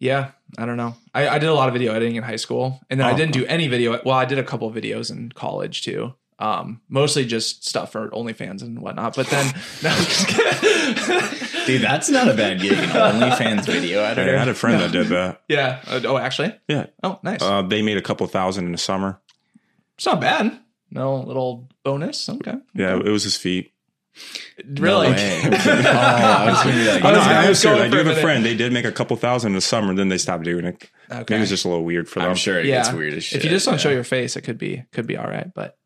Speaker 1: Yeah, I don't know. I, I did a lot of video editing in high school, and then I
Speaker 4: Oh.
Speaker 1: didn't do any video. Well, I did a couple of videos in college too. Um, mostly just stuff for OnlyFans and whatnot. But then, no, I'm just kidding.
Speaker 3: Dude, that's not a bad gig. An OnlyFans video
Speaker 4: I had
Speaker 3: editor.
Speaker 4: a friend that did that.
Speaker 1: yeah. Uh, Oh, actually,
Speaker 4: Yeah.
Speaker 1: oh, nice.
Speaker 4: Uh, they made a couple thousand in the summer.
Speaker 1: it's not bad. No little bonus. Okay,
Speaker 4: Yeah, it was his feet.
Speaker 1: really.
Speaker 3: No way. oh, I was gonna be like,
Speaker 1: I
Speaker 4: No,
Speaker 1: was-
Speaker 4: I,
Speaker 1: I
Speaker 4: I,
Speaker 1: was going
Speaker 4: I
Speaker 1: for
Speaker 4: do have
Speaker 1: a
Speaker 4: a
Speaker 1: minute.
Speaker 4: friend. They did make a couple thousand in the summer, then they stopped doing it.
Speaker 1: okay,
Speaker 4: Maybe it's just a little weird for them.
Speaker 3: I'm sure it
Speaker 1: yeah.
Speaker 3: gets weird as shit.
Speaker 1: if you just don't
Speaker 3: yeah.
Speaker 1: show your face, it could be could be all right. But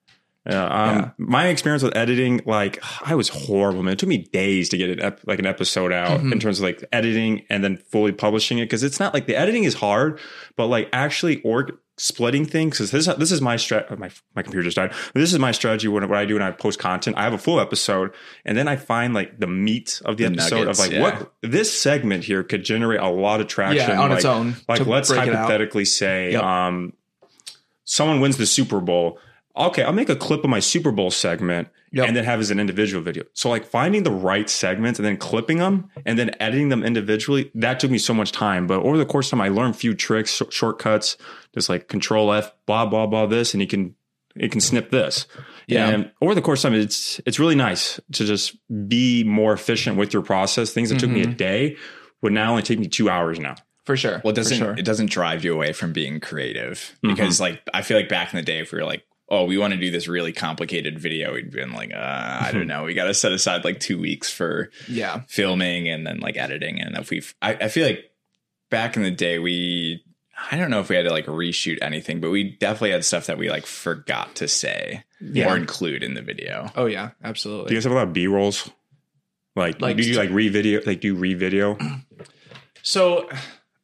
Speaker 4: Yeah, um,
Speaker 1: Yeah.
Speaker 4: My experience with editing, like I was horrible, man. It took me days to get an ep- like an episode out in terms of like editing and then fully publishing it because it's not like the editing is hard, but like actually org splitting things because this this is my strat. My my computer just died. This is my strategy when what I do when I post content. I have a full episode and then I find like the meat of the,
Speaker 3: The
Speaker 4: episode
Speaker 3: nuggets,
Speaker 4: of like
Speaker 3: yeah.
Speaker 4: what this segment here could generate a lot of traction
Speaker 1: yeah, on
Speaker 4: like,
Speaker 1: its own.
Speaker 4: like
Speaker 1: to
Speaker 4: let's
Speaker 1: break it out.
Speaker 4: hypothetically say
Speaker 1: Yep.
Speaker 4: um someone wins the super bowl okay i'll make a clip of my super bowl segment
Speaker 1: Yep.
Speaker 4: and then have as an individual video so like finding the right segments and then clipping them and then editing them individually that took me so much time but over the course of time i learned few tricks sh- shortcuts just like control f blah blah blah this and you can it can snip this
Speaker 1: Yeah.
Speaker 4: and over the course of time it's it's really nice to just be more efficient with your process things that took me
Speaker 1: Mm-hmm.
Speaker 4: a day would now only take me two hours now
Speaker 1: for sure.
Speaker 3: well, it
Speaker 1: for
Speaker 3: doesn't
Speaker 1: sure. Mm-hmm.
Speaker 3: it doesn't drive you away from being creative because like I feel like back in the day, if we were like, oh, we want to do this really complicated video, we'd been like, uh, I
Speaker 1: Mm-hmm.
Speaker 3: don't know, we got to set aside like two weeks for
Speaker 1: yeah,
Speaker 3: filming and then like editing and if we've I, I feel like back in the day we i don't know if we had to like reshoot anything but we definitely had stuff that we like forgot to say
Speaker 1: Yeah.
Speaker 3: or include in the video
Speaker 1: oh yeah,
Speaker 4: Do you
Speaker 1: absolutely.
Speaker 4: guys have a lot of B rolls? Like,
Speaker 1: Like-
Speaker 4: do you like re-video? Like, do you re-video?
Speaker 1: So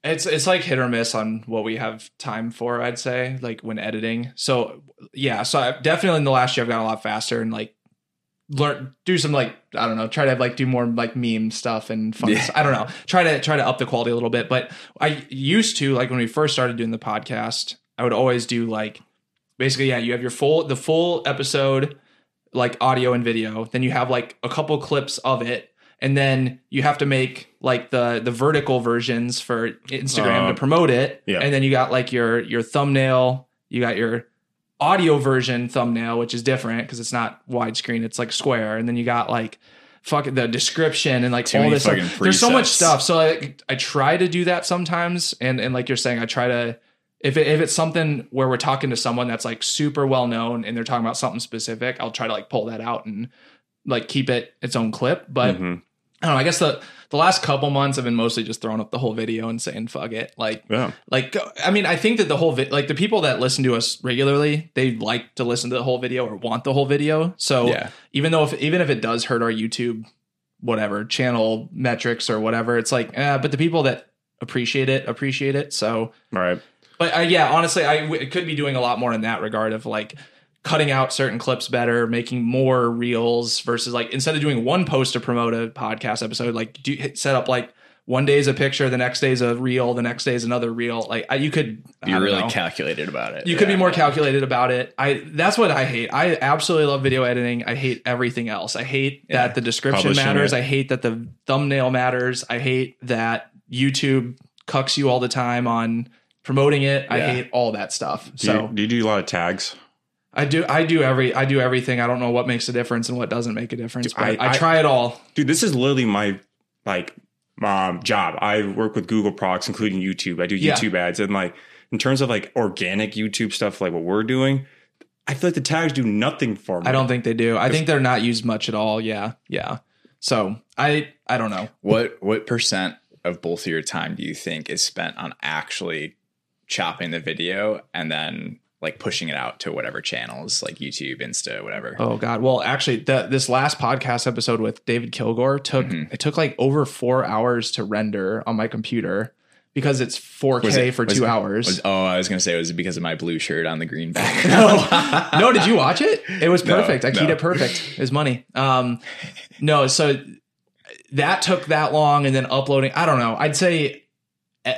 Speaker 1: it's it's like hit or miss on what we have time for, I'd say, like when editing. So yeah, so I definitely in the last year I've gotten a lot faster and like learn do some like I don't know, try to like do more like meme stuff and fun
Speaker 3: Yeah.
Speaker 1: stuff. I don't know. Try to try to up the quality a little bit. But I used to, like when we first started doing the podcast, I would always do like basically, yeah, you have your full the full episode, like audio and video, then you have like a couple clips of it. And then you have to make like the the vertical versions for Instagram
Speaker 4: Uh,
Speaker 1: to promote it.
Speaker 4: yeah.
Speaker 1: And then you got like your your thumbnail, you got your audio version thumbnail, which is different because it's not widescreen, it's like square. And then you got like fucking the description and like
Speaker 3: Too
Speaker 1: all
Speaker 3: many
Speaker 1: this stuff.
Speaker 3: fucking
Speaker 1: There's so much
Speaker 3: presets.
Speaker 1: stuff. So I I try to do that sometimes. And and like you're saying, I try to if it, if it's something where we're talking to someone that's like super well known and they're talking about something specific, I'll try to like pull that out and like keep it its own clip. But
Speaker 4: Mhm.
Speaker 1: I don't know. I guess the the last couple months I've been mostly just throwing up the whole video and saying fuck it. Like
Speaker 4: Yeah,
Speaker 1: like I mean I think that the whole vi- like the people that listen to us regularly they like to listen to the whole video or want the whole video. So
Speaker 3: yeah
Speaker 1: even though if even if it does hurt our YouTube whatever channel metrics or whatever, it's like eh, but the people that appreciate it appreciate it. So
Speaker 4: all right.
Speaker 1: but uh, yeah, honestly, I w- could be doing a lot more in that regard of like cutting out certain clips better, making more reels versus like instead of doing one post to promote a podcast episode, like do hit, set up like one day's a picture, the next day's a reel, the next day's another reel. Like I, you could
Speaker 3: be
Speaker 1: I don't
Speaker 3: really
Speaker 1: know.
Speaker 3: calculated about it
Speaker 1: You could be
Speaker 3: Yeah.
Speaker 1: more calculated about it. I that's what I hate. I absolutely love video editing. I hate everything else. I hate
Speaker 3: Yeah.
Speaker 1: that the description
Speaker 4: Publishing
Speaker 1: matters.
Speaker 4: it.
Speaker 1: I hate that the thumbnail matters. I hate that YouTube cucks you all the time on promoting it. I
Speaker 3: Yeah.
Speaker 1: hate all that stuff.
Speaker 4: Do,
Speaker 1: so
Speaker 4: you, do you do a lot of tags?
Speaker 1: I do I do every I do everything. I don't know what makes a difference and what doesn't make a difference.
Speaker 4: Dude,
Speaker 1: but
Speaker 4: I-
Speaker 1: I,
Speaker 4: I-
Speaker 1: try it all.
Speaker 4: Dude, this is literally my like um, job. I work with Google products, including YouTube. I do
Speaker 1: Yeah.
Speaker 4: YouTube ads, and like in terms of like organic YouTube stuff, like what we're doing, I feel like the tags do nothing for me.
Speaker 1: I don't think they do. I think they're not used much at all. Yeah. Yeah. So I I don't know.
Speaker 3: What what percent of both of your time do you think is spent on actually chopping the video and then like pushing it out to whatever channels like YouTube, Insta, whatever?
Speaker 1: Oh God. Well, actually, the, this last podcast episode with David Kilgore took
Speaker 3: Mm-hmm.
Speaker 1: it took like over four hours to render on my computer because it's 4K
Speaker 3: Was it-
Speaker 1: for
Speaker 3: was-
Speaker 1: two hours.
Speaker 3: Was, oh, I was gonna say it was because of my blue shirt on the green background.
Speaker 1: no, no, did you watch it? It was
Speaker 3: No,
Speaker 1: perfect. I keyed
Speaker 3: no.
Speaker 1: it perfect. It was money. Um, no, so that took that long, and then uploading. I don't know. I'd say, eh,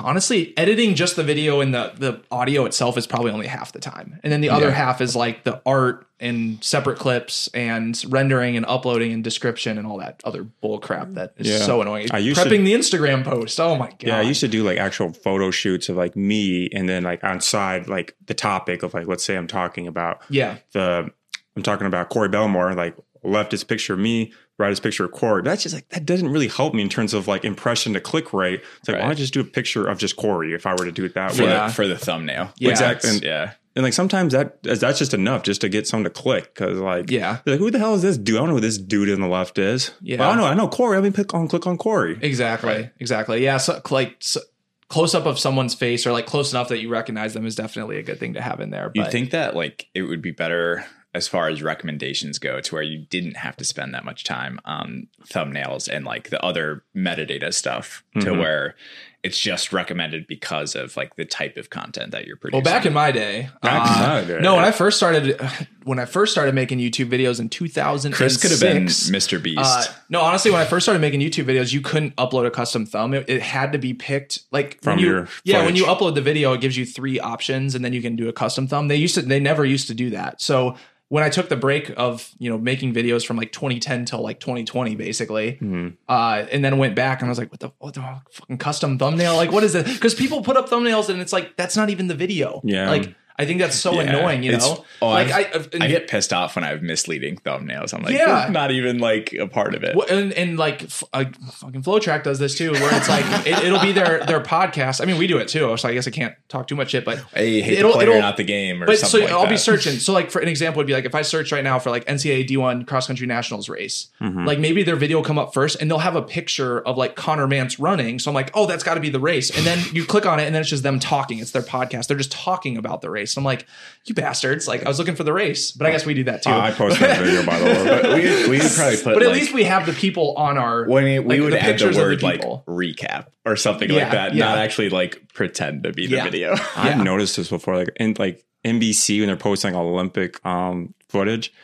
Speaker 1: honestly, editing just the video and the the audio itself is probably only half the time, and then the other
Speaker 3: Yeah.
Speaker 1: half is like the art and separate clips and rendering and uploading and description and all that other bull crap that is
Speaker 4: Yeah.
Speaker 1: so annoying.
Speaker 4: I used to-
Speaker 1: Prepping the Instagram post. Oh my god.
Speaker 4: Yeah, I used to do like actual photo shoots of like me, and then like on side like the topic of like let's say I'm talking about
Speaker 1: yeah.
Speaker 4: the I'm talking about Corey Belmore, like left is picture of me, right is picture of Corey. That's just like that doesn't really help me in terms of like impression to click rate. It's like why
Speaker 3: Right.
Speaker 4: not just do a picture of just Corey if I were to do it that
Speaker 3: for,
Speaker 4: way?
Speaker 1: Yeah.
Speaker 3: the, for the thumbnail.
Speaker 1: Yeah.
Speaker 4: Exactly.
Speaker 3: It's- yeah.
Speaker 4: And like sometimes that that's just enough just to get someone to click because like
Speaker 1: Yeah.
Speaker 4: they're like who the hell is this dude? I don't know who this dude in the left is.
Speaker 1: Yeah.
Speaker 4: Well, I don't know. I know Corey. Let me click on click on Corey.
Speaker 1: Exactly. Exactly. Yeah. So, like so, close up of someone's face or like close enough that you recognize them is definitely a good thing to have in there.
Speaker 3: You'd
Speaker 1: But
Speaker 3: think that like it would be better as far as recommendations go to where you didn't have to spend that much time on thumbnails and like the other metadata stuff to
Speaker 1: Mm-hmm.
Speaker 4: Mhm.
Speaker 3: where it's just recommended because of like the type of content that you're
Speaker 1: well,
Speaker 3: producing.
Speaker 1: back in my day,
Speaker 4: Back in
Speaker 1: uh,
Speaker 4: my day.
Speaker 1: no, when I first started, when I first started making YouTube videos in 2006,
Speaker 3: Chris could have been Mr. Beast.
Speaker 1: Uh, no, honestly, when I first started making YouTube videos, you couldn't upload a custom thumb. It, it had to be picked like when
Speaker 4: From
Speaker 1: you,
Speaker 4: your
Speaker 1: yeah. When
Speaker 4: footage.
Speaker 1: you upload the video, it gives you three options, and then you can do a custom thumb. They used to, they never used to do that. So when I took the break of you know making videos from like 2010 till like 2020, basically,
Speaker 4: Mhm.
Speaker 1: uh, and then went back and I was like, what the what the fucking custom thumbnail? Like, what is this? Because people put up thumbnails and it's like that's not even the video.
Speaker 4: Yeah.
Speaker 1: like. I think that's so
Speaker 3: Yeah,
Speaker 1: annoying, you
Speaker 3: it's-
Speaker 1: know.
Speaker 3: oh,
Speaker 1: like
Speaker 3: I've-
Speaker 1: I,
Speaker 3: I get pissed off when I have misleading thumbnails. I'm like,
Speaker 1: Yeah.
Speaker 3: "That's not even like a part of it.
Speaker 1: Well, and, and like f- uh, fucking Flowtrack does this too, where it's like it, it'll be their their podcast. I mean, we do it too, so I guess I can't talk too much shit. But
Speaker 3: Hey, hate
Speaker 1: it'll-
Speaker 3: the player,
Speaker 1: it'll-
Speaker 3: not the game, or
Speaker 1: but so
Speaker 3: something. like
Speaker 1: I'll be
Speaker 3: that.
Speaker 1: searching. So like for an example would be like if I search right now for like NCAA D1 cross country nationals race,
Speaker 3: Mm-hmm.
Speaker 1: like maybe their video will come up first and they'll have a picture of like Connor Mance running. So I'm like, oh, that's got to be the race. And then you click on it and then it's just them talking. It's their podcast. They're just talking about the race. I'm like, you bastards! Like I was looking for the race, but I guess we do that too.
Speaker 4: Uh, I posted that video by the way.
Speaker 3: But we we would probably put.
Speaker 1: but at
Speaker 3: like,
Speaker 1: least we have the people on our
Speaker 3: when it, we
Speaker 1: like,
Speaker 3: would add the
Speaker 1: pictures of
Speaker 3: word like
Speaker 1: people.
Speaker 3: recap or something
Speaker 1: Yeah,
Speaker 3: like that,
Speaker 1: yeah.
Speaker 3: not actually like pretend to be the
Speaker 1: Yeah.
Speaker 3: video.
Speaker 4: I've
Speaker 1: Yeah.
Speaker 4: noticed this before, like in like NBC when they're posting Olympic um, footage,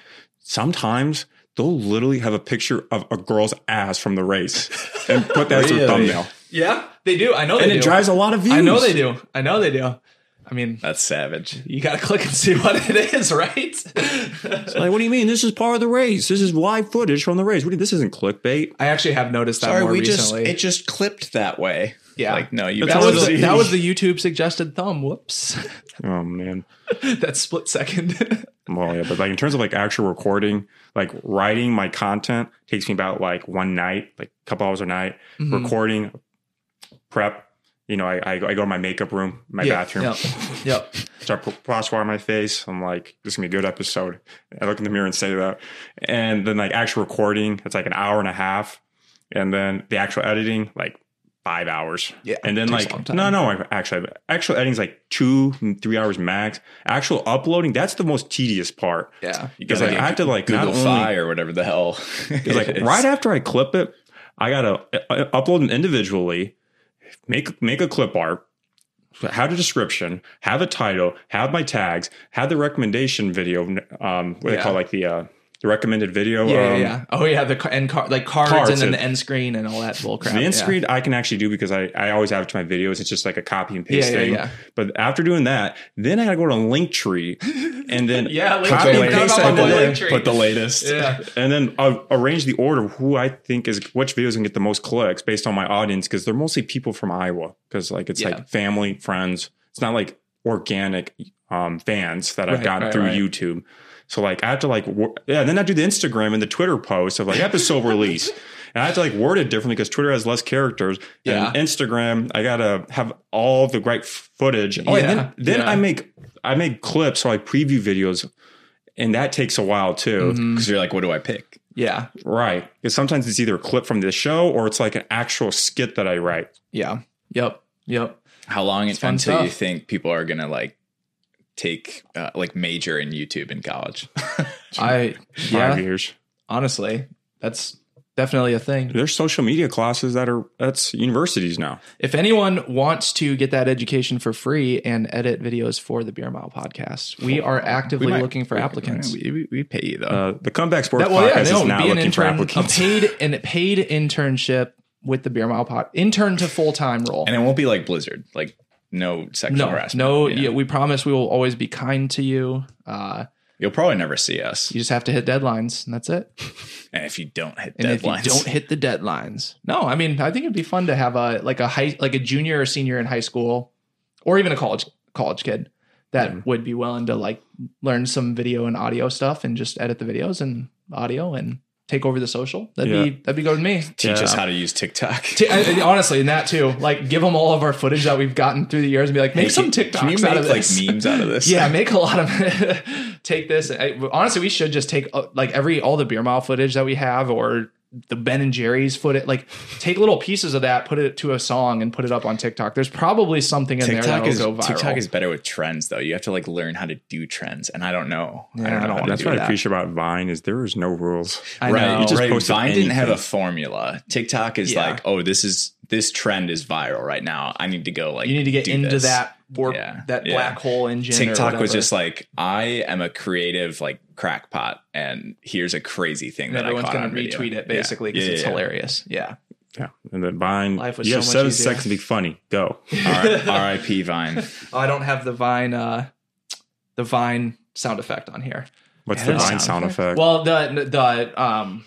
Speaker 4: sometimes they'll literally have a picture of a girl's ass from the race and put that as
Speaker 3: Really?
Speaker 4: their thumbnail,
Speaker 1: Yeah, they do. I know
Speaker 4: and
Speaker 1: they
Speaker 4: it
Speaker 1: do.
Speaker 4: drives a lot of views.
Speaker 1: I know they do. I know they do. I mean,
Speaker 3: That's savage.
Speaker 1: you got to click and see what it is, right?
Speaker 4: Like, what do you mean? This is part of the race. This is live footage from the race. What do you, this isn't clickbait.
Speaker 1: I actually have noticed that
Speaker 3: Sorry,
Speaker 1: more
Speaker 3: we
Speaker 1: recently.
Speaker 3: just it just clipped that way.
Speaker 1: Yeah.
Speaker 3: like no, you.
Speaker 4: But
Speaker 1: that, was the,
Speaker 3: absolutely-
Speaker 1: that was the YouTube suggested thumb. Whoops.
Speaker 4: Oh man.
Speaker 1: That's split second.
Speaker 4: Well, yeah, but like in terms of like actual recording, like writing my content takes me about like one night, like a couple hours a night.
Speaker 1: Mhm.
Speaker 4: Recording, prep. You know, I, I I go to my makeup room, my
Speaker 1: Yeah,
Speaker 4: bathroom.
Speaker 1: Yep. yep.
Speaker 4: So I put flash water on my face. I'm like, this is gonna be a good episode. I look in the mirror and say that. And then like actual recording, it's like an hour and a half. And then the actual editing, like five hours.
Speaker 1: Yeah,
Speaker 4: And then
Speaker 1: takes a
Speaker 4: like
Speaker 1: long time.
Speaker 4: no, no, I- actually actual editing's like two, three hours max. Actual uploading, that's the most tedious part.
Speaker 1: Yeah.
Speaker 3: You
Speaker 4: Because
Speaker 3: gotta
Speaker 4: like,
Speaker 3: do
Speaker 4: I have to like
Speaker 3: Google
Speaker 4: not only,
Speaker 3: Fi or whatever the hell.
Speaker 4: it's like right after I clip it, I gotta uh, upload them individually, make make a clip art, have a description, have a title, have my tags, have the recommendation video. Um, what they
Speaker 1: Yeah.
Speaker 4: call like the uh, the recommended video.
Speaker 1: yeah,
Speaker 4: um,
Speaker 1: yeah. Oh yeah, the ca- and car, like cards,
Speaker 4: Cards
Speaker 1: and then
Speaker 4: and-
Speaker 1: the end screen and all that bull crap.
Speaker 4: The end
Speaker 1: yeah.
Speaker 4: screen I can actually do because I, I always have it to my videos. It's just like a copy and paste
Speaker 1: Yeah, yeah,
Speaker 4: thing.
Speaker 1: yeah.
Speaker 4: But after doing that, then I gotta go to Linktree and then
Speaker 1: Yeah, Linktree.
Speaker 4: copy and
Speaker 1: Forgot
Speaker 4: paste
Speaker 1: about
Speaker 4: all
Speaker 1: the
Speaker 4: the
Speaker 1: Linktree.
Speaker 4: link,
Speaker 1: Linktree.
Speaker 3: But the latest.
Speaker 1: Yeah.
Speaker 4: and then I'll arrange the order of who I think is which videos can get the most clicks based on my audience because they're mostly people from Iowa because like it's
Speaker 1: Yeah.
Speaker 4: like family friends. It's not like organic um, fans that I've
Speaker 1: Right,
Speaker 4: gotten
Speaker 1: right,
Speaker 4: through
Speaker 1: right.
Speaker 4: YouTube. So like I have to like wor- yeah, then I do the Instagram and the Twitter post of like episode release, and I have to like word it differently because Twitter has less characters.
Speaker 1: Yeah.
Speaker 4: And Instagram, I gotta have all the right f- footage. Oh, and
Speaker 1: Yeah,
Speaker 4: then then
Speaker 1: yeah.
Speaker 4: I make I make clips, so I preview videos, and that takes a while too.
Speaker 1: Mhm.
Speaker 3: Because you're like, what do I pick?
Speaker 1: Yeah,
Speaker 4: Right. Because sometimes it's either a clip from the show or it's like an actual skit that I write.
Speaker 1: yeah, yep, yep.
Speaker 3: How long
Speaker 1: It's fun
Speaker 3: until you
Speaker 1: stuff.
Speaker 3: think people are gonna like take uh, like major in YouTube in college?
Speaker 1: I
Speaker 4: Five
Speaker 1: yeah.
Speaker 4: years.
Speaker 1: Honestly, that's definitely a thing.
Speaker 4: There's social media classes that are that's universities now.
Speaker 1: If anyone wants to get that education for free and edit videos for the Beer Mile podcast, we are actively
Speaker 3: We might-
Speaker 1: looking for
Speaker 3: we-
Speaker 1: applicants.
Speaker 3: We, we, we pay you though.
Speaker 4: Uh, the Comeback Sports
Speaker 1: That well, yeah,
Speaker 4: Podcast
Speaker 1: no,
Speaker 4: is now
Speaker 1: be an
Speaker 4: looking for
Speaker 1: intern, a
Speaker 4: applicants.
Speaker 1: paid and a paid internship with the Beer Mile pod intern to full time role.
Speaker 3: and it won't be like Blizzard, like no sexual
Speaker 1: no,
Speaker 3: harassment.
Speaker 1: no,
Speaker 3: Yeah.
Speaker 1: yeah, we promise we will always be kind to you. Uh,
Speaker 3: You'll probably never see us.
Speaker 1: you just have to hit deadlines, and that's it.
Speaker 3: And if you don't hit
Speaker 1: And
Speaker 3: deadlines,
Speaker 1: if you don't hit the deadlines, no, I mean, I think it'd be fun to have a like a high, like a junior or senior in high school, or even a college college kid that would be willing to like learn some video and audio stuff and just edit the videos and audio and take over the social. That'd be that'd be good with me.
Speaker 3: teach us
Speaker 4: Yeah.
Speaker 3: how to use TikTok.
Speaker 1: T- I- I- honestly, and that too, like give them all of our footage that we've gotten through the years and be like, make
Speaker 3: Hey,
Speaker 1: some
Speaker 3: can-
Speaker 1: TikToks
Speaker 3: Can you make
Speaker 1: out of this.
Speaker 3: like memes out of this?
Speaker 1: Yeah, make a lot of take this. I, honestly, we should just take uh, like every all the beer mile footage that we have or the Ben and Jerry's footage. Like take little pieces of that, put it to a song, and put it up on TikTok. There's probably something in there
Speaker 3: TikTok
Speaker 1: that'll
Speaker 3: is
Speaker 1: go viral.
Speaker 3: TikTok is better with trends though. You have to like learn how to do trends, and I don't know.
Speaker 1: Yeah,
Speaker 3: I don't
Speaker 1: I
Speaker 3: know.
Speaker 1: don't
Speaker 3: how to
Speaker 4: That's
Speaker 3: do
Speaker 4: what
Speaker 3: that.
Speaker 4: I appreciate about Vine is there is no rules.
Speaker 1: I
Speaker 3: right,
Speaker 1: know.
Speaker 3: you just
Speaker 4: Right,
Speaker 3: posted Vine
Speaker 4: Vine
Speaker 3: didn't
Speaker 4: anything.
Speaker 3: have a formula. TikTok is
Speaker 1: Yeah.
Speaker 3: like, oh, this is this trend is viral right now. I need to go like
Speaker 1: you need to get
Speaker 3: do
Speaker 1: into
Speaker 3: this.
Speaker 1: that warp,
Speaker 3: Yeah,
Speaker 1: that
Speaker 3: yeah.
Speaker 1: black hole engine. or
Speaker 3: TikTok was
Speaker 1: whatever.
Speaker 3: just like, I am a creative like crackpot, and here's a crazy thing
Speaker 1: And
Speaker 3: that
Speaker 1: everyone's
Speaker 3: I caught
Speaker 1: going
Speaker 3: on
Speaker 1: to
Speaker 3: video.
Speaker 1: retweet it
Speaker 3: Yeah.
Speaker 1: basically because
Speaker 3: Yeah,
Speaker 1: it's
Speaker 3: yeah, yeah.
Speaker 1: hilarious. Yeah.
Speaker 4: Yeah. And then Vine
Speaker 1: Life was
Speaker 4: you
Speaker 1: so
Speaker 4: have
Speaker 1: much
Speaker 4: seven
Speaker 1: easier.
Speaker 4: seconds to be funny. Go.
Speaker 3: R- R.I.P. Vine.
Speaker 1: Oh, I don't have the Vine, uh, the Vine sound effect on here.
Speaker 4: What's
Speaker 3: Yeah,
Speaker 4: the
Speaker 3: that's
Speaker 4: Vine
Speaker 3: sound
Speaker 4: sound effect?
Speaker 1: Well, the the um,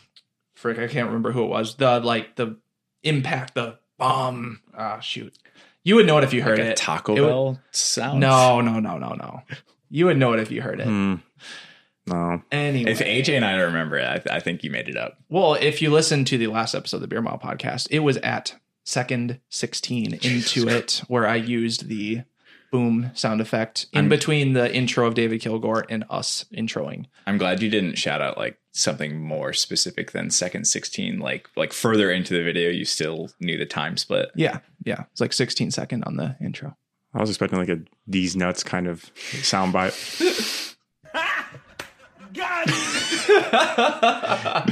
Speaker 1: frick, I can't remember who it was. The like the impact, the bomb. Ah, shoot, you would know it if you heard
Speaker 3: Like a
Speaker 1: it.
Speaker 3: Taco
Speaker 1: It would-
Speaker 3: Bell sound.
Speaker 1: no, no, no, no, no. You would know it if you heard it.
Speaker 4: Hmm. No.
Speaker 1: Anyway,
Speaker 3: If AJ and I don't remember it, I, th- I think you made it up.
Speaker 1: well, if you listen to the last episode of the Beer Mile podcast, it was at second sixteen into it where I used the boom sound effect in
Speaker 3: I'm-
Speaker 1: between the intro of David Kilgore and us introing.
Speaker 3: I'm glad you didn't shout out like something more specific than second 16. Like like further into the video, you still knew the time split.
Speaker 1: Yeah, yeah, it's like sixteen second on the intro.
Speaker 4: I was expecting like a these nuts kind of sound bite.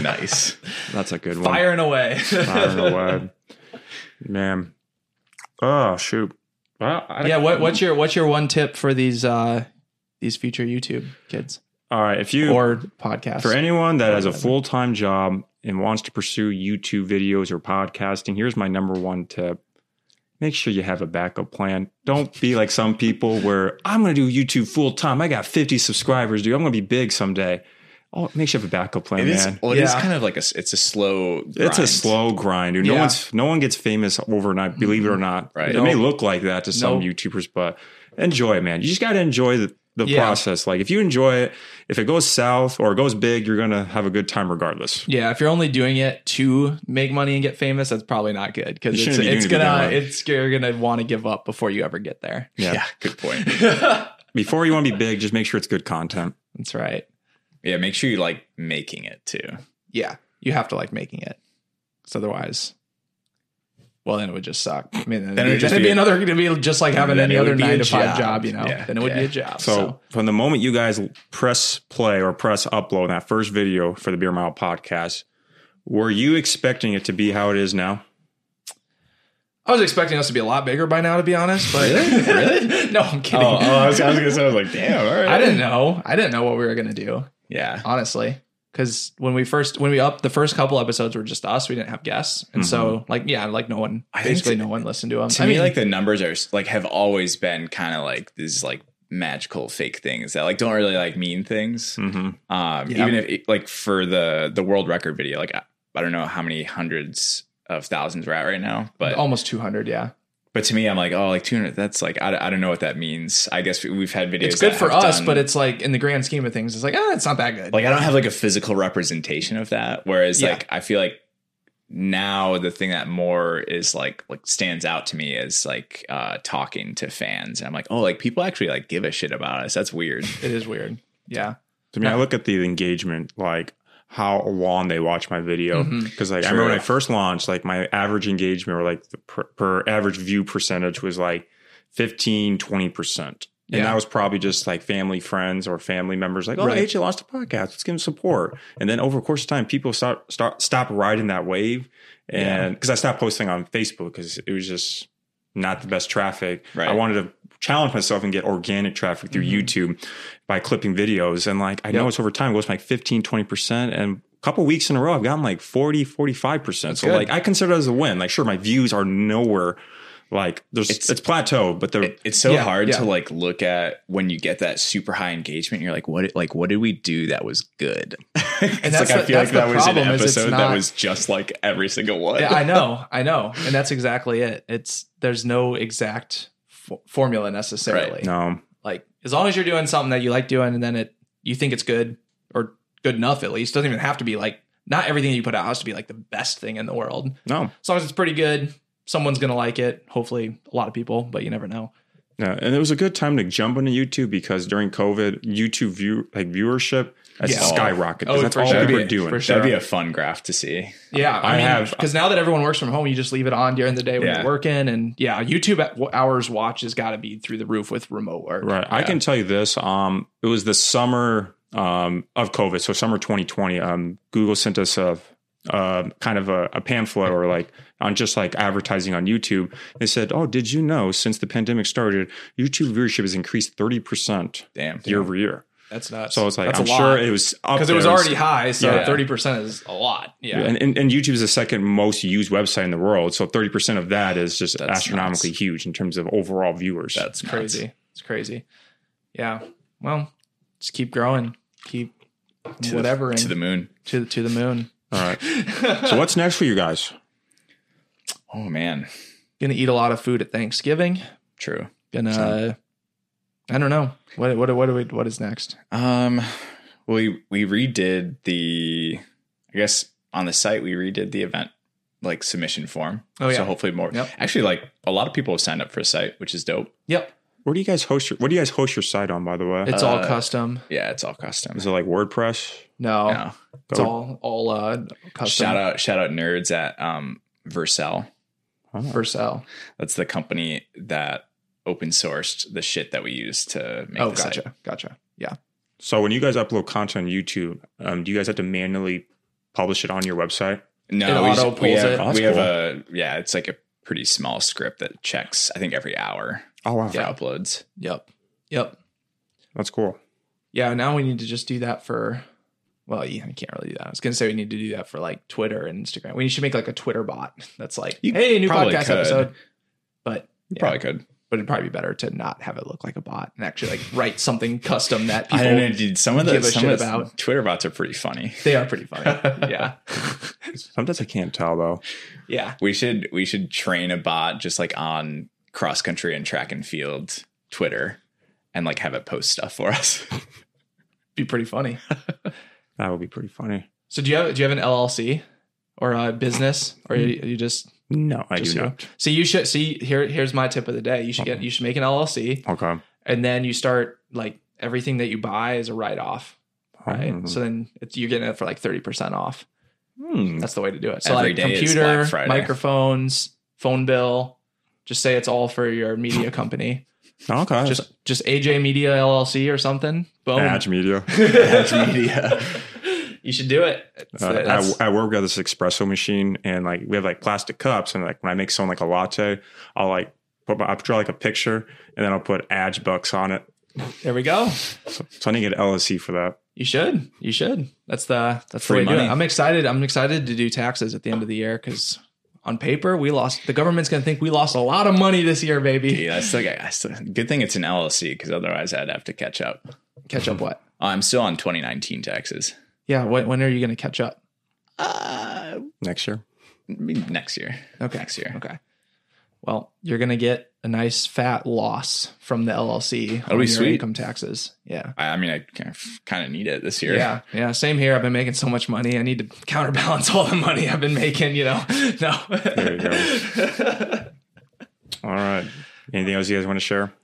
Speaker 3: Nice.
Speaker 4: That's a good one.
Speaker 1: Firing away.
Speaker 4: I don't know why. Man. Oh shoot. Well, I,
Speaker 1: yeah what, what's your what's your one tip for these uh these future youtube kids
Speaker 4: all right. If you
Speaker 1: or podcasts
Speaker 4: for anyone that has a full time job and wants to pursue YouTube videos or podcasting, here's my number one tip. Make sure you have a backup plan. Don't be like some people where I'm going to do YouTube full time. I got 50 subscribers, dude. I'm going to be big someday. Oh, make sure you have a backup plan,
Speaker 3: It is,
Speaker 4: man.
Speaker 3: well, it is
Speaker 1: Yeah.
Speaker 3: kind of like a s- it's a slow
Speaker 4: It's a
Speaker 3: grind.
Speaker 4: slow grind, dude. No
Speaker 1: Yeah. Mm-hmm.
Speaker 4: one's no one gets famous overnight, believe it or not.
Speaker 3: Right.
Speaker 4: It may
Speaker 1: Nope.
Speaker 4: look like that to some
Speaker 1: Nope.
Speaker 4: YouTubers, but enjoy it, man. You just gotta enjoy the, the
Speaker 1: Yeah.
Speaker 4: process. Like if you enjoy it, if it goes south or it goes big, you're gonna have a good time regardless.
Speaker 1: yeah if you're only doing it to make money and get famous that's probably not good because
Speaker 4: You
Speaker 1: it's,
Speaker 4: shouldn't be
Speaker 1: it's
Speaker 4: doing it to
Speaker 1: gonna
Speaker 4: begin with.
Speaker 1: it's you're gonna want to give up before you ever get there
Speaker 3: Yeah.
Speaker 4: Yeah.
Speaker 3: good point.
Speaker 4: Before you wanna be big, just make sure it's good content.
Speaker 1: that's right
Speaker 3: Yeah, make sure you like making it too.
Speaker 1: yeah you have to like making it because otherwise well then it would just suck i mean then,
Speaker 3: Then
Speaker 1: it'd,
Speaker 3: it would
Speaker 1: be,
Speaker 3: just
Speaker 1: then it'd be
Speaker 3: be-
Speaker 1: another it'd be just like having
Speaker 3: Then
Speaker 1: any
Speaker 3: it would
Speaker 1: other
Speaker 3: be a
Speaker 1: nine to five
Speaker 3: job.
Speaker 1: job you know
Speaker 3: Yeah.
Speaker 1: then it would
Speaker 3: Yeah.
Speaker 1: be a job
Speaker 4: So,
Speaker 1: so
Speaker 4: from the moment you guys press play or press upload that first video for the Beer Mile podcast, were you expecting it to be how it is now?
Speaker 1: i was expecting us to be a lot bigger by now to be honest but
Speaker 3: Really? Oh,
Speaker 1: no i'm kidding
Speaker 3: was, I was gonna say, I was like, damn, all right.
Speaker 1: I didn't know. I didn't know what we were gonna do,
Speaker 3: Yeah,
Speaker 1: honestly. because when we first when we up the first couple episodes were just us. We didn't have guests, and so
Speaker 3: Mm-hmm.
Speaker 1: like yeah, like no one
Speaker 3: I think
Speaker 1: basically
Speaker 3: to-
Speaker 1: no one listened to them.
Speaker 3: to me like the numbers are like have always been kind of like these like magical fake things that like don't really like mean things
Speaker 4: Mhm.
Speaker 1: Hmm.
Speaker 3: um
Speaker 1: Yeah.
Speaker 3: even if it- like for the the world record video like I, I don't know how many hundreds of thousands we're at right now but
Speaker 1: almost two hundred. Yeah,
Speaker 3: but to me i'm like oh like 200 that's like i, don't- I don't know what that means i guess we- we've had videos
Speaker 1: it's good
Speaker 3: that
Speaker 1: for
Speaker 3: have
Speaker 1: us,
Speaker 3: done-
Speaker 1: but it's like in the grand scheme of things, it's like ah, it's not that good.
Speaker 3: like i don't have like a physical representation of that whereas
Speaker 1: Yeah.
Speaker 3: like i feel like now the thing that more is like like stands out to me is like uh talking to fans and i'm like oh like people actually like give a shit about us that's weird
Speaker 1: it is weird. Yeah,
Speaker 4: I mean, I look at the engagement, like how long they watch my video.
Speaker 1: Mhm.
Speaker 4: Because like I
Speaker 3: True.
Speaker 4: remember when I first launched, like my average engagement or like the per, per average view percentage was like 15, 20%. And
Speaker 1: Yeah.
Speaker 4: that was probably just like family friends or family members like, oh,
Speaker 1: Right.
Speaker 4: AJ launched a podcast. Let's give him support. And then over the course of time, people start, start stop riding that wave. And because I stopped posting on Facebook because it was just not the best traffic.
Speaker 3: Right.
Speaker 4: I wanted to challenge myself and get organic traffic through
Speaker 1: Mhm.
Speaker 4: YouTube by clipping videos. And like, I know
Speaker 1: Yep.
Speaker 4: it's over time, it goes from like 15, 20%. And a couple weeks in a row, I've gotten like 40, 45%. so
Speaker 1: good.
Speaker 4: like, I consider it as a win. Like, sure, my views are nowhere. Like there's,
Speaker 3: It's-
Speaker 4: it's, plateaued, but they're,
Speaker 3: It- it's so
Speaker 1: Yeah,
Speaker 3: hard
Speaker 1: yeah.
Speaker 3: to like look at when you get that super high engagement you're like what like what did we do that was good and
Speaker 1: that's the- that's the problem is it's not-
Speaker 3: that was just like every single one
Speaker 1: yeah, I know, I know, and that's exactly it. It's there's no exact fo- formula necessarily.
Speaker 4: no,
Speaker 1: Like as long as you're doing something that you like doing, and then it you think it's good or good enough at least. Doesn't even have to be like not everything that you put out has to be like the best thing in the world.
Speaker 4: no.
Speaker 1: As long as it's pretty good, someone's gonna like it. Hopefully, a lot of people, but you never know.
Speaker 4: Yeah, and it was a good time to jump onto YouTube because during COVID, YouTube view like viewership has
Speaker 1: Yeah.
Speaker 4: skyrocketed. 'cause
Speaker 1: Oh,
Speaker 4: that's
Speaker 1: for
Speaker 4: all
Speaker 1: sure.
Speaker 4: we were
Speaker 3: That'd be-
Speaker 4: doing.
Speaker 1: for sure.
Speaker 3: that'd be a fun graph to see
Speaker 1: Yeah, I,
Speaker 4: I
Speaker 1: have
Speaker 4: have-
Speaker 1: because now that everyone works from home, you just leave it on during the day when
Speaker 3: Yeah.
Speaker 1: you're working, and yeah, YouTube at- hours watch has got to be through the roof with remote work.
Speaker 4: Right. I
Speaker 3: Yeah.
Speaker 4: can tell you this. Um, it was the summer um, of COVID, so summer 2020. Um, Google sent us a um kind of a, a pamphlet or like on just like advertising on YouTube. They said, "Oh, did you know? Since the pandemic started, YouTube viewership has increased 30 percent
Speaker 3: damn
Speaker 4: year over year."
Speaker 1: That's nuts.
Speaker 4: So I was like,
Speaker 1: That's
Speaker 4: "I'm sure it was up
Speaker 1: because it was
Speaker 4: there.
Speaker 1: already high, so
Speaker 3: Yeah.
Speaker 1: thirty percent is a lot. Yeah,
Speaker 4: And, and, and YouTube is the second most used website in the world. So 30% of that is just
Speaker 3: That's
Speaker 4: astronomically huge in terms of overall viewers.
Speaker 1: it's
Speaker 3: that's nuts.
Speaker 1: crazy. It's crazy. Yeah. Well, just keep growing. Keep
Speaker 3: to
Speaker 1: whatever
Speaker 3: the, to the moon
Speaker 1: to, to the moon.
Speaker 4: All right. So what's next for you guys?
Speaker 3: oh man
Speaker 1: Gonna eat a lot of food at Thanksgiving.
Speaker 3: true
Speaker 1: Gonna. I don't know what what what do we what is next.
Speaker 3: Um, we we redid the, I guess on the site we redid the event like submission form.
Speaker 1: Oh, yeah.
Speaker 3: So hopefully more.
Speaker 1: Yep.
Speaker 3: Actually, like a lot of people have signed up for a site, which is dope.
Speaker 1: Yep,
Speaker 4: Where do you guys host your What do you guys host your site on? By the way,
Speaker 1: it's all
Speaker 3: Uh,
Speaker 1: custom.
Speaker 3: Yeah, it's all custom.
Speaker 4: is it like WordPress?
Speaker 1: No,
Speaker 3: Yeah.
Speaker 1: it's all all uh, custom
Speaker 3: Shout out shout out nerds at um Vercel.
Speaker 1: for sale.
Speaker 3: That's the company that open sourced the shit that we use to make
Speaker 1: Oh,
Speaker 3: the
Speaker 1: gotcha,
Speaker 3: site.
Speaker 1: gotcha. Yeah,
Speaker 4: So when you guys upload content on YouTube, um, do you guys have to manually publish it on your website?
Speaker 1: It
Speaker 3: No, we, just-
Speaker 1: auto
Speaker 3: we
Speaker 1: pulls
Speaker 3: have,
Speaker 1: it.
Speaker 4: Oh, that's
Speaker 3: we have
Speaker 4: cool.
Speaker 3: a yeah, it's like a pretty small script that checks I think every hour
Speaker 4: Oh wow,
Speaker 3: for uploads.
Speaker 1: yep, yep.
Speaker 4: that's cool.
Speaker 1: Yeah, now we need to just do that for. Well, yeah, I can't really do that. I was gonna say we need to do that for like Twitter and Instagram. We should make like a Twitter bot that's like,
Speaker 3: You
Speaker 1: hey, new
Speaker 3: probably
Speaker 1: podcast
Speaker 3: could.
Speaker 1: episode. But
Speaker 3: You
Speaker 1: yeah,
Speaker 3: probably could.
Speaker 1: but it'd probably be better to not have it look like a bot and actually like write something custom that
Speaker 3: I don't know,
Speaker 1: people.
Speaker 3: dude. Some of the
Speaker 1: give a
Speaker 3: some
Speaker 1: shit
Speaker 3: of the
Speaker 1: about.
Speaker 3: Twitter bots are pretty funny.
Speaker 1: They are pretty funny. yeah,
Speaker 4: Sometimes I can't tell though.
Speaker 1: yeah.
Speaker 3: We should we should train a bot just like on cross country and track and field Twitter, and like have it post stuff for us.
Speaker 1: Be pretty funny.
Speaker 4: That would be pretty funny.
Speaker 1: So do you have do you have an LLC or a business or you,
Speaker 3: Mm-hmm.
Speaker 1: you just
Speaker 4: No, I
Speaker 1: Just
Speaker 4: do
Speaker 1: you.
Speaker 4: not.
Speaker 1: see you should see here here's my tip of the day. You should get you should make an LLC
Speaker 4: Okay.
Speaker 1: and then you start like everything that you buy is a write off. right?
Speaker 3: Mm-hmm.
Speaker 4: Um,
Speaker 1: So then it's, you're getting it for like 30% off.
Speaker 4: hmm.
Speaker 1: That's the way to do it. So
Speaker 3: Every
Speaker 1: like
Speaker 3: day is
Speaker 1: computer,
Speaker 3: Black Friday.
Speaker 1: microphones, phone bill, just say it's all for your media company.
Speaker 3: Oh,
Speaker 4: Okay.
Speaker 1: just just AJ Media LLC or something. Boom.
Speaker 4: Badge media.
Speaker 3: Badge media.
Speaker 1: you should do it. It's-
Speaker 4: Uh,
Speaker 1: that's-
Speaker 4: I, I work at this espresso machine, and like we have like plastic cups, and like when I make someone like a latte, I'll like put my, I'll draw like a picture, and then I'll put Adge bucks on it.
Speaker 1: there we go.
Speaker 4: So, so I need to get LSE for that.
Speaker 1: You should. You should. That's the that's the way
Speaker 3: Free
Speaker 1: to do it.
Speaker 3: money.
Speaker 1: I'm excited. I'm excited to do taxes at the end of the year because on paper we lost. The government's gonna think we lost a lot of money this year, baby.
Speaker 3: Yeah, I still got. I still, good thing it's an LLC because otherwise I'd have to catch up. Oh,
Speaker 1: Catch up what?
Speaker 3: I'm still on 2019 taxes.
Speaker 1: Yeah. When, when are you gonna catch up?
Speaker 3: Uh,
Speaker 4: next year.
Speaker 3: maybe next year.
Speaker 1: Okay.
Speaker 3: Next year.
Speaker 1: Okay. Well, you're gonna get a nice fat loss from the LLC
Speaker 3: be
Speaker 1: on your
Speaker 3: sweet.
Speaker 1: income taxes. Yeah.
Speaker 3: I, I mean, I kind of need it this year.
Speaker 1: Yeah, yeah. Same here. I've been making so much money. I need to counterbalance all the money I've been making. You know, no.
Speaker 4: There you All right. Anything else you guys want to share?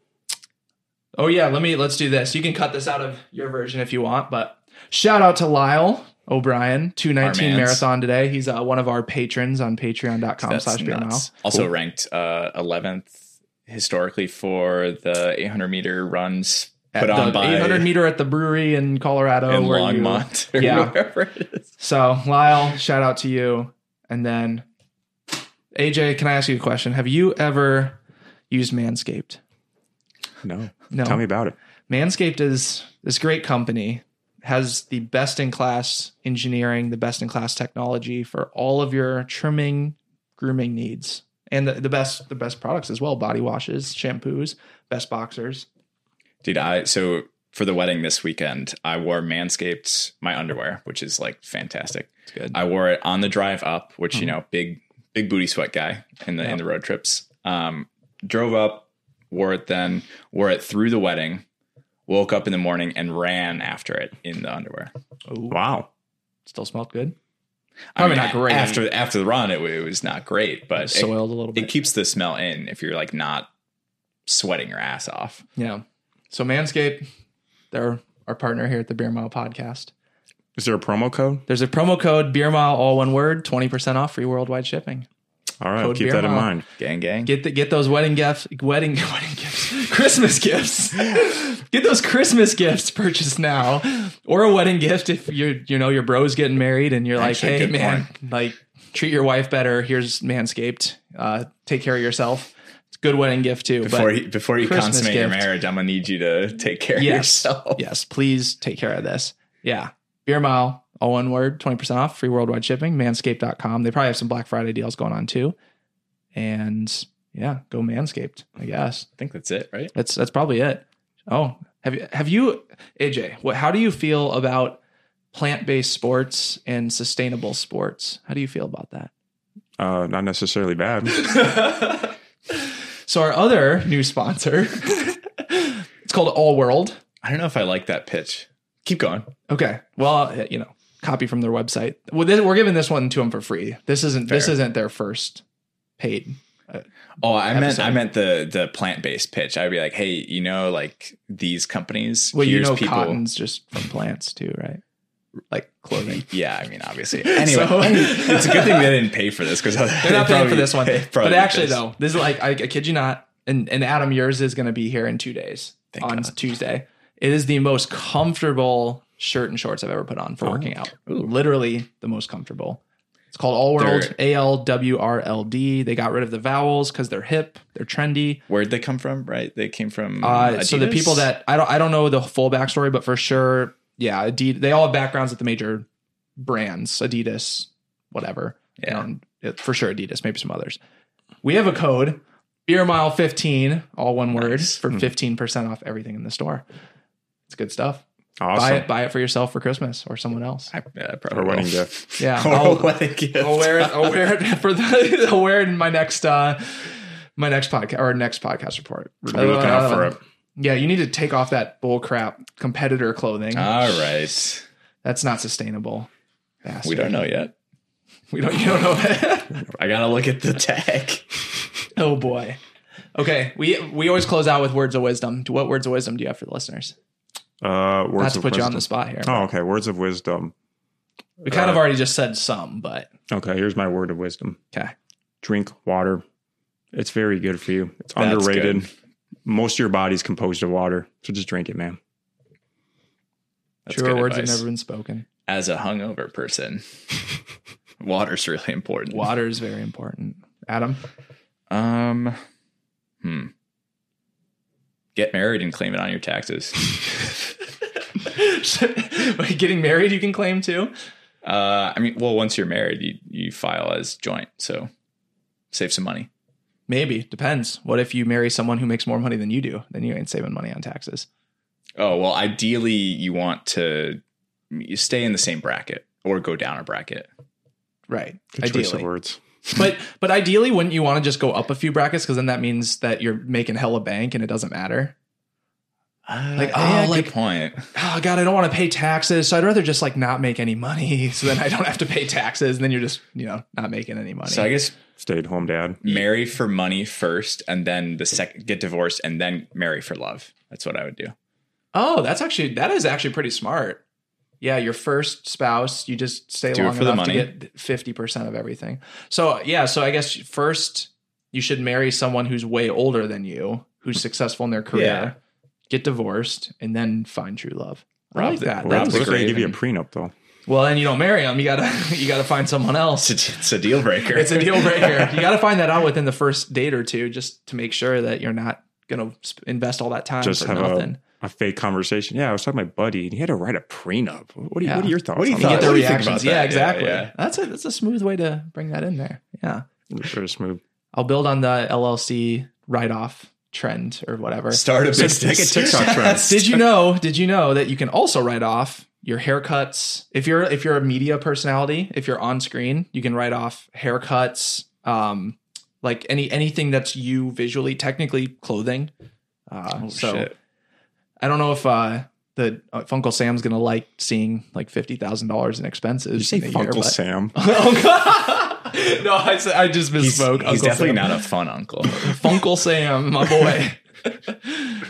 Speaker 1: Oh yeah, let me let's do this. You can cut this out of your version if you want, but shout out to Lyle O'Brien, two nineteen
Speaker 3: Our mans.
Speaker 1: marathon today. He's uh, one of our patrons on patreon.com
Speaker 3: That's
Speaker 1: slash beer mile.
Speaker 3: nuts. Also ranked uh, 11th historically for the 800 meter runs
Speaker 1: At
Speaker 3: put on
Speaker 1: the
Speaker 3: by
Speaker 1: 800 meter at the brewery in Colorado.
Speaker 3: in
Speaker 1: where Oh, you-
Speaker 3: Longmont or
Speaker 1: Yeah.
Speaker 3: wherever it is.
Speaker 1: So Lyle, shout out to you. And then AJ, can I ask you a question? Have you ever used Manscaped?
Speaker 4: No.
Speaker 1: No.
Speaker 4: Tell me about it.
Speaker 1: Manscaped is this great company, has the best in class engineering, the best in class technology for all of your trimming, grooming needs, and the, the best the best products as well: body washes, shampoos, best boxers.
Speaker 3: Dude, I so for the wedding this weekend, I wore Manscaped my underwear, which is like fantastic.
Speaker 1: It's good.
Speaker 3: I wore it on the drive up, which you know, big big booty sweat guy in
Speaker 1: Mm-hmm.
Speaker 3: the
Speaker 1: Yeah.
Speaker 3: in the road trips. Um, drove up, wore it then, wore it through the wedding, woke up in the morning and ran after it in the underwear.
Speaker 1: Ooh,
Speaker 4: Wow.
Speaker 1: still smelled good.
Speaker 3: I
Speaker 1: Probably
Speaker 3: mean,
Speaker 1: not
Speaker 3: a-
Speaker 1: great.
Speaker 3: after after the run. It, wa- it was not great, but it,
Speaker 1: Soiled a little
Speaker 3: it
Speaker 1: bit.
Speaker 3: keeps the smell in if you're like not sweating your ass off.
Speaker 1: yeah. So Manscaped, they're our partner here at the Beer Mile Podcast.
Speaker 4: Is there a promo code?
Speaker 1: There's a promo code Beer Mile, all one word, twenty percent off, free worldwide shipping.
Speaker 4: All right.
Speaker 1: Code
Speaker 4: keep that in
Speaker 1: Beermile.
Speaker 4: mind.
Speaker 3: Gang, gang.
Speaker 1: Get the, get those wedding gifts, wedding wedding gifts, Christmas gifts. Get those Christmas gifts purchased now, or a wedding gift if you you know your bro's getting married and you're
Speaker 3: Actually,
Speaker 1: like, hey
Speaker 3: good
Speaker 1: man, like treat your wife better. Here's Manscaped. Uh, take care of yourself. It's a good wedding gift too.
Speaker 3: before
Speaker 1: but
Speaker 3: you before you
Speaker 1: Christmas
Speaker 3: consummate your
Speaker 1: gift.
Speaker 3: marriage, I'm gonna need you to take care of
Speaker 1: yes,
Speaker 3: yourself.
Speaker 1: yes, please take care of this. Yeah, beer mile, all one word, twenty percent off, free worldwide shipping. Manscaped.com. They probably have some Black Friday deals going on too, and yeah, go Manscaped. I guess.
Speaker 3: I think that's it, right?
Speaker 1: That's that's probably it. Oh, have you have you AJ? What? How do you feel about plant based sports and sustainable sports? How do you feel about that?
Speaker 4: Uh, not necessarily bad.
Speaker 1: So our other new sponsor, it's called All World.
Speaker 3: I don't know if I like that pitch. Keep going.
Speaker 1: Okay, well you know, copy from their website. Well, this, we're giving this one to them for free. This isn't this
Speaker 3: Fair.
Speaker 1: isn't their first paid.
Speaker 3: Oh, I meant
Speaker 1: Episode.
Speaker 3: I meant the the plant based pitch. I'd be like, hey, you know, like these companies.
Speaker 1: Well, you
Speaker 3: here's
Speaker 1: know, cotton's just from plants too, right? Like clothing.
Speaker 3: Yeah, I mean, obviously. Anyway,
Speaker 1: So-
Speaker 3: it's a good thing they didn't pay for this because they're
Speaker 1: They're not paying for this one. But actually, though, this is like I, I kid you not, and and Adam, yours is going to be here in two days
Speaker 3: Thank
Speaker 1: on
Speaker 3: God.
Speaker 1: Tuesday. It is the most comfortable shirt and shorts I've ever put on for
Speaker 4: Oh.
Speaker 1: working out.
Speaker 3: Ooh.
Speaker 1: Literally the most comfortable. It's called All World
Speaker 3: They're-
Speaker 1: A L W R L D. They got rid of the vowels because they're hip, they're trendy.
Speaker 3: where'd they come from? Right, they came from.
Speaker 1: Uh, so the
Speaker 3: Adidas?
Speaker 1: people that I don't I don't know the full backstory, but for sure, yeah, Adidas. They all have backgrounds at the major brands, Adidas, whatever.
Speaker 3: Yeah.
Speaker 1: Um, it- for sure, Adidas, maybe some others. We have a code, beer mile fifteen, all one word,
Speaker 3: Nice.
Speaker 1: for
Speaker 4: Hmm.
Speaker 1: fifteen percent off everything in the store. It's good stuff. Buy
Speaker 4: Awesome.
Speaker 1: it, buy it for yourself for Christmas or someone else.
Speaker 3: I, yeah, I probably
Speaker 4: Our wedding
Speaker 3: will.
Speaker 4: gift.
Speaker 1: Yeah, Oh.
Speaker 3: Or
Speaker 1: I'll-
Speaker 3: a wedding gift.
Speaker 1: I'll wear it. I'll wear it for the. I'll wear it in my next uh, my next podcast or next podcast report.
Speaker 4: I'll be looking out for it.
Speaker 1: Yeah, you need to take off that bull crap competitor clothing.
Speaker 3: All right,
Speaker 1: That's not sustainable. Bastard.
Speaker 3: we don't know yet.
Speaker 1: We don't. You don't know that.
Speaker 3: I gotta look at the tag.
Speaker 1: oh boy. Okay. We we always close out with words of wisdom. What words of wisdom do you have for the listeners?
Speaker 4: Uh, words
Speaker 1: not to
Speaker 4: of
Speaker 1: put you on the
Speaker 4: wisdom.
Speaker 1: spot here.
Speaker 4: Oh, okay. Words of wisdom.
Speaker 1: we kind of already just said some, but
Speaker 4: Okay, here's my word of wisdom.
Speaker 1: okay.
Speaker 4: Drink water. It's very good for you. It's
Speaker 3: That's
Speaker 4: underrated.
Speaker 3: good.
Speaker 4: Most of your body's composed of water, so just drink it, man.
Speaker 3: That's
Speaker 1: Truer
Speaker 3: good
Speaker 1: words
Speaker 3: advice.
Speaker 1: have never been spoken.
Speaker 3: As a hungover person, water's really important.
Speaker 1: Water is very important. Adam,
Speaker 3: Um, hmm. Get married and claim it on your taxes.
Speaker 1: Getting married, you can claim too.
Speaker 3: Uh, I mean, well, once you're married, you, you file as joint, so save some money.
Speaker 1: Maybe depends. What if you marry someone who makes more money than you do? Then you ain't saving money on taxes.
Speaker 3: Oh well, ideally you want to you stay in the same bracket or go down a bracket.
Speaker 1: Right.
Speaker 4: Good choice of
Speaker 1: ideally,
Speaker 4: words.
Speaker 1: but but ideally, wouldn't you want to just go up a few brackets? Because then that means that you're making hella bank, and it doesn't matter.
Speaker 3: like,
Speaker 1: oh,
Speaker 3: oh,
Speaker 1: like-
Speaker 3: good point.
Speaker 1: Oh God, I don't want to pay taxes, so I'd rather just like not make any money, so then I don't have to pay taxes, and then you're just you know not making any money.
Speaker 3: So I guess
Speaker 4: Stay at home, dad.
Speaker 3: marry for money first, and then the second get divorced, and then marry for love. That's what I would do.
Speaker 1: oh, that's actually that is actually pretty smart. Yeah, your first spouse, you just stay
Speaker 3: Do it
Speaker 1: long
Speaker 3: for the
Speaker 1: enough to
Speaker 3: money.
Speaker 1: get fifty percent of everything. So yeah, so I guess first you should marry someone who's way older than you, who's successful in their career,
Speaker 3: Yeah.
Speaker 1: get divorced, and then find true love. I
Speaker 3: Rob
Speaker 1: like
Speaker 3: the-
Speaker 1: that.
Speaker 3: rob
Speaker 4: What
Speaker 1: That
Speaker 4: if-
Speaker 1: was
Speaker 4: what if they
Speaker 1: great.
Speaker 4: give you a prenup though?
Speaker 1: Well, then you don't marry them. You gotta you gotta find someone else.
Speaker 3: It's a, it's a deal breaker.
Speaker 1: It's a deal breaker. you gotta find that out within the first date or two, just to make sure that you're not gonna sp- invest all that time
Speaker 4: Just
Speaker 1: for
Speaker 4: have
Speaker 1: nothing.
Speaker 4: a, a fake conversation. Yeah, I was talking to my buddy, and he had to write a prenup. What are, you,
Speaker 1: Yeah.
Speaker 4: what are your thoughts?
Speaker 3: do you
Speaker 4: on
Speaker 1: you get
Speaker 3: think
Speaker 4: that?
Speaker 1: their
Speaker 3: What do you think
Speaker 1: reactions.
Speaker 3: about that?
Speaker 1: Yeah,
Speaker 3: Yeah,
Speaker 1: exactly.
Speaker 3: yeah.
Speaker 1: That's a that's a smooth way to bring that in there. Yeah,
Speaker 4: Very smooth.
Speaker 1: I'll build on the LLC write off trend or whatever.
Speaker 3: Start a
Speaker 4: So
Speaker 3: business.
Speaker 4: take a TikTok trend.
Speaker 1: Did you know? Did you know that you can also write off your haircuts if you're if you're a media personality, if you're on screen, you can write off haircuts, um, like any anything that's you visually, technically clothing. Uh,
Speaker 3: Oh,
Speaker 1: so
Speaker 3: shit.
Speaker 1: I don't know if uh, the uh, if Uncle Sam's gonna like seeing like fifty thousand dollars in expenses.
Speaker 4: You say
Speaker 1: in a year,
Speaker 4: Uncle
Speaker 1: but-
Speaker 4: Sam?
Speaker 1: Uncle- no, I, said- I just
Speaker 3: He's,
Speaker 1: misspoke.
Speaker 3: he's definitely
Speaker 1: Sam.
Speaker 3: not a fun uncle.
Speaker 1: Funkle Sam, my boy.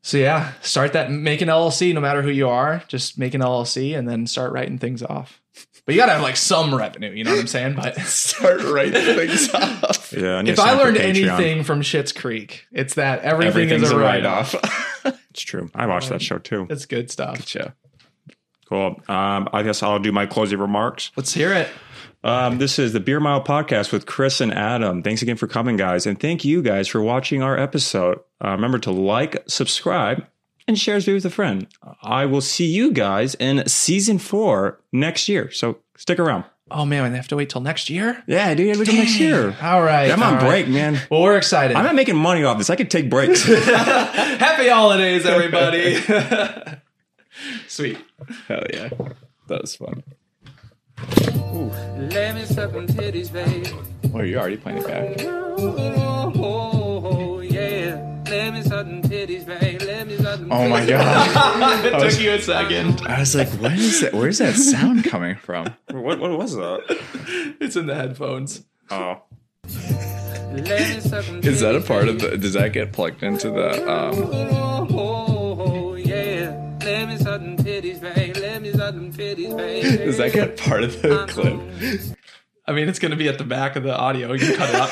Speaker 1: so yeah, start that make an LLC no matter who you are, just make an LLC and then start writing things off. But you gotta have like some revenue, you know what I'm saying? But
Speaker 3: Start writing things off.
Speaker 4: Yeah. need
Speaker 1: if
Speaker 4: to sign
Speaker 1: I
Speaker 4: up for
Speaker 1: learned
Speaker 4: Patreon.
Speaker 1: anything from Shits Creek, it's that everything
Speaker 3: Everything's
Speaker 1: is
Speaker 3: a
Speaker 1: a
Speaker 3: write
Speaker 1: write-off.
Speaker 3: off.
Speaker 4: it's true. I watched that show too.
Speaker 1: That's good stuff.
Speaker 3: Show.
Speaker 4: Cool. Um, I guess I'll do my closing remarks.
Speaker 1: Let's hear it.
Speaker 4: Um, this is the Beer Mile Podcast with Chris and Adam. Thanks again for coming, guys. And thank you guys for watching our episode. Uh, remember to like, subscribe, and share this video with a friend. I will see you guys in season four next year. So stick around.
Speaker 1: Oh man, they have to wait till next year?
Speaker 4: Yeah, dude, it'll be next year.
Speaker 1: All right.
Speaker 4: I'm on
Speaker 1: all right.
Speaker 4: break, man.
Speaker 1: Well, we're excited.
Speaker 4: I'm not making money off this. I could take breaks.
Speaker 1: Happy holidays, everybody. Sweet.
Speaker 3: Hell yeah. That was fun.
Speaker 5: Let me suck them titties, baby.
Speaker 3: Oh, you're already playing it back.
Speaker 5: Oh, oh, oh, yeah. Let me suck them titties, babe. Let me suck them
Speaker 3: Oh my
Speaker 5: titties.
Speaker 3: god.
Speaker 1: It took you a second.
Speaker 3: I was like, where is that? Where's that sound coming from?
Speaker 4: what, what was that?
Speaker 1: It's in the headphones.
Speaker 4: Oh.
Speaker 5: Let me suck them
Speaker 3: Is that a
Speaker 5: titties,
Speaker 3: part of the? Does that get plugged into the? um
Speaker 5: babe. Oh, oh, oh, yeah. Let me suck them titties, babe. Let me suck them titties, babe.
Speaker 3: Does that get part of the clip?
Speaker 1: I mean, it's going to be at the back of the audio. You can cut it out.